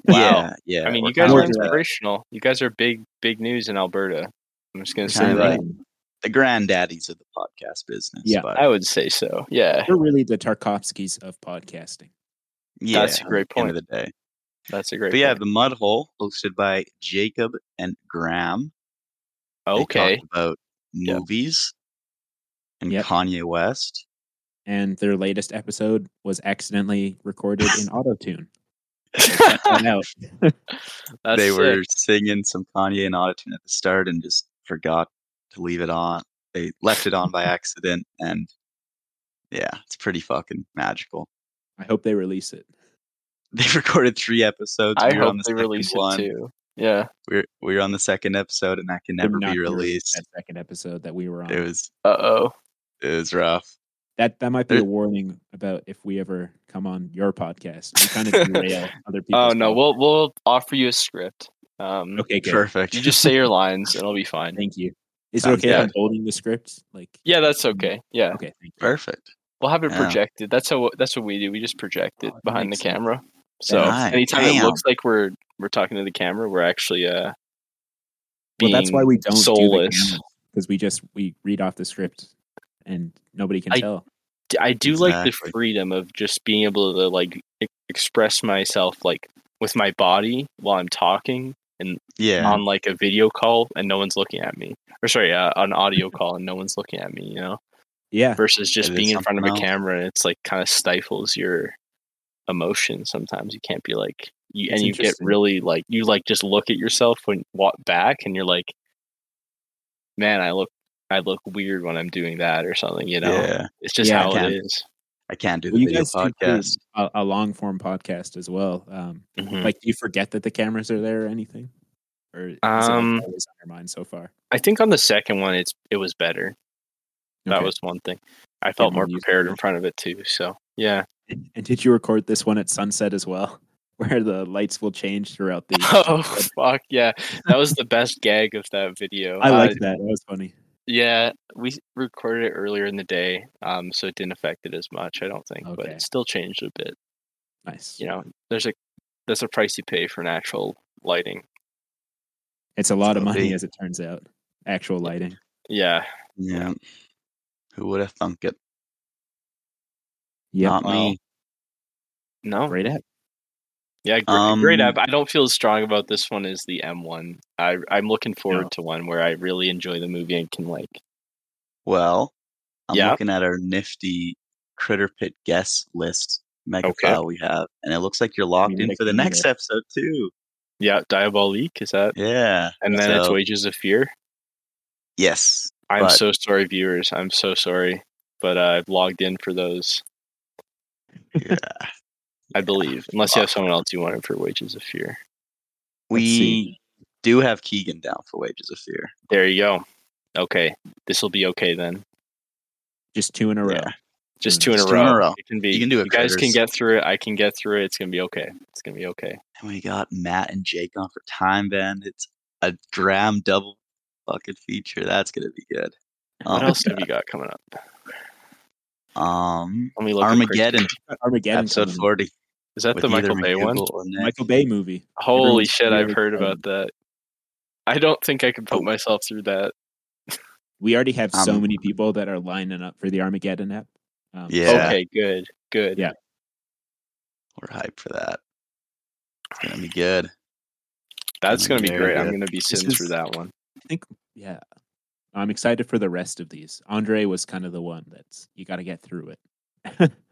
Speaker 3: Wow.
Speaker 2: Yeah, yeah.
Speaker 3: I mean,
Speaker 2: we're
Speaker 3: you guys
Speaker 2: kinda
Speaker 3: are
Speaker 1: kinda
Speaker 2: like
Speaker 1: like-
Speaker 3: inspirational. You guys are big, big news in Alberta. I'm just gonna say
Speaker 2: Kinda
Speaker 3: that.
Speaker 2: like- the granddaddies of the podcast business.
Speaker 1: Yeah.
Speaker 2: but
Speaker 3: I would say so. Yeah,
Speaker 1: We're really the Tarkovskys of podcasting.
Speaker 2: yeah,
Speaker 3: that's a great
Speaker 2: At the
Speaker 3: point.
Speaker 2: end of the day,
Speaker 3: That's a great.
Speaker 2: But yeah,
Speaker 3: point.
Speaker 2: the mud hole hosted by Jacob and Graham. They talked
Speaker 3: okay.
Speaker 2: about
Speaker 3: Yep.
Speaker 2: movies and
Speaker 1: Yep.
Speaker 2: Kanye West.
Speaker 1: And their latest episode was accidentally recorded in autotune.
Speaker 3: That's
Speaker 1: Went out.
Speaker 2: they
Speaker 3: sick.
Speaker 2: were singing some Kanye and autotune at the start and just forgot to leave it on. They left it on by accident and yeah, it's pretty fucking magical.
Speaker 1: I hope they release it.
Speaker 2: They recorded three episodes.
Speaker 3: I
Speaker 2: we were
Speaker 3: hope
Speaker 2: on the
Speaker 3: they
Speaker 2: second
Speaker 3: release
Speaker 2: one.
Speaker 3: it too. Yeah.
Speaker 2: We're, we were on the second episode and that can
Speaker 1: Would
Speaker 2: never
Speaker 1: not
Speaker 2: be
Speaker 1: released,
Speaker 2: released.
Speaker 1: That second episode that we were on.
Speaker 2: It was
Speaker 3: Uh oh.
Speaker 2: it was rough.
Speaker 1: that that might be a
Speaker 2: there-
Speaker 1: warning about if we ever come on your podcast. We kind of derail other people.
Speaker 3: Oh no. We'll we'll offer you a script. Um,
Speaker 1: okay, good.
Speaker 2: Perfect.
Speaker 3: You just say your lines, and it'll be fine.
Speaker 1: Thank you. Is it
Speaker 2: Sounds
Speaker 1: okay if
Speaker 2: good.
Speaker 1: I'm holding the script? Like,
Speaker 3: Yeah, that's okay. Yeah,
Speaker 1: okay, thank you.
Speaker 2: Perfect.
Speaker 3: we'll have it
Speaker 2: Yeah.
Speaker 3: projected. That's how that's what we do. We just project it
Speaker 1: Oh, that
Speaker 3: behind the
Speaker 1: makes sense.
Speaker 3: camera. So
Speaker 2: Right.
Speaker 3: anytime it
Speaker 2: Damn.
Speaker 3: looks like we're we're talking to the camera, we're actually uh.
Speaker 1: Well, that's why we
Speaker 3: being
Speaker 1: don't
Speaker 3: soulless.
Speaker 1: because we just we read off the script and nobody can
Speaker 3: I-
Speaker 1: tell.
Speaker 3: D- I do like the
Speaker 2: Exactly.
Speaker 3: freedom of just being able to like e- express myself like with my body while I'm talking
Speaker 2: Yeah.
Speaker 3: on like a video call and no one's looking at me. Or sorry, uh, an audio call and no one's looking at me. You know,
Speaker 1: Yeah,
Speaker 3: versus just
Speaker 2: It is
Speaker 3: being in front of a
Speaker 2: something else.
Speaker 3: camera and it's like kind of stifles your emotion sometimes you can't be like you
Speaker 1: It's
Speaker 3: and you get
Speaker 1: interesting.
Speaker 3: really like you like just look at yourself when walk back and you're like man i look i look weird when i'm doing that or something you know
Speaker 2: Yeah.
Speaker 3: it's just
Speaker 1: Yeah, I
Speaker 3: how
Speaker 2: can.
Speaker 3: it is
Speaker 2: I can't do the
Speaker 1: Well, you
Speaker 2: video
Speaker 1: guys do pretty-
Speaker 2: podcast.
Speaker 1: a, a long form podcast as well. Um,
Speaker 3: Mhm.
Speaker 1: like, do you forget that the cameras are there or anything? Or is it, like,
Speaker 3: Um,
Speaker 1: always on your mind so far?
Speaker 3: i think on the second one it's it was better that
Speaker 1: Okay.
Speaker 3: was one thing i felt
Speaker 1: Didn't
Speaker 3: more
Speaker 1: use it
Speaker 3: prepared in
Speaker 1: much.
Speaker 3: front of it too so yeah
Speaker 1: And did you record this one at sunset as well, where the lights will change throughout the?
Speaker 3: oh fuck yeah that was the best gag of that video
Speaker 1: I
Speaker 3: Uh,
Speaker 1: like that. That was funny.
Speaker 3: Yeah, we s- recorded it earlier in the day, um, so it didn't affect it as much, I don't think, but
Speaker 1: Okay.
Speaker 3: it still changed a bit.
Speaker 1: Nice.
Speaker 3: You know, there's a there's a price you pay for natural lighting.
Speaker 1: It's a lot of
Speaker 2: So
Speaker 1: money,
Speaker 2: big.
Speaker 1: as it turns out. Actual lighting.
Speaker 3: Yeah,
Speaker 2: Yeah. Who would have thunk it?
Speaker 1: Yeah,
Speaker 2: Not me.
Speaker 3: no,
Speaker 1: great app.
Speaker 3: yeah, gr- great
Speaker 2: Um,
Speaker 3: app. I don't feel as strong about this one as the M one. I I'm looking forward to one where I really enjoy the movie and can like.
Speaker 2: Well, I'm
Speaker 3: Yeah.
Speaker 2: looking at our nifty Critter Pit guest list mega
Speaker 3: Okay.
Speaker 2: file we have, and it looks like you're locked
Speaker 1: Maybe
Speaker 2: in
Speaker 1: they
Speaker 2: for the
Speaker 1: can do
Speaker 2: next
Speaker 1: that.
Speaker 2: episode too.
Speaker 3: Yeah, Diabolique is that,
Speaker 2: Yeah.
Speaker 3: and then it's
Speaker 2: So-
Speaker 3: Wages of Fear.
Speaker 2: Yes.
Speaker 3: I'm
Speaker 2: But-
Speaker 3: so sorry, viewers. I'm so sorry, but uh, I've logged in for those.
Speaker 2: Yeah.
Speaker 3: I believe, unless you have someone else you wanted for Wages of Fear.
Speaker 2: we
Speaker 1: see.
Speaker 2: do have Keegan down for Wages of Fear.
Speaker 3: There you go. Okay, this will be okay then.
Speaker 1: Just two in a row.
Speaker 2: Yeah.
Speaker 3: Just
Speaker 1: Mm,
Speaker 3: two in a
Speaker 2: just
Speaker 3: row.
Speaker 2: two in a row.
Speaker 3: It can be.
Speaker 2: You can do it,
Speaker 3: You guys can
Speaker 2: critters.
Speaker 3: get through it. I can get through it. It's gonna be okay. It's gonna be okay.
Speaker 2: And we got Matt and Jake on for Time Bandits. A dram double fucking feature. That's gonna be good.
Speaker 3: What
Speaker 2: Um,
Speaker 3: else have you got coming up?
Speaker 2: Um
Speaker 3: Let me look. at Critters.
Speaker 2: Armageddon,
Speaker 1: Uh, Armageddon.
Speaker 2: episode
Speaker 1: coming.
Speaker 2: forty.
Speaker 3: Is that
Speaker 2: with
Speaker 3: the
Speaker 2: either
Speaker 3: Michael Bay one?
Speaker 2: McDougal or Nick.
Speaker 1: Michael Bay movie.
Speaker 3: Holy
Speaker 1: Everyone's
Speaker 3: shit! I've
Speaker 1: really
Speaker 3: heard about that. I don't think I could put
Speaker 2: Oh.
Speaker 3: myself through that.
Speaker 1: We already have so
Speaker 2: Um,
Speaker 1: many people that are lining up for the Armageddon app. Um,
Speaker 2: Yeah.
Speaker 3: Okay, good, good.
Speaker 1: Yeah.
Speaker 2: We're hyped for that. It's gonna be good.
Speaker 3: That's gonna be
Speaker 2: Very
Speaker 3: great. I'm
Speaker 2: good.
Speaker 3: gonna be
Speaker 2: This
Speaker 3: Sims for
Speaker 2: is-
Speaker 3: that one.
Speaker 1: yeah. I'm excited for the rest of these. Andre was kind of the one that's you got to get through it.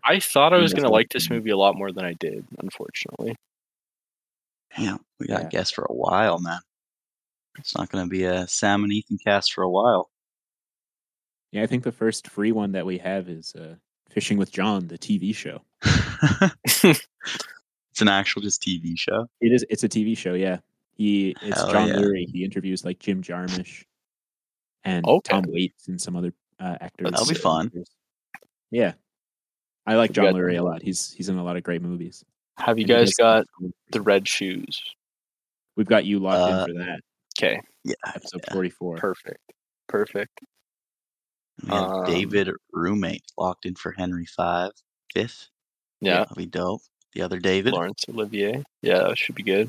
Speaker 3: I thought I was
Speaker 1: Yeah.
Speaker 3: gonna like this movie a lot more than I did. Unfortunately,
Speaker 2: Damn, we got
Speaker 1: Yeah.
Speaker 2: guests for a while, man. It's not gonna be a Sam and Ethan cast for a while.
Speaker 1: Yeah, I think the first free one that we have is uh, Fishing with John, the TV show.
Speaker 2: it's an actual just TV show.
Speaker 1: It is. It's a TV show. Yeah, he. It's
Speaker 2: Hell
Speaker 1: John
Speaker 2: yeah.
Speaker 1: Lurie. He interviews like Jim Jarmusch and
Speaker 3: Oh, Okay.
Speaker 1: Tom Waits and some other uh, actors.
Speaker 2: that'll be
Speaker 1: and
Speaker 2: fun.
Speaker 1: actors. Yeah, I like
Speaker 3: We
Speaker 1: John
Speaker 3: got-
Speaker 1: Lurie a lot. He's he's in a lot of great movies.
Speaker 3: have you
Speaker 1: And he
Speaker 3: guys
Speaker 1: does some-
Speaker 3: got the red shoes?
Speaker 1: We've got you locked
Speaker 2: Uh,
Speaker 1: in for that
Speaker 3: Okay.
Speaker 2: Yeah.
Speaker 1: episode forty four.
Speaker 3: Perfect. Perfect.
Speaker 2: We have
Speaker 3: Um,
Speaker 2: David Roommate locked in for Henry Five. Fifth.
Speaker 3: Yeah.
Speaker 2: That'll be dope. The other David.
Speaker 3: Lawrence Olivier. Yeah, that should be good.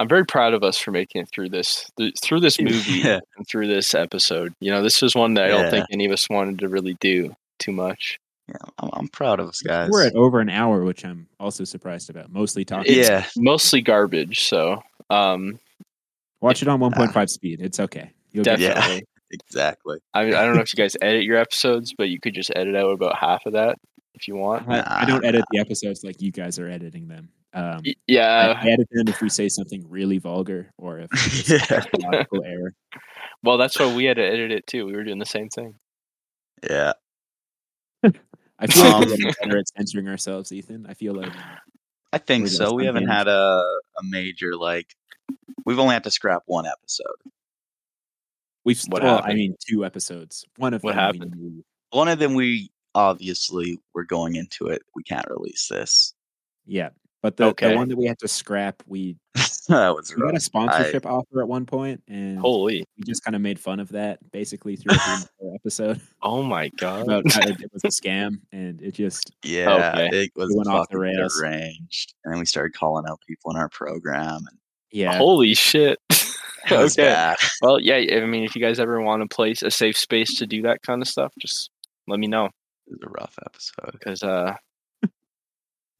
Speaker 3: I'm very proud of us for making it through this th- through this movie
Speaker 2: Yeah.
Speaker 3: and through this episode. You know, this is one that I don't
Speaker 2: Yeah.
Speaker 3: think any of us wanted to really do too much.
Speaker 2: Yeah, I'm, I'm proud of us guys.
Speaker 1: We're at over an hour, which I'm also surprised about. Mostly talking.
Speaker 3: It's-
Speaker 2: yeah,
Speaker 3: Mostly garbage. So um,
Speaker 1: Watch it on
Speaker 2: Uh,
Speaker 1: 1.5 speed. It's okay. You'll get
Speaker 3: definitely.
Speaker 1: it.
Speaker 2: exactly.
Speaker 3: I mean, I don't know if you guys edit your episodes, but you could just edit out about half of that if you want.
Speaker 1: I, I don't edit the episodes like you guys are editing them. Um,
Speaker 3: Y-
Speaker 1: I,
Speaker 3: Yeah.
Speaker 1: I edit them if we say something really vulgar or if it's
Speaker 2: Yeah.
Speaker 1: a technological error.
Speaker 3: Well, that's why we had to edit it too. We were doing the same thing.
Speaker 2: Yeah,
Speaker 1: I feel like
Speaker 2: Um,
Speaker 1: we're getting better at censoring ourselves, Ethan. I feel like
Speaker 2: I think
Speaker 1: We're
Speaker 2: so.
Speaker 1: just
Speaker 2: We haven't
Speaker 1: unhinged.
Speaker 2: had a a major like. We've only had to scrap one episode.
Speaker 1: we've.
Speaker 3: What
Speaker 1: well, I
Speaker 3: happened?
Speaker 1: mean, two episodes. One of
Speaker 3: What
Speaker 1: them we
Speaker 3: happened?
Speaker 1: knew-
Speaker 2: One of them we obviously were going into it. We can't release this.
Speaker 1: yeah, but the,
Speaker 3: Okay.
Speaker 1: the one that we had to scrap, we,
Speaker 2: that was
Speaker 1: we got a
Speaker 2: rough.
Speaker 1: sponsorship offer at one point, and
Speaker 3: Holy.
Speaker 1: we just kind of made fun of that basically through the entire episode
Speaker 3: Oh my God.
Speaker 1: about how it, it was a scam, and it just
Speaker 2: Yeah,
Speaker 3: oh, Okay.
Speaker 2: it was
Speaker 1: It went off the
Speaker 2: fucking
Speaker 1: rails.
Speaker 2: deranged, and then we started calling out people in our program. And
Speaker 1: yeah.
Speaker 3: Holy shit.
Speaker 2: it was bad.
Speaker 3: Well, yeah. I mean, if you guys ever want a place, a safe space to do that kind of stuff, just let me know
Speaker 2: It was a rough episode.
Speaker 3: because uh,
Speaker 2: I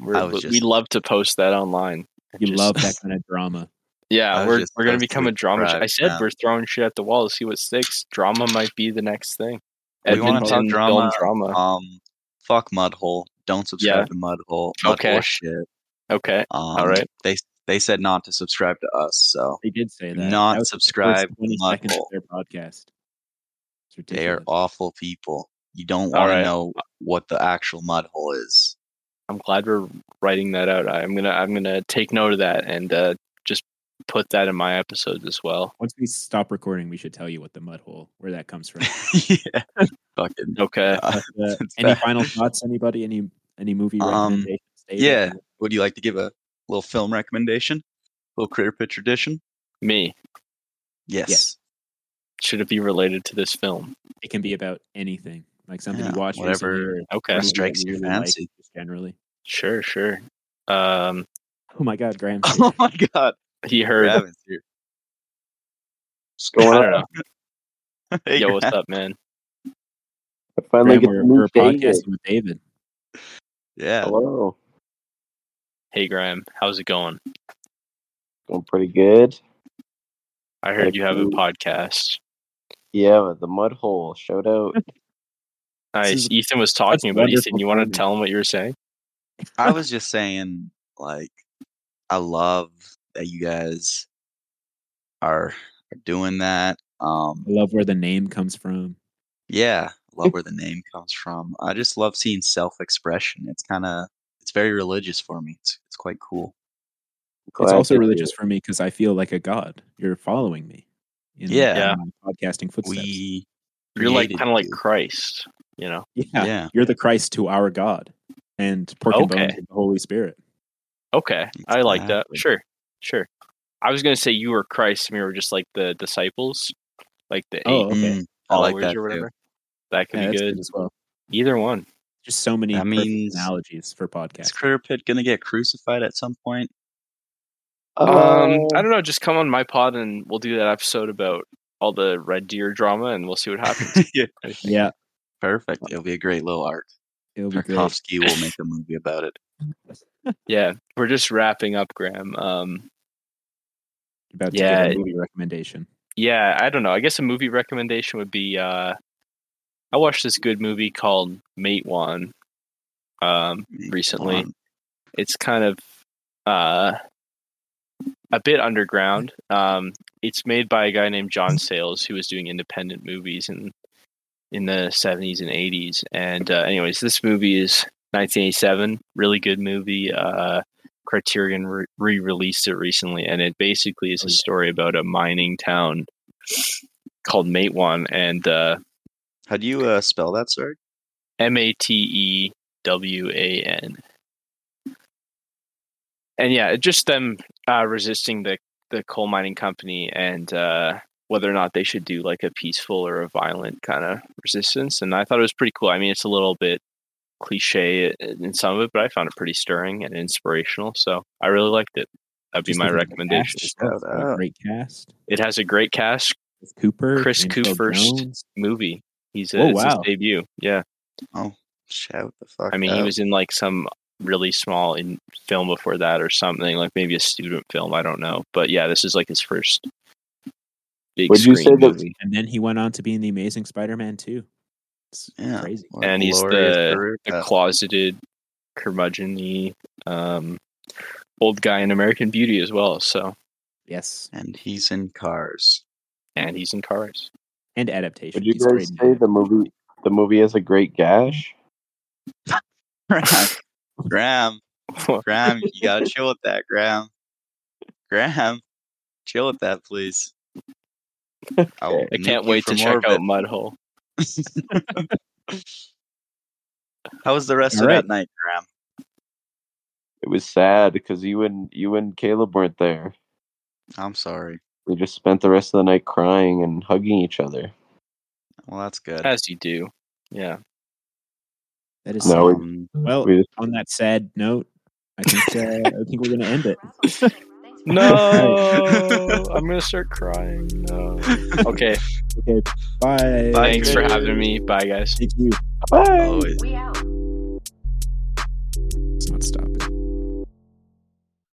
Speaker 3: we're,
Speaker 2: was
Speaker 3: we
Speaker 2: just-
Speaker 3: love to post that online.
Speaker 1: you
Speaker 3: Just-
Speaker 1: love that kind of drama.
Speaker 2: I
Speaker 3: Yeah,
Speaker 2: was
Speaker 3: we're
Speaker 2: just-
Speaker 3: we're
Speaker 2: I
Speaker 3: gonna
Speaker 2: was
Speaker 3: become a
Speaker 2: pretty
Speaker 3: drama. sh-
Speaker 2: surprised,
Speaker 3: I said
Speaker 2: yeah.
Speaker 3: we're throwing shit at the wall to see what sticks. Drama might be the next thing.
Speaker 2: We wanna talk
Speaker 3: Edmonton film
Speaker 2: drama.
Speaker 3: drama.
Speaker 2: Um, fuck Mudhole. Don't subscribe to Mudhole. Mudhole
Speaker 3: Okay.
Speaker 2: shit.
Speaker 3: Okay.
Speaker 2: Um,
Speaker 3: right.
Speaker 2: They they said not to subscribe to us, so
Speaker 1: They did say that.
Speaker 2: Not
Speaker 1: That was the first
Speaker 2: subscribe,
Speaker 1: 20
Speaker 2: not
Speaker 1: seconds of
Speaker 2: vote.
Speaker 1: their podcast. It's
Speaker 2: they are
Speaker 1: ridiculous.
Speaker 2: awful people. You don't want
Speaker 3: right.
Speaker 2: to
Speaker 3: Uh
Speaker 2: know what the actual Mudhole is.
Speaker 3: I'm glad we're writing that out. I'm gonna I'm gonna take note of that and uh, just put that in my episodes as well.
Speaker 1: Once we stop recording, we should tell you what the mud hole, where that comes from.
Speaker 2: yeah, fucking
Speaker 3: Okay.
Speaker 1: But, uh,
Speaker 2: It's
Speaker 1: any
Speaker 2: bad.
Speaker 1: final thoughts? Anybody? Any any movie
Speaker 2: Um,
Speaker 1: recommendations? David?
Speaker 2: yeah. Would you like to give a little film recommendation? little critter pitch tradition?
Speaker 3: Me.
Speaker 2: Yes.
Speaker 1: Yes.
Speaker 3: Should it be related to this film?
Speaker 1: it can be about anything, like something
Speaker 2: Yeah,
Speaker 1: you watch,
Speaker 2: whatever-
Speaker 1: recently or
Speaker 3: Okay.
Speaker 1: something that
Speaker 2: strikes your
Speaker 1: like,
Speaker 2: fancy.
Speaker 1: just generally.
Speaker 3: Sure. Sure. Um,
Speaker 1: Oh my God, Graham!
Speaker 2: Oh my god.
Speaker 3: he heard.
Speaker 2: Gravin's here.
Speaker 4: What's
Speaker 3: I
Speaker 4: going
Speaker 3: don't know.
Speaker 4: on?
Speaker 2: Hey,
Speaker 3: Yo,
Speaker 2: Grav-
Speaker 3: what's up, man?
Speaker 4: I finally
Speaker 1: Graham,
Speaker 4: get
Speaker 1: we're,
Speaker 4: to meet
Speaker 1: we're
Speaker 4: David.
Speaker 1: podcasting with David.
Speaker 2: Yeah.
Speaker 4: Hello.
Speaker 3: Hey, Graham. How's it going?
Speaker 4: Going pretty good.
Speaker 3: I heard you have a
Speaker 4: Excellent.
Speaker 3: podcast.
Speaker 4: Yeah, but the mud hole. Shout out.
Speaker 3: Nice.
Speaker 1: is-
Speaker 3: Ethan was talking about it. Ethan.
Speaker 1: wonderful
Speaker 3: You want
Speaker 1: timing.
Speaker 3: to tell him what you were saying?
Speaker 2: I was just saying, like, I love that you guys are are doing that. Um,
Speaker 1: I love where the name comes from.
Speaker 2: yeah, love where the name comes from. I just love seeing self-expression. It's kind of it's very religious for me. It's it's quite cool.
Speaker 1: it's
Speaker 4: Glad
Speaker 1: also
Speaker 4: to do
Speaker 1: religious
Speaker 4: it.
Speaker 1: for me because I feel like a god. You're following me. You
Speaker 2: Yeah.
Speaker 3: Yeah.
Speaker 1: in my podcasting footsteps.
Speaker 2: We
Speaker 3: You're like
Speaker 2: created
Speaker 3: kind of like
Speaker 2: you.
Speaker 3: Christ. You know.
Speaker 1: yeah,
Speaker 2: yeah.
Speaker 1: You're the Christ to our God, and pork and bones
Speaker 3: Okay.
Speaker 1: is the Holy Spirit.
Speaker 3: Okay, I like that.
Speaker 2: Exactly.
Speaker 3: Sure, sure. I was gonna say you were Christ, and we were just like the disciples, like the eight
Speaker 1: Oh, okay.
Speaker 2: Mm, I
Speaker 3: followers
Speaker 2: like that
Speaker 3: or
Speaker 2: too.
Speaker 3: whatever. That could
Speaker 1: Yeah,
Speaker 3: be
Speaker 1: that's
Speaker 3: good.
Speaker 1: as well.
Speaker 3: Either one.
Speaker 1: Just so many
Speaker 2: That
Speaker 1: perfect
Speaker 2: means-
Speaker 1: analogies for podcasts.
Speaker 2: Is Critter Pit gonna get crucified at some point?
Speaker 3: Um, I
Speaker 4: Uh,
Speaker 3: don't know. Just come on my pod, and we'll do that episode about all the Red Deer drama, and we'll see what happens.
Speaker 2: yeah,
Speaker 1: Yeah,
Speaker 2: perfect. It'll be a great little arc.
Speaker 1: it'll be great.
Speaker 2: Tarkovsky will make a movie about it.
Speaker 3: yeah, we're just wrapping up, Graham. Um,
Speaker 1: About to
Speaker 3: Yeah.
Speaker 1: get a movie recommendation.
Speaker 3: yeah, I don't know. I guess a movie recommendation would be. Uh, I watched this good movie called Mate One. Um, recently.
Speaker 2: Um,
Speaker 3: it's kind of uh, a bit underground. Um, it's made by a guy named John Sayles who was doing independent movies in in the seventies and eighties. And uh, anyways, this movie is 1987. Really good movie. Uh, Criterion re- re-released it recently, and it basically is a story about a mining town called Matewan, and uh,
Speaker 2: How do you uh, spell that, sir?
Speaker 3: M A T E W A N. And yeah, just them uh, resisting the the coal mining company and uh, whether or not they should do like a peaceful or a violent kind of resistance. And I thought it was pretty cool. I mean, it's a little bit cliche in some of it, but I found it pretty stirring and inspirational. So I really liked it. That'd be
Speaker 1: Just
Speaker 3: my
Speaker 1: looking at the
Speaker 3: recommendation.
Speaker 1: cast itself,
Speaker 2: Shout
Speaker 1: it's got a
Speaker 2: out.
Speaker 1: Great cast.
Speaker 3: It has a great cast
Speaker 1: Chris Cooper,
Speaker 3: Chris
Speaker 1: James Earl
Speaker 3: Cooper's-
Speaker 1: Jones.
Speaker 3: movie. He's a,
Speaker 1: Oh,
Speaker 3: it's his
Speaker 1: wow.
Speaker 3: debut. Yeah.
Speaker 2: Shout the fuck.
Speaker 3: I mean, he
Speaker 2: out.
Speaker 3: was in like some really small in film before that or something, like maybe a student film. I don't know, but yeah, this is like his first big
Speaker 4: Would you
Speaker 3: screen
Speaker 4: say that-
Speaker 3: movie,
Speaker 1: And then he went on to be in the Amazing Spider-Man 2. It's
Speaker 2: Yeah.
Speaker 1: crazy.
Speaker 2: What a
Speaker 3: and he's
Speaker 2: glorious
Speaker 3: the-
Speaker 2: career
Speaker 3: the
Speaker 2: path.
Speaker 3: closeted, curmudgeon-y, um, old guy in American Beauty as well. So,
Speaker 1: Yes,
Speaker 2: and he's in Cars.
Speaker 3: and he's in Cars.
Speaker 1: and adaptation.
Speaker 4: Would you
Speaker 1: He's
Speaker 4: guys
Speaker 1: great in
Speaker 4: say
Speaker 1: that.
Speaker 4: the movie the movie has a great gash?
Speaker 2: Graham, Graham, you gotta chill with that, Graham. Graham, chill with that, please. I'll
Speaker 4: I
Speaker 3: I
Speaker 2: nuke
Speaker 3: can't
Speaker 2: you
Speaker 3: wait
Speaker 2: for
Speaker 3: to
Speaker 2: more
Speaker 3: check
Speaker 2: of
Speaker 3: out
Speaker 2: it.
Speaker 3: Mudhole.
Speaker 2: How was the rest of
Speaker 1: Alright.
Speaker 2: that night, Graham?
Speaker 4: It was sad because you and you and Caleb weren't there.
Speaker 2: I'm sorry.
Speaker 4: We just spent the rest of the night crying and hugging each other.
Speaker 2: Well, that's good.
Speaker 3: As you do, yeah.
Speaker 1: That is
Speaker 4: No, we,
Speaker 2: Um,
Speaker 1: well.
Speaker 4: we just,
Speaker 1: On that sad note, I think uh, I think we're gonna end it.
Speaker 3: No, I'm gonna start crying. No. Okay,
Speaker 1: Okay, bye.
Speaker 2: Bye,
Speaker 3: thanks for
Speaker 2: guys.
Speaker 3: having me. Bye, guys.
Speaker 1: Thank you.
Speaker 4: bye.
Speaker 2: always.
Speaker 5: We out.